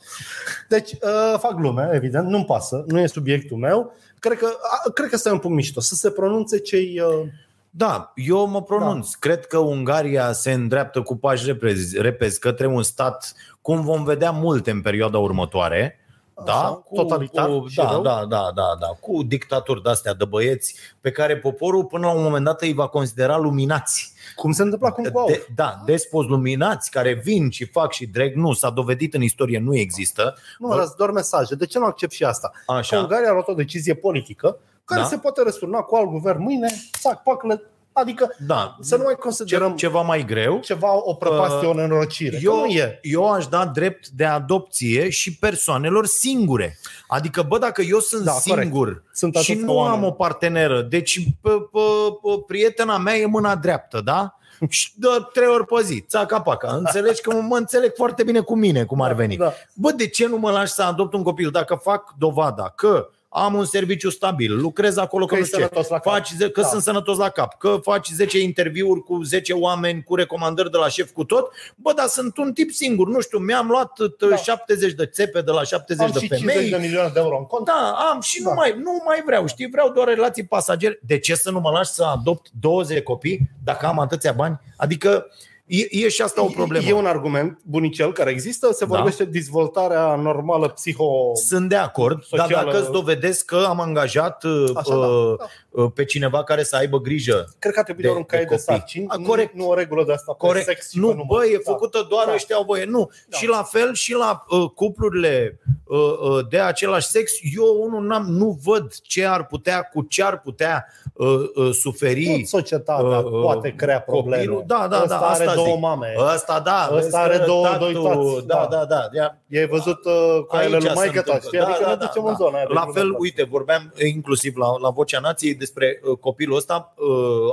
Speaker 3: Deci, uh, fac glume, evident, nu-mi pasă, nu e subiectul meu. Cred că, a, cred că stai un punct mișto, să se pronunțe cei... Uh,
Speaker 4: Da, eu mă pronunț. Da. Cred că Ungaria se îndreaptă cu pași repezi, repezi către un stat, cum vom vedea multe în perioada următoare. Da,
Speaker 3: Așa, totalitar
Speaker 4: Cu,
Speaker 3: și
Speaker 4: da,
Speaker 3: rău.
Speaker 4: da, da, da, da, cu dictaturi de astea de băieți pe care poporul până la un moment dat îi va considera luminați.
Speaker 3: cum se întâmplă acum cu Aur?
Speaker 4: De, da, despoți luminați care vin și fac și dreg. Nu, s-a dovedit în istorie, nu există.
Speaker 3: Nu, dar sunt doar mesaje. De ce nu accept și asta? Așa.
Speaker 4: Așa.
Speaker 3: Ungaria a luat o decizie politică care
Speaker 4: Da.
Speaker 3: da? se poate răsturna cu alt guvern mâine, sac, paclă, adică
Speaker 4: Da,
Speaker 3: să nu mai
Speaker 4: ce,
Speaker 3: considerăm ce,
Speaker 4: ceva mai greu.
Speaker 3: ceva o prăpastie,
Speaker 4: Uh,
Speaker 3: o nenorocire. Eu,
Speaker 4: Eu,
Speaker 3: nu e.
Speaker 4: eu aș da drept de adopție și persoanelor singure. Adică, bă, dacă eu sunt da,
Speaker 3: Da,
Speaker 4: singur
Speaker 3: Sunt
Speaker 4: corect. și
Speaker 3: atâția
Speaker 4: nu
Speaker 3: oameni.
Speaker 4: am o parteneră, deci pă, pă, pă, prietena mea e mâna dreaptă,
Speaker 3: *laughs*
Speaker 4: da? Și dă trei ori pe zi, țaca paca. Înțelegi că mă înțeleg foarte bine cu mine, cum ar veni.
Speaker 3: Da.
Speaker 4: Bă, de ce nu mă lași să adopt un copil? Dacă fac dovada că am un serviciu stabil, lucrez acolo
Speaker 3: Că
Speaker 4: păi, că,
Speaker 3: ești
Speaker 4: nu știu ce,
Speaker 3: sănătos la cap.
Speaker 4: faci, ze- că
Speaker 3: Da.
Speaker 4: sunt sănătos la cap, că faci 10 interviuri cu 10 oameni, cu recomandări de la șef cu tot, bă, dar sunt un tip singur, nu știu, mi-am luat t-
Speaker 3: Da.
Speaker 4: 70 de țepe de la 70
Speaker 3: Am
Speaker 4: de
Speaker 3: și 50
Speaker 4: femei,
Speaker 3: de milioane de euro în cont.
Speaker 4: da, am și da. nu,
Speaker 3: Da.
Speaker 4: mai, nu mai vreau, știi, vreau doar relații pasagere. De ce să nu mă lași să adopt 20 de copii dacă am atâția bani? Adică e, e și asta o problemă.
Speaker 3: E un argument bunicel care există, se
Speaker 4: Da.
Speaker 3: vorbește da. dezvoltarea normală psiho...
Speaker 4: Sunt de acord, dar
Speaker 3: Socială.
Speaker 4: dacă îți dovedesc că am angajat uh,
Speaker 3: Așa, da.
Speaker 4: uh,
Speaker 3: Da.
Speaker 4: uh, pe cineva care să aibă grijă.
Speaker 3: Cred că ar trebui
Speaker 4: de-
Speaker 3: doar un caiet
Speaker 4: de
Speaker 3: de,
Speaker 4: copii.
Speaker 3: sarcini,
Speaker 4: A,
Speaker 3: nu-
Speaker 4: corect.
Speaker 3: nu o regulă de asta
Speaker 4: Corect.
Speaker 3: pe sex și pe
Speaker 4: nu,
Speaker 3: număr.
Speaker 4: bă, e
Speaker 3: Da.
Speaker 4: făcută doar
Speaker 3: Da.
Speaker 4: ăștia au voie. Nu.
Speaker 3: Da.
Speaker 4: Și la fel și la uh, cuplurile uh, uh, de același sex, eu unul n-am, nu văd ce ar putea, cu ce ar putea uh, uh,
Speaker 3: Tot
Speaker 4: suferi
Speaker 3: societatea
Speaker 4: Uh, uh,
Speaker 3: poate crea probleme.
Speaker 4: copilul. Da, da,
Speaker 3: Ăsta
Speaker 4: da,
Speaker 3: are
Speaker 4: asta
Speaker 3: două
Speaker 4: zic.
Speaker 3: mame.
Speaker 4: Ăsta da,
Speaker 3: Ăsta
Speaker 4: vezi că
Speaker 3: are două- doi tați.
Speaker 4: Da, da,
Speaker 3: Da.
Speaker 4: da. Ia,
Speaker 3: I-ai văzut uh, cu
Speaker 4: Aici Da,
Speaker 3: ele lui
Speaker 4: se
Speaker 3: maică ta,
Speaker 4: întâmplă.
Speaker 3: știi? Adică ne ducem în zona aia de
Speaker 4: La fel,
Speaker 3: glumă.
Speaker 4: uite, vorbeam eh, inclusiv la, la Vocea Nației despre uh, copilul ăsta, uh,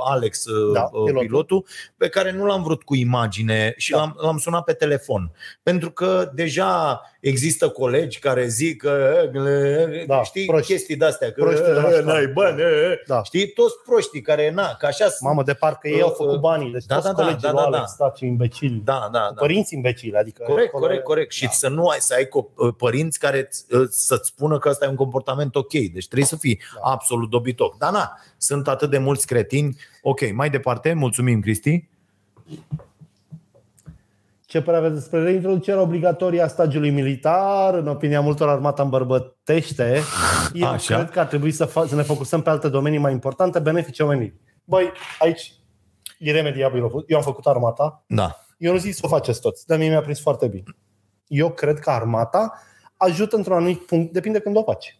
Speaker 4: Alex, uh,
Speaker 3: Da,
Speaker 4: uh, pilotul.
Speaker 3: pilotul.
Speaker 4: pilotul, pe care nu l-am vrut cu imagine și
Speaker 3: Da.
Speaker 4: l-am, l-am sunat pe telefon. Pentru că deja există colegi care zic că, eh,
Speaker 3: Da,
Speaker 4: știi,
Speaker 3: proști.
Speaker 4: chestii de-astea, că
Speaker 3: Proști de la
Speaker 4: eh,
Speaker 3: școală.
Speaker 4: n-ai bani, eh, eh.
Speaker 3: Da.
Speaker 4: știi, toți proștii care, na, că așa sunt.
Speaker 3: Mamă, de parcă ei au
Speaker 4: Uh,
Speaker 3: făcut banii. Deci
Speaker 4: da,
Speaker 3: toți
Speaker 4: da, da,
Speaker 3: colegii
Speaker 4: da,
Speaker 3: lui
Speaker 4: da, da.
Speaker 3: Alex, da, ce imbecili.
Speaker 4: Da, da, da.
Speaker 3: Părinți imbecili, adică...
Speaker 4: Corect,
Speaker 3: acolo-
Speaker 4: corect, corect. Și
Speaker 3: Da.
Speaker 4: să nu ai, să ai co- părinți care ți- ă, să-ți spună că ăsta e un comportament ok. Deci trebuie să fii
Speaker 3: Da.
Speaker 4: absolut dobitoc. Dar na, sunt atât de mulți cretini. Ok, mai departe, mulțumim, Cristi.
Speaker 3: Ce părere aveți despre reintroducerea obligatorie a stagiului militar? În opinia multor, armata îmbărbătește. Eu
Speaker 4: Așa.
Speaker 3: Așa. cred că ar trebui să, fa- să ne focusăm pe alte domenii mai importante, benefice omenirii. Băi, aici e remediabil. Eu am făcut armata,
Speaker 4: Da.
Speaker 3: Eu nu zic să o faceți toți, dar mie mi-a prins foarte bine. Eu cred că armata ajută într-un anumit punct, depinde când o faci.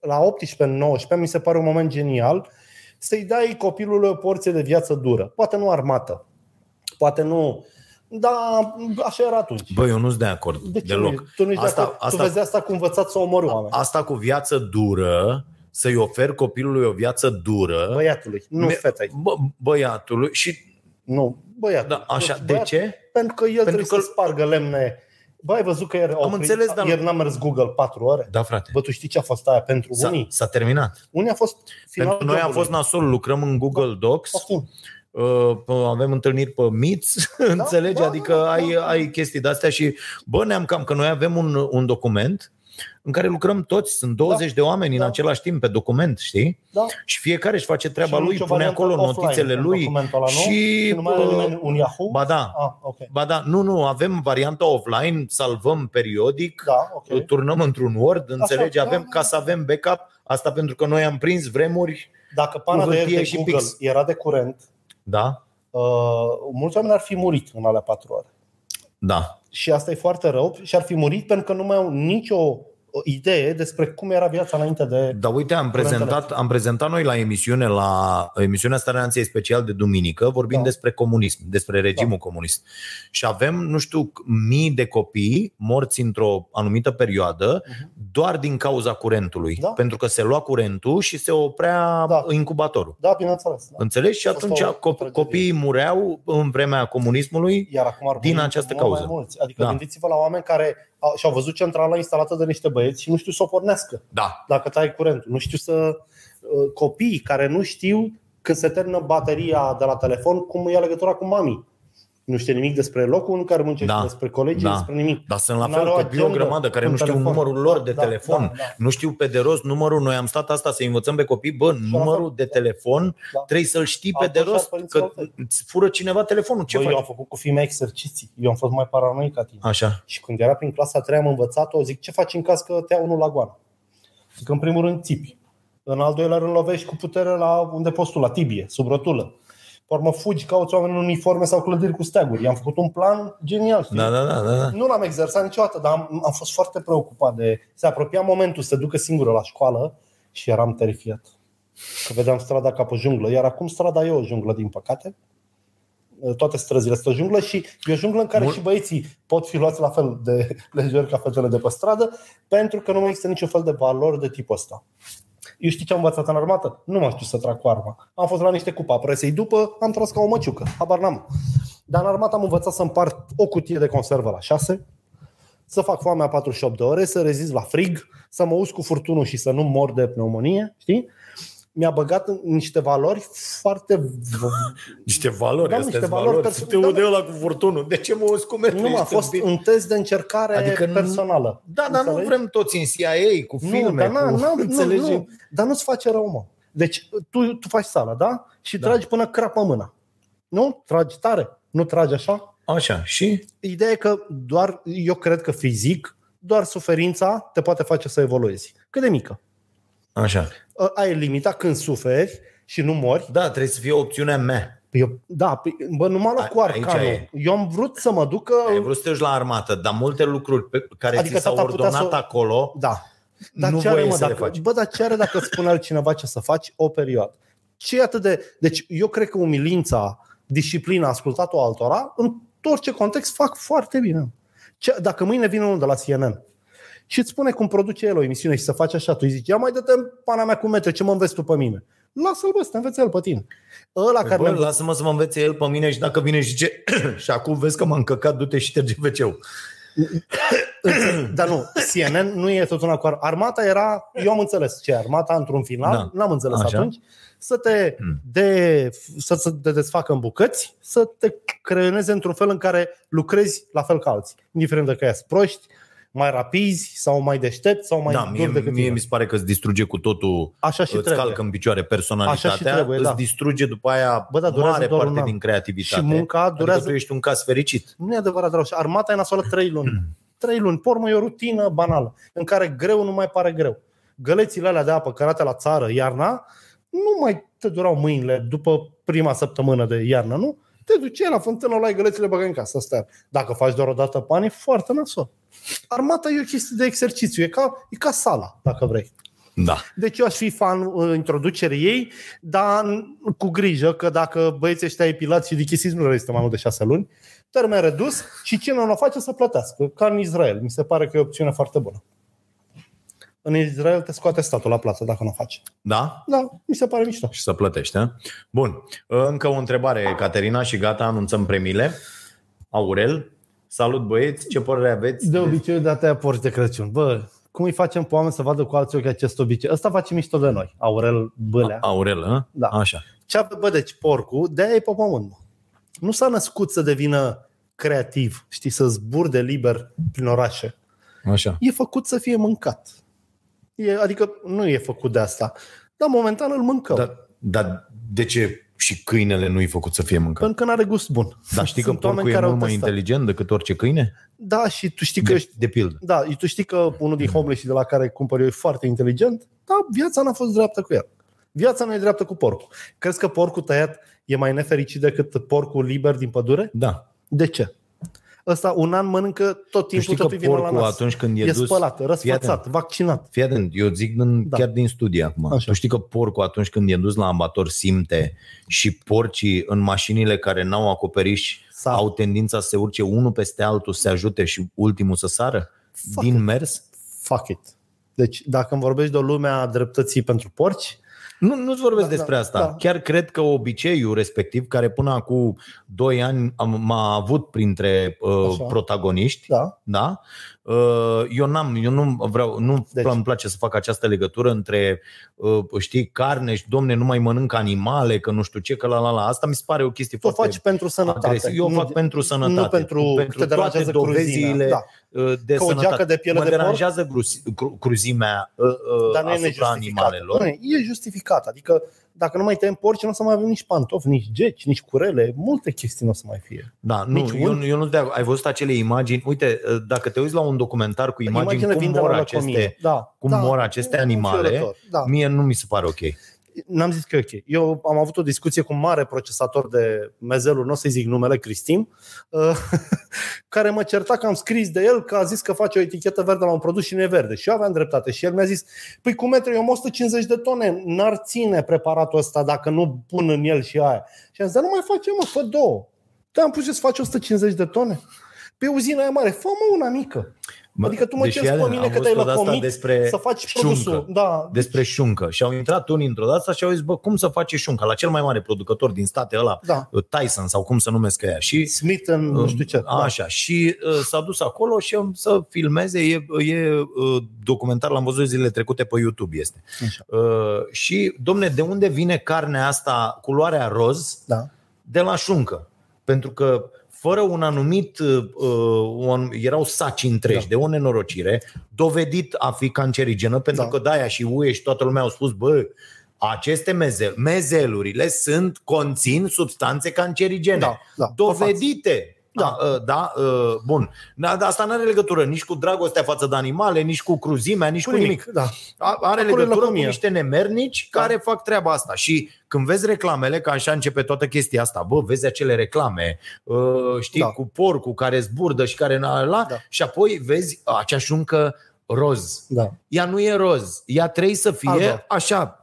Speaker 3: La 18-19 mi se pare un moment genial să-i dai copilului o porție de viață dură. Poate nu armată, poate nu... Dar așa era atunci.
Speaker 4: Bă, eu nu sunt de acord
Speaker 3: De ce
Speaker 4: deloc.
Speaker 3: Nu, ești- tu nu ești
Speaker 4: Asta-
Speaker 3: asta, de acord?
Speaker 4: asta-
Speaker 3: Tu vezi asta cu învățat să omori oameni.
Speaker 4: Asta cu viață dură, să-i oferi copilului o viață dură,
Speaker 3: Băiatului, nu
Speaker 4: me-
Speaker 3: fetei.
Speaker 4: bă, băiatului și
Speaker 3: Nu, băiatul.
Speaker 4: da, așa,
Speaker 3: Nu,
Speaker 4: de
Speaker 3: băiat-
Speaker 4: ce?
Speaker 3: Pentru că el trebuie
Speaker 4: că-
Speaker 3: să spargă lemne. Băi, ai văzut că ieri, au oprit-
Speaker 4: înțeles, dar-
Speaker 3: ieri n-a mers Google 4 ore?
Speaker 4: Da, frate.
Speaker 3: Bă, tu știi ce a fost aia pentru
Speaker 4: S-a,
Speaker 3: unii?
Speaker 4: s-a terminat.
Speaker 3: Unii a fost finalul
Speaker 4: Exact. Pentru noi am fost
Speaker 3: jobului.
Speaker 4: nasol, lucrăm în Google Docs.
Speaker 3: Poftim.
Speaker 4: Uh, avem întâlniri pe *laughs* miți, da, înțelegi? Da,
Speaker 3: da,
Speaker 4: adică
Speaker 3: da,
Speaker 4: da,
Speaker 3: da.
Speaker 4: ai, ai chestii de-astea și bă, ne-am cam că noi avem un, un document în care lucrăm toți, sunt 20 da, de oameni da. în
Speaker 3: da.
Speaker 4: același timp pe document, știi?
Speaker 3: Da.
Speaker 4: Și fiecare își face treaba
Speaker 3: Și
Speaker 4: lui,
Speaker 3: nicio
Speaker 4: pune
Speaker 3: variantă
Speaker 4: acolo
Speaker 3: offline
Speaker 4: notițele
Speaker 3: în
Speaker 4: lui
Speaker 3: documentul ăla, nu?
Speaker 4: și...
Speaker 3: Și nu mai are
Speaker 4: bă,
Speaker 3: nimeni un Yahoo?
Speaker 4: Ba da,
Speaker 3: Ah, ok.
Speaker 4: ba da, nu, nu, avem varianta offline, salvăm periodic,
Speaker 3: Da, ok.
Speaker 4: turnăm într-un Word, înțelegi?
Speaker 3: da,
Speaker 4: avem
Speaker 3: da,
Speaker 4: ca să avem backup, asta pentru că noi am prins vremuri,
Speaker 3: Dacă pana
Speaker 4: Cu
Speaker 3: de
Speaker 4: hârtie
Speaker 3: ieri
Speaker 4: și
Speaker 3: de Google
Speaker 4: pix.
Speaker 3: era de curent,
Speaker 4: da,
Speaker 3: uh, mulți oameni ar fi murit în alea patru ore.
Speaker 4: da.
Speaker 3: Și asta e foarte rău și ar fi murit pentru că nu mai au nicio o idee despre cum era viața înainte de...
Speaker 4: Dar uite, am prezentat, am prezentat noi la emisiune, la emisiunea Staranței Special de duminică, vorbim
Speaker 3: Da.
Speaker 4: da. despre comunism, despre regimul da. comunist. Și avem, nu știu, mii de copii morți într-o anumită perioadă uh-huh. doar din cauza curentului.
Speaker 3: Mhm. Da.
Speaker 4: Pentru că se lua curentul și se oprea
Speaker 3: Da.
Speaker 4: da. incubatorul.
Speaker 3: Da, bineînțeles. Da.
Speaker 4: Înțelegi? Și
Speaker 3: A fost
Speaker 4: atunci
Speaker 3: o
Speaker 4: cop-
Speaker 3: tragedie.
Speaker 4: copiii mureau în vremea comunismului.
Speaker 3: Iar acum ar
Speaker 4: Din
Speaker 3: muri
Speaker 4: această
Speaker 3: mult
Speaker 4: cauză.
Speaker 3: Mai mulți. Adică da.
Speaker 4: Da.
Speaker 3: gândiți-vă la oameni care au, și-au văzut centrala instalată de niște băieți și nu știu să o pornească
Speaker 4: Da.
Speaker 3: dacă tai curentul. Nu știu să... uh, Copiii care nu știu când se termină bateria de la telefon, cum e legătura cu mami. Nu știe nimic despre locul în care muncește, da.
Speaker 4: Da.
Speaker 3: despre colegii, da.
Speaker 4: Da.
Speaker 3: despre nimic.
Speaker 4: Dar sunt la
Speaker 3: N-are
Speaker 4: fel
Speaker 3: o
Speaker 4: copii o
Speaker 3: agendă
Speaker 4: grămadă care
Speaker 3: în
Speaker 4: nu știu
Speaker 3: telefon.
Speaker 4: numărul lor de
Speaker 3: Da,
Speaker 4: telefon.
Speaker 3: da, da.
Speaker 4: Nu știu pe de rost numărul, noi am stat asta să învățăm pe copii, bă, numărul de telefon
Speaker 3: Da.
Speaker 4: trebuie să-l știi pe
Speaker 3: Atunci
Speaker 4: de
Speaker 3: ar
Speaker 4: rost,
Speaker 3: părinților
Speaker 4: că
Speaker 3: tăi.
Speaker 4: îți fură cineva telefonul, ce
Speaker 3: Bă, eu am
Speaker 4: faci?
Speaker 3: făcut cu fii mei exerciții. Eu am fost mai paranoic ca tine.
Speaker 4: Așa,
Speaker 3: Și când era prin clasa a treia am învățat-o, zic, ce faci în caz că te ia unul la goană? Zic, în primul rând țipi. În al doilea rând lovești cu putere la unde poți tu, la tibie, sub rotulă. Pe urmă fugi, cauți oameni în uniforme sau clădiri cu steaguri. I-am făcut un plan genial. știi?
Speaker 4: da, da, da, da. da.
Speaker 3: Nu l-am exersat niciodată, dar am, am fost foarte preocupat de... Se apropia momentul să te ducă singură la școală și eram terifiat. Că vedeam strada ca pe junglă, iar acum strada e o junglă, din păcate. Toate străzile sunt o junglă și e o junglă în care
Speaker 4: Mul-
Speaker 3: și băieții pot fi luați la fel de *laughs* lejer ca fetele de pe stradă, pentru că nu mai există niciun fel de valori de tipul ăsta. Eu știi ce am învățat în armată? Nu mai știu să trag cu arma. Am fost la niște cupa presei după, am tras ca o măciucă. Habar n-am. Dar în armată am învățat să împart o cutie de conservă la 6, să fac foamea 48 de ore, să rezist la frig, să mă uz cu furtunul și să nu mor de pneumonie, știi? Mi-a băgat în niște valori foarte...
Speaker 4: *laughs* Niște valori,
Speaker 3: Da,
Speaker 4: da,
Speaker 3: niște
Speaker 4: astea
Speaker 3: valori
Speaker 4: valori.
Speaker 3: perso-
Speaker 4: Să te
Speaker 3: da,
Speaker 4: udeu la cu furtunul. De ce mă uzi cu metru?
Speaker 3: Nu a
Speaker 4: Ești
Speaker 3: fost
Speaker 4: tâmpit.
Speaker 3: un test de încercare
Speaker 4: Adică
Speaker 3: adică
Speaker 4: nu-
Speaker 3: personală.
Speaker 4: Da, dar nu
Speaker 3: Înțelegi?
Speaker 4: vrem toți în CIA, cu filme,
Speaker 3: nu, dar, na,
Speaker 4: cu...
Speaker 3: na, nu,
Speaker 4: înțelegi?
Speaker 3: nu, dar nu-ți face rău, mă. Deci tu, tu faci sala, da? Și
Speaker 4: Da.
Speaker 3: tragi până crapă mâna. Nu? Tragi tare. Nu tragi așa.
Speaker 4: Așa, și?
Speaker 3: Ideea e că doar, eu cred că fizic, doar suferința te poate face să evoluezi. Cât de mică.
Speaker 4: Așa.
Speaker 3: Ă, Ai limita când suferi și nu mori.
Speaker 4: Da, trebuie să fie opțiunea mea.
Speaker 3: Păi Eu, da, păi, bă, nu m-a luat
Speaker 4: A-
Speaker 3: cu
Speaker 4: aici
Speaker 3: arcanul.
Speaker 4: e.
Speaker 3: Eu am vrut să mă duc că...
Speaker 4: Ai vrut să te duci la armată, dar multe lucruri pe care
Speaker 3: Adică
Speaker 4: adică ți s-au
Speaker 3: tata putea
Speaker 4: ordonat
Speaker 3: să-
Speaker 4: să... acolo,
Speaker 3: Da. Dar
Speaker 4: Nu
Speaker 3: ce are,
Speaker 4: voie
Speaker 3: mă,
Speaker 4: să le
Speaker 3: dacă,
Speaker 4: faci.
Speaker 3: Bă, dar ce are dacă îți spune altcineva ce să faci o perioadă? Ce e atât de... Deci eu cred că umilința, disciplina, ascultat-o altora, în orice context fac foarte bine. Ce, dacă mâine vine unul de la CNN și îți spune cum produce el o emisiune și să faci așa, tu îi zici, ia mai dă-te în pana mea cu metre, ce mă înveți tu pe mine? Lasă-l, bă, să te înveți el pe tine. Ăla care
Speaker 4: Păi Bă,
Speaker 3: ne-
Speaker 4: lasă-mă să mă învețe el pe mine și dacă vine și zice *clears throat* și acum vezi că m-am căcat, du-te și șterge wc
Speaker 3: Dar nu, CNN nu e tot una cu ar- armata. era, eu am înțeles ce e armata într-un final, da.
Speaker 4: Da.
Speaker 3: n-am înțeles Așa.
Speaker 4: Așa.
Speaker 3: atunci, să te,
Speaker 4: Mm.
Speaker 3: de, să, să te desfacă în bucăți, să te creioneze într-un fel în care lucrezi la fel ca alții, indiferent dacă ești proști, mai rapizi sau mai deștepți sau mai
Speaker 4: Da,
Speaker 3: da,
Speaker 4: mie,
Speaker 3: decât
Speaker 4: mie
Speaker 3: tine.
Speaker 4: mi se pare că îți distruge cu totul,
Speaker 3: Așa și
Speaker 4: îți
Speaker 3: trebuie.
Speaker 4: calcă în picioare personalitatea,
Speaker 3: Așa și trebuie,
Speaker 4: îți
Speaker 3: da.
Speaker 4: distruge după aia
Speaker 3: Bă, da, durează
Speaker 4: mare
Speaker 3: doar un
Speaker 4: parte
Speaker 3: an.
Speaker 4: din creativitate.
Speaker 3: Și munca durează-
Speaker 4: Adică tu ești un caz fericit.
Speaker 3: Nu e adevărat rău. Și armata e nasoală trei luni. Trei luni. Pe urmă e o rutină banală, în care greu nu mai pare greu. Gălețile alea de apă cărate la țară iarna, nu mai te durau mâinile după prima săptămână de iarnă, nu? Te duceai la fântână, luai gălețile, băgai în casă, stai. Dacă faci doar o dată pani, foarte nasol. Armata e o chestie de exercițiu, e ca, e ca sala, dacă vrei.
Speaker 4: Da.
Speaker 3: Deci eu aș fi fan uh, introducerii ei, dar n- cu grijă că dacă băieții ăștia epilați și dichisiți nu rezistă mai mult de șase luni, termen redus și cine nu o face să plătească, ca în Israel. Mi se pare că e o opțiune foarte bună. În Israel te scoate statul la plată dacă nu o faci.
Speaker 4: Da?
Speaker 3: Da, mi se pare mișto.
Speaker 4: Și să plătești, da? Bun. Ă, Încă o întrebare, Caterina, și gata, anunțăm premiile. Aurel, salut băieți, ce părere aveți?
Speaker 3: De obicei de atâia porci de Crăciun. Bă, cum îi facem pe oameni să vadă cu alții ochi acest obicei? Ăsta face mișto de noi, Aurel Bâlea.
Speaker 4: Aurel, a?
Speaker 3: Da.
Speaker 4: Așa.
Speaker 3: Cea, bă, deci porcul, de e pe pământ. mă. Nu s-a născut să devină creativ, știi, să zburde liber prin orașe.
Speaker 4: Așa.
Speaker 3: E făcut să fie mâncat. E, adică nu e făcut de asta. Dar momentan îl mâncăm. Da.
Speaker 4: Dar, dar de ce și câinele nu-i făcut să fie mâncat?
Speaker 3: Pentru că nu are gust bun.
Speaker 4: Dar Da, știi că
Speaker 3: Păi, Sunt oameni
Speaker 4: porcul e
Speaker 3: care
Speaker 4: mult
Speaker 3: au
Speaker 4: mai
Speaker 3: testat.
Speaker 4: inteligent decât orice câine?
Speaker 3: Da, și tu știi că
Speaker 4: De,
Speaker 3: ești...
Speaker 4: de pildă.
Speaker 3: Da, tu știi că unul din homeless de la care cumpăr eu e foarte inteligent, dar viața n-a fost dreaptă cu el. Viața nu e dreaptă cu porcul. Crezi că porcul tăiat e mai nefericit decât porcul liber din pădure?
Speaker 4: Da.
Speaker 3: De ce? Ăsta un an mănâncă tot
Speaker 4: Tu
Speaker 3: timpul
Speaker 4: știi că
Speaker 3: totul e vina la
Speaker 4: porcul
Speaker 3: nas.
Speaker 4: atunci când e,
Speaker 3: E
Speaker 4: dus...
Speaker 3: spălat, răsfățat,
Speaker 4: atent.
Speaker 3: vaccinat.
Speaker 4: Fii atent, eu zic din,
Speaker 3: Da.
Speaker 4: da. chiar din studii acum.
Speaker 3: Așa.
Speaker 4: Așa. Tu știi că porcul atunci când e dus la ambator simte și porcii în mașinile care n-au acoperiș
Speaker 3: Sar.
Speaker 4: au tendința să se urce unul peste altul, să se ajute și ultimul să sară?
Speaker 3: Fuck.
Speaker 4: Din mers?
Speaker 3: Fuck it. Deci, dacă îmi vorbești de o lume a dreptății pentru porci,
Speaker 4: Nu, nu-ți vorbesc
Speaker 3: Da,
Speaker 4: da, despre
Speaker 3: da,
Speaker 4: asta.
Speaker 3: da.
Speaker 4: Da. Chiar cred că obiceiul respectiv, care până acum 2 ani am, m-a avut printre uh,
Speaker 3: Așa.
Speaker 4: protagoniști,
Speaker 3: da,
Speaker 4: Da? Uh, Eu n-am, eu nu vreau, nu
Speaker 3: Deci-
Speaker 4: deci. îmi place să fac această legătură între, uh, știi, carne și domne, nu mai mănânc animale, că nu știu ce, că la la la. Asta mi se pare o chestie
Speaker 3: tu o
Speaker 4: foarte
Speaker 3: faci pentru sănătate.
Speaker 4: agresiv. Eu o
Speaker 3: Păi, nu,
Speaker 4: fac pentru sănătate.
Speaker 3: Nu pentru,
Speaker 4: pentru
Speaker 3: că te
Speaker 4: toate
Speaker 3: deranjează
Speaker 4: dovezile
Speaker 3: cruzimea. Da.
Speaker 4: uh, de
Speaker 3: Că o
Speaker 4: sănătate.
Speaker 3: geacă de piele
Speaker 4: mă
Speaker 3: de porc-
Speaker 4: deranjează grus- cru- cruzimea uh, uh,
Speaker 3: Dar nu e
Speaker 4: asupra
Speaker 3: nejustificat.
Speaker 4: animalelor.
Speaker 3: Nu, e justificat. Adică dacă nu mai tăiem porci, nu o să mai avem nici pantofi, nici geci, nici curele. Multe chestii nu o să mai fie.
Speaker 4: Da, nu,
Speaker 3: Nici
Speaker 4: eu,
Speaker 3: unchi.
Speaker 4: eu nu te Ai văzut acele imagini? Uite, uh, dacă te uiți la un documentar cu imagini, cum
Speaker 3: de
Speaker 4: mor
Speaker 3: lăcomie.
Speaker 4: aceste...
Speaker 3: da,
Speaker 4: cum
Speaker 3: da,
Speaker 4: mor aceste
Speaker 3: e
Speaker 4: animale.
Speaker 3: înfiorător, Da.
Speaker 4: Mie nu mi se pare ok.
Speaker 3: N-am zis că e ok. Eu am avut o discuție cu un mare procesator de mezelul, nu o să-i zic numele, Cristin, uh, *laughs* care mă certa că am scris de el că a zis că face o etichetă verde la un produs și nu e verde. Și eu aveam dreptate. Și el mi-a zis, păi cum metru, eu am 150 de tone, n-ar ține preparatul ăsta dacă nu pun în el și aia. Și am zis, dar nu mai face, mă, fă două. Te-am pus eu să faci 150 de tone. Pe uzina e mare, fă mă una mică.
Speaker 4: Mă,
Speaker 3: Adică tu mă
Speaker 4: deși,
Speaker 3: ceri pe
Speaker 4: Alen,
Speaker 3: mine
Speaker 4: am
Speaker 3: că te-ai
Speaker 4: văzut odată
Speaker 3: lăcomit
Speaker 4: despre
Speaker 3: să faci
Speaker 4: șuncă.
Speaker 3: produsul. Da,
Speaker 4: despre șuncă și au intrat unii într-o dată și au zis, bă, cum să face șunca? La cel mai mare producător din state ăla, uh,
Speaker 3: da.
Speaker 4: Tyson sau cum să numesc ea. Și,
Speaker 3: Smith în nu știu ce. da.
Speaker 4: Așa, și uh, s-a dus acolo și um, să filmeze, e, e uh, documentar, l-am văzut zilele trecute pe YouTube este.
Speaker 3: Așa.
Speaker 4: Uh, și, domne, de unde vine carnea asta, culoarea roz?
Speaker 3: Da.
Speaker 4: de la șuncă. Pentru că fără un anumit, uh, un, erau saci întregi da. de o nenorocire, dovedit a fi cancerigenă, pentru
Speaker 3: Da.
Speaker 4: da. că Daia și UE și toată lumea au spus, bă, aceste mezel, mezelurile sunt, conțin substanțe cancerigene.
Speaker 3: Da, da,
Speaker 4: dovedite. Da, uh, da, uh, bun. Da, dar asta nu are legătură nici cu dragostea față de animale, nici cu cruzimea, nici cu, cu nimic.
Speaker 3: Da.
Speaker 4: A-
Speaker 3: Acolo
Speaker 4: Are
Speaker 3: e
Speaker 4: legătură cu
Speaker 3: lăcomie.
Speaker 4: niște nemernici
Speaker 3: Da.
Speaker 4: care fac treaba asta. Și când vezi reclamele, că așa începe toată chestia asta, bă, vezi acele reclame, ă, știi,
Speaker 3: Da.
Speaker 4: da. cu porcul care zburdă și care na la,
Speaker 3: Da.
Speaker 4: da. și apoi vezi acea șuncă roz.
Speaker 3: da.
Speaker 4: Ea nu e roz, ea trebuie să fie
Speaker 3: Albă.
Speaker 4: așa,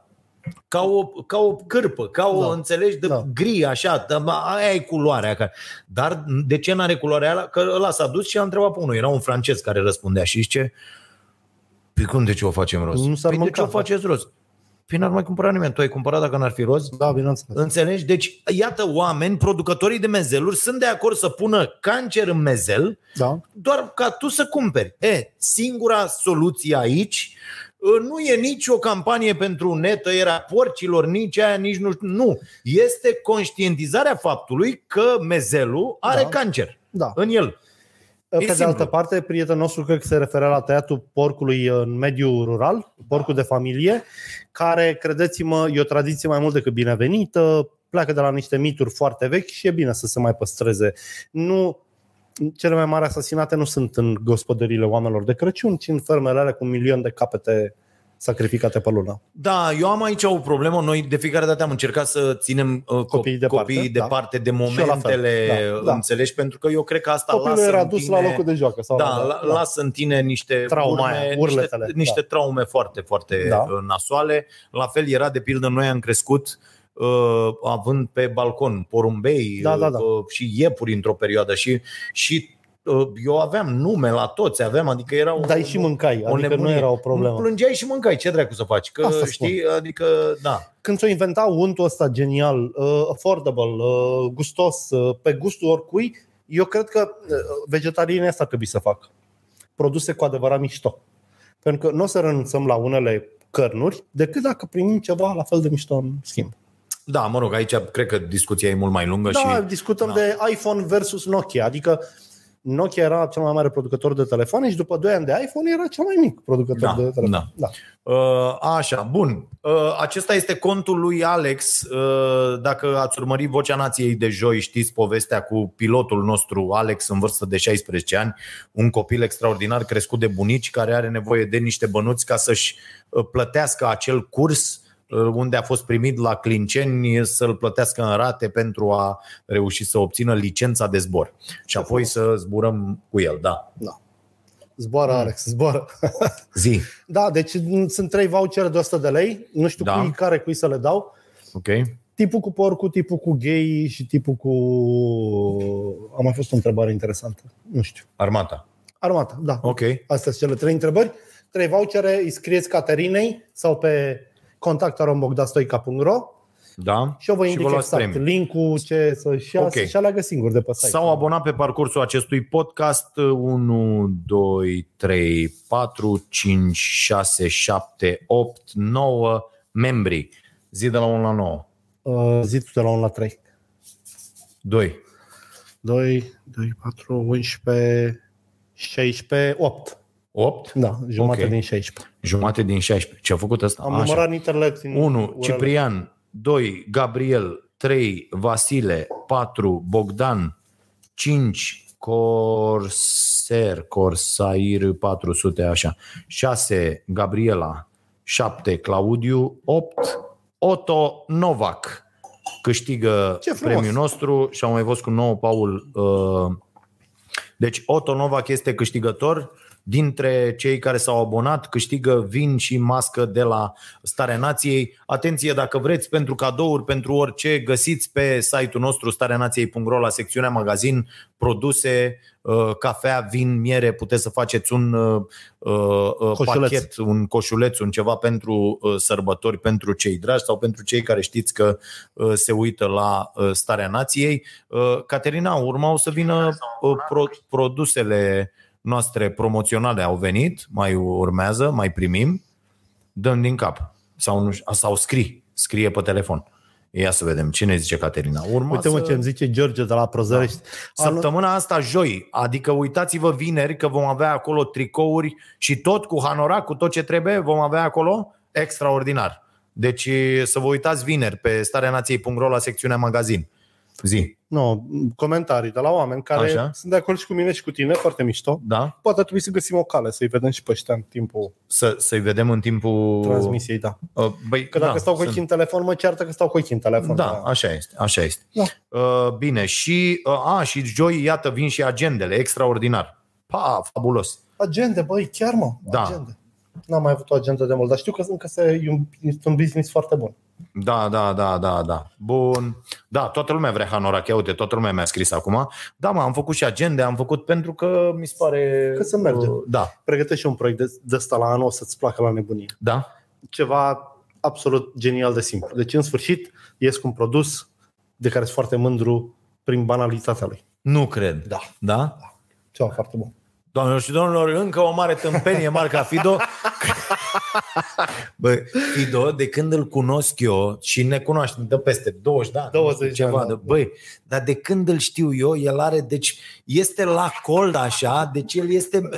Speaker 4: ca o, ca o cârpă, ca o,
Speaker 3: Da.
Speaker 4: da. înțelegi, de
Speaker 3: Da.
Speaker 4: da. gri, așa, de, aia e culoarea. Care... Dar de ce n-are culoarea aia? Că ăla s-a dus și a întrebat pe unul, era un francez care răspundea și zice, Păi cum de ce o facem roz?
Speaker 3: Nu s-ar
Speaker 4: păi de
Speaker 3: mânca,
Speaker 4: ce o
Speaker 3: da.
Speaker 4: faceți roz? Păi n-ar mai cumpăra nimeni. Tu ai cumpărat dacă n-ar fi roz?
Speaker 3: Da, bineînțeles.
Speaker 4: Înțelegi? Deci, iată, oameni, producătorii de mezeluri sunt de acord să pună cancer în mezel,
Speaker 3: Da.
Speaker 4: doar ca tu să cumperi. E, singura soluție aici uh, nu e nici o campanie pentru netăierea porcilor, nici aia, nici nu știu. Nu. Este conștientizarea faptului că mezelul are
Speaker 3: Da.
Speaker 4: da. cancer
Speaker 3: Da.
Speaker 4: în el.
Speaker 3: Pe de
Speaker 4: simplu.
Speaker 3: altă parte, prietenul nostru cred că se referea la tăiatul porcului în mediul rural, porcul de familie, care, credeți-mă, e o tradiție mai mult decât binevenită, pleacă de la niște mituri foarte vechi și e bine să se mai păstreze. Nu cele mai mari asasinate nu sunt în gospodăriile oamenilor de Crăciun, ci în fermele alea cu un milion de capete sacrificate pe lună.
Speaker 4: Da, eu am aici o problemă. Noi de fiecare dată am încercat să ținem uh,
Speaker 3: Copiii
Speaker 4: copiii departe,
Speaker 3: departe,
Speaker 4: copiii
Speaker 3: da.
Speaker 4: departe de
Speaker 3: eu la fel,
Speaker 4: momentele,
Speaker 3: da, da.
Speaker 4: înțelegi? Pentru că eu cred că asta
Speaker 3: Copilul
Speaker 4: lasă
Speaker 3: era
Speaker 4: în
Speaker 3: dus
Speaker 4: tine...
Speaker 3: la locul de joacă. Sau
Speaker 4: Da, la,
Speaker 3: da.
Speaker 4: lasă în tine niște
Speaker 3: Trauma aia,
Speaker 4: urme,
Speaker 3: urletele,
Speaker 4: niște, niște traume foarte, foarte
Speaker 3: Da.
Speaker 4: da. nasoale. La fel era, de pildă, noi am crescut uh, având pe balcon porumbei
Speaker 3: Da, da, da.
Speaker 4: Uh, și iepuri într-o perioadă și, și uh, eu aveam nume la toți, aveam, adică era un,
Speaker 3: Dai și mâncai, adică nu era o problemă.
Speaker 4: Plângeai și mâncai, ce dracu să faci? Că
Speaker 3: Asta spun.
Speaker 4: știi, adică da.
Speaker 3: când s-o inventa untul ăsta genial, uh, affordable, uh, gustos, uh, pe gustul oricui, eu cred că uh, vegetarianii asta ar trebui să facă. Produse cu adevărat mișto. Pentru că nu o să renunțăm la unele cărnuri decât dacă primim ceva la fel de mișto în schimb.
Speaker 4: Da, mă rog, aici cred că discuția e mult mai lungă
Speaker 3: Da,
Speaker 4: și
Speaker 3: discutăm
Speaker 4: da.
Speaker 3: de iPhone versus Nokia, adică Nokia era cel mai mare producător de telefoane și după 2 ani de iPhone era cel mai mic producător
Speaker 4: Da,
Speaker 3: de telefoane.
Speaker 4: da.
Speaker 3: da.
Speaker 4: Uh, Așa, bun. Uh, Acesta este contul lui Alex. Uh, Dacă ați urmărit Vocea Nației de joi, știți povestea cu pilotul nostru, Alex, în vârstă de 16 ani, un copil extraordinar crescut de bunici care are nevoie de niște bănuți ca să-și uh, plătească acel curs unde a fost primit la Clinceni să-l plătească în rate pentru a reuși să obțină licența de zbor și apoi să zburăm cu el, da.
Speaker 3: Zboară,
Speaker 4: Hmm.
Speaker 3: Alex, zboară. *laughs*
Speaker 4: Zi,
Speaker 3: da, deci m, sunt trei vouchere de 100 de lei. Nu știu
Speaker 4: Da.
Speaker 3: da. cui, care cui să le dau.
Speaker 4: ok?
Speaker 3: Tipul cu porcul, tipul cu gay și tipul cu... Am mai fost o întrebare interesantă. Nu știu.
Speaker 4: Armata,
Speaker 3: Armata, da.
Speaker 4: ok.
Speaker 3: Astea sunt cele trei întrebări. Trei vouchere, îi scrieți Caterinei sau pe contactarombogdastoica.ro
Speaker 4: Da.
Speaker 3: și eu vă
Speaker 4: Și
Speaker 3: indic
Speaker 4: vă luați
Speaker 3: exact
Speaker 4: premiul.
Speaker 3: link-ul, ce să-și ia,
Speaker 4: Ok.
Speaker 3: okay. și aleagă singur de pe site.
Speaker 4: S-au abonat pe parcursul acestui podcast 1, 2, 3, 4, 5, 6, 7, 8, 9 membri. Zi de la 1 la 9.
Speaker 3: Uh, zi tu de la 1 la 3.
Speaker 4: 2.
Speaker 3: 2, 2, 4, 11, 16, 8.
Speaker 4: 8.
Speaker 3: Da, jumate
Speaker 4: Ok.
Speaker 3: okay. din 16.
Speaker 4: Jumate din 16. Ce a făcut ăsta?
Speaker 3: Am
Speaker 4: Așa.
Speaker 3: numărat literele din
Speaker 4: 1.
Speaker 3: urele.
Speaker 4: Ciprian. 2. Gabriel. 3. Vasile. 4. Bogdan. 5. Corser. Corsair 400, așa. 6. Gabriela. 7. Claudiu. 8. Otto Novak câștigă
Speaker 3: Ce frumos!
Speaker 4: premiul nostru și au mai fost cu nou Paul. uh, Deci Otto Novak este câștigător. Dintre cei care s-au abonat câștigă vin și mască de la Starea Nației. Atenție dacă vreți pentru cadouri, pentru orice, găsiți pe site-ul nostru starenației.ro la secțiunea magazin produse, uh, cafea, vin, miere. Puteți să faceți un uh, uh, uh,
Speaker 3: Coșuleț.
Speaker 4: pachet pachet, un coșuleț, un ceva pentru uh, sărbători, pentru cei dragi sau pentru cei care știți că uh, se uită la uh, starea nației. Uh, Caterina, urmau să vină uh, pro- produsele noastre promoționale au venit, mai urmează, mai primim, dăm din cap sau, nu, ș- sau scrii, scrie pe telefon. Ia să vedem cine zice Caterina. Urma
Speaker 3: Uite mă
Speaker 4: să...
Speaker 3: ce îmi zice George de la Prozărești. Da.
Speaker 4: Săptămâna asta joi, adică uitați-vă vineri că vom avea acolo tricouri și tot cu hanorac, cu tot ce trebuie, vom avea acolo extraordinar. Deci să vă uitați vineri pe stareanației.ro la secțiunea magazin. Zi,
Speaker 3: Nu, comentarii de la oameni care
Speaker 4: Așa.
Speaker 3: Așa. sunt de acord și cu mine și cu tine, foarte mișto.
Speaker 4: da?
Speaker 3: Poate ar trebui să găsim o cale, să-i vedem și pe ăștia în timpul
Speaker 4: Să, să-i vedem în timpul...
Speaker 3: transmisiei, da.
Speaker 4: Uh, Băi,
Speaker 3: Că dacă
Speaker 4: da,
Speaker 3: da, stau cu ochii
Speaker 4: sunt-
Speaker 3: în telefon, mă ceartă că stau cu ochii în telefon.
Speaker 4: Da, așa este, așa este.
Speaker 3: Da.
Speaker 4: Uh, bine, și, uh, a, și joi, iată, vin și agendele, extraordinar. Pa, fabulos.
Speaker 3: Agende, băi, chiar mă,
Speaker 4: Da.
Speaker 3: agende. N-am mai avut o agendă de mult, dar știu că, că se, e un- este un business foarte bun.
Speaker 4: Da, da, da, da, da. Bun. Da, toată lumea vrea hanorac. Ia uite, toată lumea mi-a scris acum. Da, mă, am făcut și agende, am făcut pentru că mi se pare...
Speaker 3: Că se merge.
Speaker 4: Uh, Da,
Speaker 3: Pregătește și un proiect de, de ăsta la anul, o să-ți placă la nebunie.
Speaker 4: da.
Speaker 3: ceva absolut genial de simplu. Deci, în sfârșit, ies cu un produs de care sunt foarte mândru prin banalitatea lui.
Speaker 4: Nu cred.
Speaker 3: Da.
Speaker 4: Da?
Speaker 3: Ceva foarte bun.
Speaker 4: Doamnelor și domnilor, încă o mare tâmpenie marca *laughs* Fido. Bă, Fido, de când îl cunosc eu și ne cunoaștem de peste 20 de ani,
Speaker 3: 20
Speaker 4: nu știu
Speaker 3: de
Speaker 4: ceva
Speaker 3: ani,
Speaker 4: de,
Speaker 3: da.
Speaker 4: băi, dar de când îl știu eu, el are, deci este la cold așa, deci el este,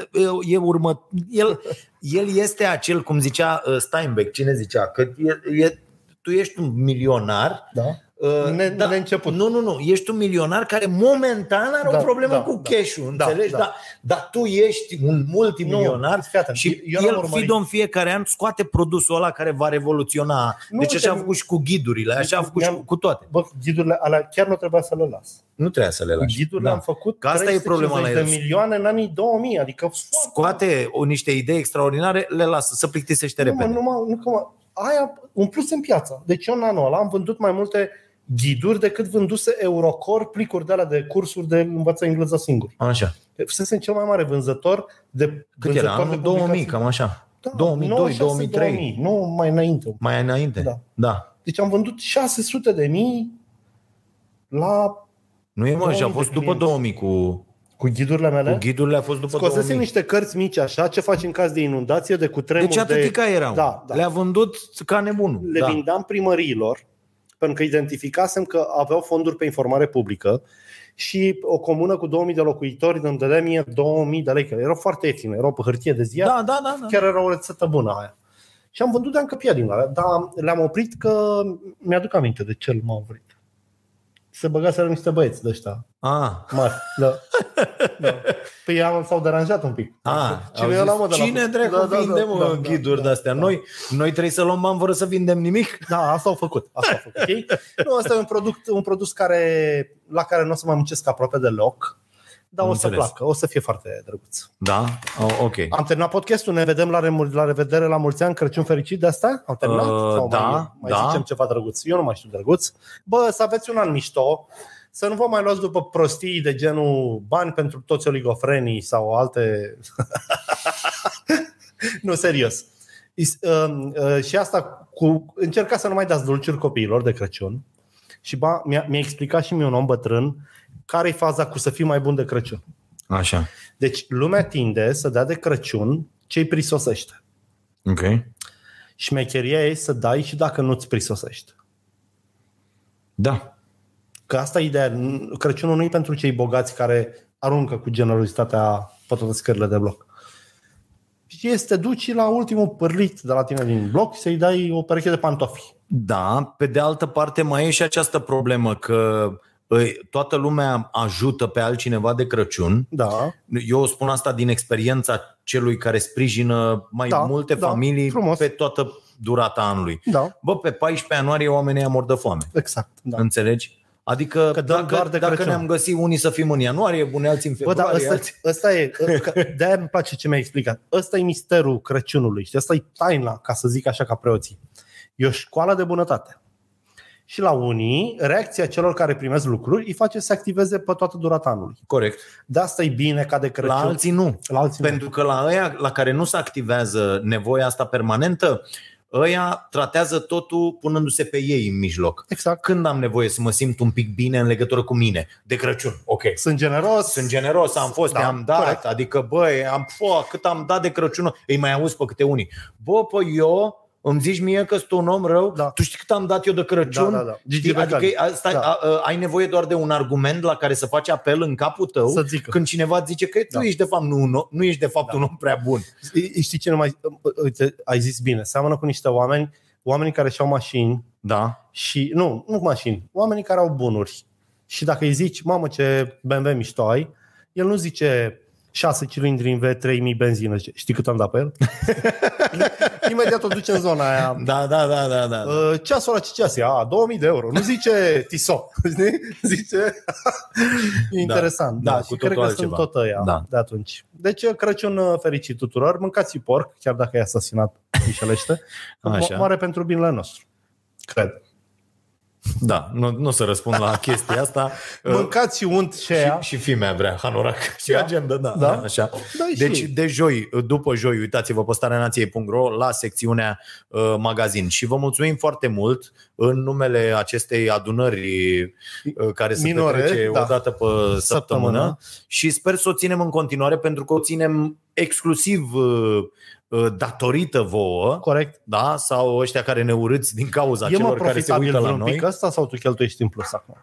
Speaker 4: e urmă, el, el este acel, cum zicea uh, Steinbeck, cine zicea, că e, e, tu ești un milionar,
Speaker 3: Da?
Speaker 4: uh,
Speaker 3: Ne- neînceput.
Speaker 4: Nu, nu, nu. Ești un milionar care momentan are da,
Speaker 3: Da,
Speaker 4: o problemă
Speaker 3: da,
Speaker 4: cu
Speaker 3: da.
Speaker 4: cash-ul,
Speaker 3: Da,
Speaker 4: înțelegi?
Speaker 3: da.
Speaker 4: Dar, dar tu ești un multimilionar
Speaker 3: Nu, fii atent,
Speaker 4: și
Speaker 3: eu n-am
Speaker 4: el,
Speaker 3: urmărit.
Speaker 4: Fido, în fiecare an scoate produsul ăla care va revoluționa.
Speaker 3: Nu,
Speaker 4: deci așa
Speaker 3: uite,
Speaker 4: a făcut și cu ghidurile, așa a făcut și
Speaker 3: ne-am-
Speaker 4: cu, cu toate.
Speaker 3: Bă, ghidurile alea chiar nu trebuia să le las.
Speaker 4: Nu trebuie să le lași.
Speaker 3: Ghidurile am făcut
Speaker 4: Da. Că asta e problema la
Speaker 3: 350
Speaker 4: el.
Speaker 3: de milioane în anii 2000, adică foarte-
Speaker 4: Scoate o, niște idei extraordinare, le lasă, să plictisește
Speaker 3: nu, mă,
Speaker 4: repede.
Speaker 3: nu, mă, nu, că mă, aia un plus în piață. Deci eu în anul ăla am vândut mai multe ghiduri decât vânduse Eurocore plicuri de alea de cursuri de învăță engleză singur.
Speaker 4: Așa.
Speaker 3: Fusesem cel mai mare vânzător de
Speaker 4: Cât
Speaker 3: vânzător
Speaker 4: era?
Speaker 3: de
Speaker 4: Anul 2000,
Speaker 3: publicații.
Speaker 4: cam așa.
Speaker 3: Da,
Speaker 4: 2002,
Speaker 3: 96,
Speaker 4: 2003.
Speaker 3: 2000, nu mai înainte.
Speaker 4: Mai înainte?
Speaker 3: Da.
Speaker 4: da.
Speaker 3: Deci am vândut 600 de mii la,
Speaker 4: Nu e mă, și a
Speaker 3: 2000
Speaker 4: fost
Speaker 3: de
Speaker 4: după
Speaker 3: clienți.
Speaker 4: 2000 cu,
Speaker 3: cu ghidurile
Speaker 4: cu
Speaker 3: mele.
Speaker 4: ghidurile, a fost după
Speaker 3: Scosesem
Speaker 4: 2000.
Speaker 3: niște cărți mici așa, ce faci în caz de inundație, de cutremur,
Speaker 4: Deci atâtica
Speaker 3: de...
Speaker 4: erau.
Speaker 3: Da, da.
Speaker 4: Le-a vândut ca nebunul.
Speaker 3: Le
Speaker 4: da.
Speaker 3: vindeam primăriilor, pentru că identificasem că aveau fonduri pe informare publică și o comună cu 2000 de locuitori îmi dădea mie 2000 de lei, că erau foarte ieftine, erau pe hârtie de ziar.
Speaker 4: da, da, da, da.
Speaker 3: chiar era o rețetă bună aia. Și am vândut de încăpia din alea, dar le-am oprit că mi-aduc aminte de ce l-am oprit. se băgaseră niște băieți de ăștia
Speaker 4: Ah,
Speaker 3: mari.
Speaker 4: *laughs*
Speaker 3: Da. da. Păi am, s-au deranjat un pic.
Speaker 4: ah,
Speaker 3: Cine
Speaker 4: au
Speaker 3: e
Speaker 4: zis,
Speaker 3: ăla, mă, de la-
Speaker 4: Cine dracu
Speaker 3: Da, da, da,
Speaker 4: vinde, mă,
Speaker 3: da, da,
Speaker 4: ghiduri
Speaker 3: da,
Speaker 4: de-astea?
Speaker 3: da.
Speaker 4: Noi, noi trebuie să luăm bani fără să vindem nimic?
Speaker 3: Da, asta au făcut. Asta au făcut. Okay? Nu, asta e un produs, un produs care, la care nu o să mai muncesc aproape deloc, dar
Speaker 4: Am
Speaker 3: o să
Speaker 4: înțeles.
Speaker 3: placă, o să fie foarte drăguț.
Speaker 4: Da? Oh, ok.
Speaker 3: Am terminat podcastul, ne vedem la, remul- la revedere la mulți ani, Crăciun fericit de asta? Am terminat?
Speaker 4: Uh,
Speaker 3: Sau mai,
Speaker 4: da,
Speaker 3: mai
Speaker 4: da.
Speaker 3: zicem ceva drăguț? Eu nu mai știu drăguț. Bă, să aveți un an mișto, să nu vă mai luați după prostii de genul bani pentru toți oligofrenii sau alte... *laughs* nu, serios. Is, um, uh, și asta cu... Încercați să nu mai dați dulciuri copiilor de Crăciun. Și ba, mi-a, mi-a explicat și mie un om bătrân care e faza cu să fii mai bun de Crăciun.
Speaker 4: Așa.
Speaker 3: Deci lumea tinde să dea de Crăciun ce-i prisosește.
Speaker 4: Ok.
Speaker 3: Șmecheria e să dai și dacă nu-ți prisosește.
Speaker 4: Da.
Speaker 3: Că asta e ideea. N- Crăciunul nu e pentru cei bogați care aruncă cu generozitatea pe toate scările de bloc. Și este duci la ultimul pârlit de la tine din bloc să-i dai o pereche de pantofi.
Speaker 4: Da, pe de altă parte mai e și această problemă că îi, toată lumea ajută pe altcineva de Crăciun.
Speaker 3: Da.
Speaker 4: Eu spun asta din experiența celui care sprijină mai
Speaker 3: Da,
Speaker 4: da, multe
Speaker 3: da,
Speaker 4: da, familii
Speaker 3: frumos.
Speaker 4: frumos. pe toată durata anului.
Speaker 3: Da.
Speaker 4: Bă, pe 14 ianuarie oamenii ea mor de foame.
Speaker 3: Exact. Da.
Speaker 4: Da. Înțelegi? Adică
Speaker 3: Că
Speaker 4: că
Speaker 3: dăm doar
Speaker 4: dacă,
Speaker 3: de
Speaker 4: de dacă
Speaker 3: Crăciun.
Speaker 4: ne-am găsit unii să fim în ianuarie, bune alții în
Speaker 3: Bă, da,
Speaker 4: februarie,
Speaker 3: ăsta,
Speaker 4: alții...
Speaker 3: ăsta e, că de-aia îmi place ce mi-ai explicat. Ăsta e misterul Crăciunului și ăsta e taina, ca să zic așa ca preoții. E o școală de bunătate. Și la unii, reacția celor care primesc lucruri îi face să se activeze pe toată durata anului.
Speaker 4: Corect.
Speaker 3: De asta e bine ca de Crăciun. Da.
Speaker 4: La alții nu.
Speaker 3: la alții
Speaker 4: Pentru că la ăia la care nu se activează nevoia asta permanentă, ăia tratează totul punându-se pe ei în mijloc.
Speaker 3: Exact.
Speaker 4: Când am nevoie să mă simt un pic bine în legătură cu mine? De Crăciun, ok.
Speaker 3: Sunt generos.
Speaker 4: Sunt generos, am fost,
Speaker 3: Da,
Speaker 4: da, am dat,
Speaker 3: corect.
Speaker 4: corect. adică băi, am, pă, cât am dat de Crăciun, îi mai auzi pe câte unii. Bă, pă, eu îmi zici mie că sunt un om rău,
Speaker 3: Da.
Speaker 4: da. tu știi cât am dat eu de Crăciun?
Speaker 3: Da, da, da. Gigi
Speaker 4: Știi? Adică
Speaker 3: Becali.
Speaker 4: a, stai,
Speaker 3: Da.
Speaker 4: da. a, a, ai nevoie doar de un argument la care să faci apel în capul tău
Speaker 3: Să zică.
Speaker 4: când cineva îți zice că tu
Speaker 3: Da.
Speaker 4: da. ești de fapt, nu, un om- nu ești de fapt da. un om prea bun.
Speaker 3: E- Știi ce nu mai... ă, Uite, ai zis bine. Seamănă cu niște oameni, oamenii care și-au mașini,
Speaker 4: Da.
Speaker 3: și nu, nu mașini, oamenii care au bunuri. Și dacă îi zici, mamă ce BMW mișto ai, el nu zice 6 cilindri în V, 3000 benzină. Zice, Știi cât am dat pe el? *laughs* Imediat o duce în zona aia.
Speaker 4: Da, da, da, da, da.
Speaker 3: "Uh, Ceasul ăla ce ceas e? A, 2000 de euro. Nu zice Tissot. *laughs* știi? zice... *laughs* E Interesant.
Speaker 4: Da,
Speaker 3: Da,
Speaker 4: cu
Speaker 3: și
Speaker 4: totul
Speaker 3: cred că sunt
Speaker 4: altceva.
Speaker 3: tot ăia
Speaker 4: Da.
Speaker 3: de atunci. Deci Crăciun uh, fericit tuturor. Mâncați porc, chiar dacă e asasinat, *laughs* mișelește.
Speaker 4: Așa.
Speaker 3: Moare pentru binele nostru. Cred.
Speaker 4: Da, nu, nu o să răspund la chestia asta.
Speaker 3: Mâncați unt și aia.
Speaker 4: și, și fimea vrea hanorac și da? agenda, da,
Speaker 3: Da?
Speaker 4: da? așa.
Speaker 3: Da, și-
Speaker 4: deci de joi, după joi, uitați-vă pe starenației.ro la secțiunea uh, magazin și vă mulțumim foarte mult în numele acestei adunări uh, care se
Speaker 3: Minore,
Speaker 4: petrece
Speaker 3: da.
Speaker 4: o dată pe săptămână,
Speaker 3: Săptămână.
Speaker 4: săptămână și sper să o ținem în continuare pentru că o ținem exclusiv uh, uh, datorită vouă.
Speaker 3: Corect.
Speaker 4: Da? Sau ăștia care ne urâți din cauza
Speaker 3: E mă
Speaker 4: celor care se
Speaker 3: profitabil
Speaker 4: uită la
Speaker 3: vreun
Speaker 4: noi.
Speaker 3: pic ăsta sau tu cheltuiești în plus acum?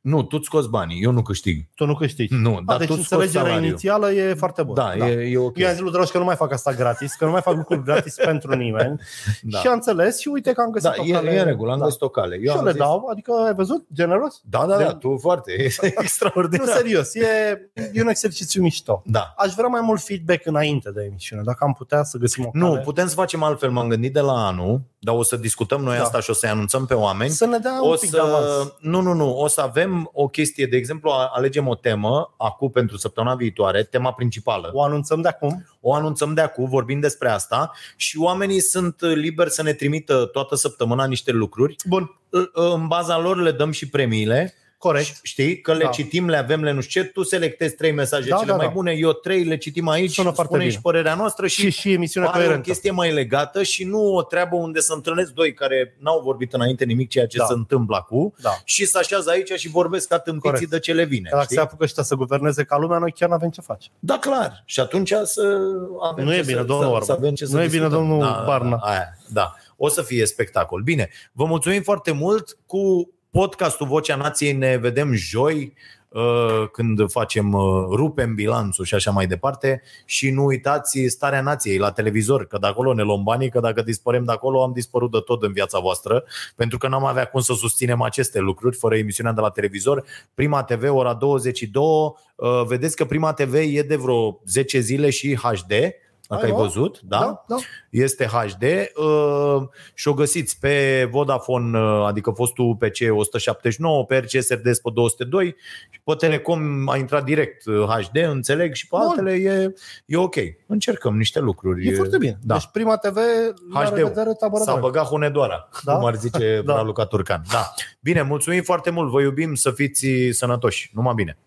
Speaker 4: Nu, tu scoți banii, eu nu câștig.
Speaker 3: Tu nu câștigi.
Speaker 4: Nu,
Speaker 3: Da,
Speaker 4: Hmm, dar
Speaker 3: deci
Speaker 4: tu scoți
Speaker 3: înțelegerea
Speaker 4: salariul.
Speaker 3: inițială e foarte bună.
Speaker 4: Da, E, e ok.
Speaker 3: Eu am zis lui Dragoș că nu mai fac asta gratis, că nu mai fac lucruri
Speaker 4: *laughs*
Speaker 3: gratis pentru nimeni. Da.
Speaker 4: Da.
Speaker 3: Și a înțeles și uite că am găsit
Speaker 4: Da,
Speaker 3: o
Speaker 4: e,
Speaker 3: cale.
Speaker 4: e în regulă, am
Speaker 3: da.
Speaker 4: găsit o cale.
Speaker 3: Eu
Speaker 4: Eu
Speaker 3: și
Speaker 4: am
Speaker 3: eu le
Speaker 4: zis,
Speaker 3: dau, adică ai văzut? Generos?
Speaker 4: Da, da, da,
Speaker 3: De-
Speaker 4: tu foarte, e
Speaker 3: *laughs* Nu,
Speaker 4: extraordinar.
Speaker 3: serios, e, e un exercițiu mișto.
Speaker 4: Da.
Speaker 3: Aș vrea mai mult feedback înainte de emisiune, dacă am putea să găsim o
Speaker 4: Nu,
Speaker 3: cale.
Speaker 4: putem să facem altfel, m-am gândit de la anul, dar o să discutăm noi
Speaker 3: Da.
Speaker 4: asta și o să-i anunțăm pe oameni.
Speaker 3: Să ne dea
Speaker 4: o
Speaker 3: un pic de avans.
Speaker 4: să, nu, nu, nu, o să avem o chestie, de exemplu, a- alegem o temă acum pentru săptămâna viitoare, tema principală.
Speaker 3: O anunțăm de acum.
Speaker 4: O anunțăm de acum, vorbim despre asta și oamenii sunt uh, liberi să ne trimită toată săptămâna niște lucruri.
Speaker 3: Bun,
Speaker 4: În- În baza lor le dăm și premiile.
Speaker 3: corect.
Speaker 4: Știi? Că le
Speaker 3: Da.
Speaker 4: citim, le avem, le nu știu ce, tu selectezi trei mesaje
Speaker 3: Da,
Speaker 4: da, cele
Speaker 3: da,
Speaker 4: da, mai
Speaker 3: da.
Speaker 4: bune, eu trei, le citim aici,
Speaker 3: Sună
Speaker 4: Sună
Speaker 3: foarte
Speaker 4: spune și
Speaker 3: bine.
Speaker 4: părerea noastră
Speaker 3: Și,
Speaker 4: și,
Speaker 3: și emisiunea
Speaker 4: pare o
Speaker 3: coerentă.
Speaker 4: chestie mai legată și nu o treabă unde să întâlnesc doi care n-au vorbit înainte nimic ceea ce
Speaker 3: Da.
Speaker 4: da. se întâmplă acum
Speaker 3: Da.
Speaker 4: și să așează aici și vorbesc ca tâmpiții
Speaker 3: Corect.
Speaker 4: de ce le vine.
Speaker 3: Că dacă se
Speaker 4: Știi?
Speaker 3: apucă ăștia să guverneze ca lumea, noi chiar nu avem ce face.
Speaker 4: Da, clar. Și atunci să avem
Speaker 3: Nu
Speaker 4: ce
Speaker 3: e bine,
Speaker 4: să,
Speaker 3: domnul
Speaker 4: să,
Speaker 3: Orban.
Speaker 4: să avem ce să
Speaker 3: Nu e bine,
Speaker 4: discutăm.
Speaker 3: domnul
Speaker 4: da, da,
Speaker 3: Barna.
Speaker 4: Da, aia, da. O să fie spectacol. Bine, vă mulțumim foarte mult cu podcastul Vocea Nației. Ne vedem joi uh, când facem, uh, rupem bilanțul și așa mai departe și nu uitați starea nației la televizor, că de acolo ne luăm banii, că dacă dispărem de acolo am dispărut de tot în viața voastră, pentru că n-am avea cum să susținem aceste lucruri fără emisiunea de la televizor. Prima TV, ora 22, uh, vedeți că Prima TV e de vreo 10 zile și HD, dacă ai
Speaker 3: Ai, o?
Speaker 4: văzut, da?
Speaker 3: da, da.
Speaker 4: este HD uh, și o găsiți pe Vodafone, uh, adică fostul UPC 179, pe RCSRD pe 202 și pe Telecom a intrat direct uh, HD, înțeleg, și pe
Speaker 3: Bun.
Speaker 4: altele e, e ok. Încercăm niște lucruri.
Speaker 3: E foarte bine.
Speaker 4: Da.
Speaker 3: Deci prima TV, la
Speaker 4: HD-ul.
Speaker 3: revedere,
Speaker 4: S-a
Speaker 3: tabără
Speaker 4: băgat hunedoara, da?
Speaker 3: Da?
Speaker 4: cum ar
Speaker 3: *laughs*
Speaker 4: zice
Speaker 3: Da.
Speaker 4: da. Luca Turcan. Da. Bine, mulțumim foarte mult, vă iubim, să fiți sănătoși. Numai bine.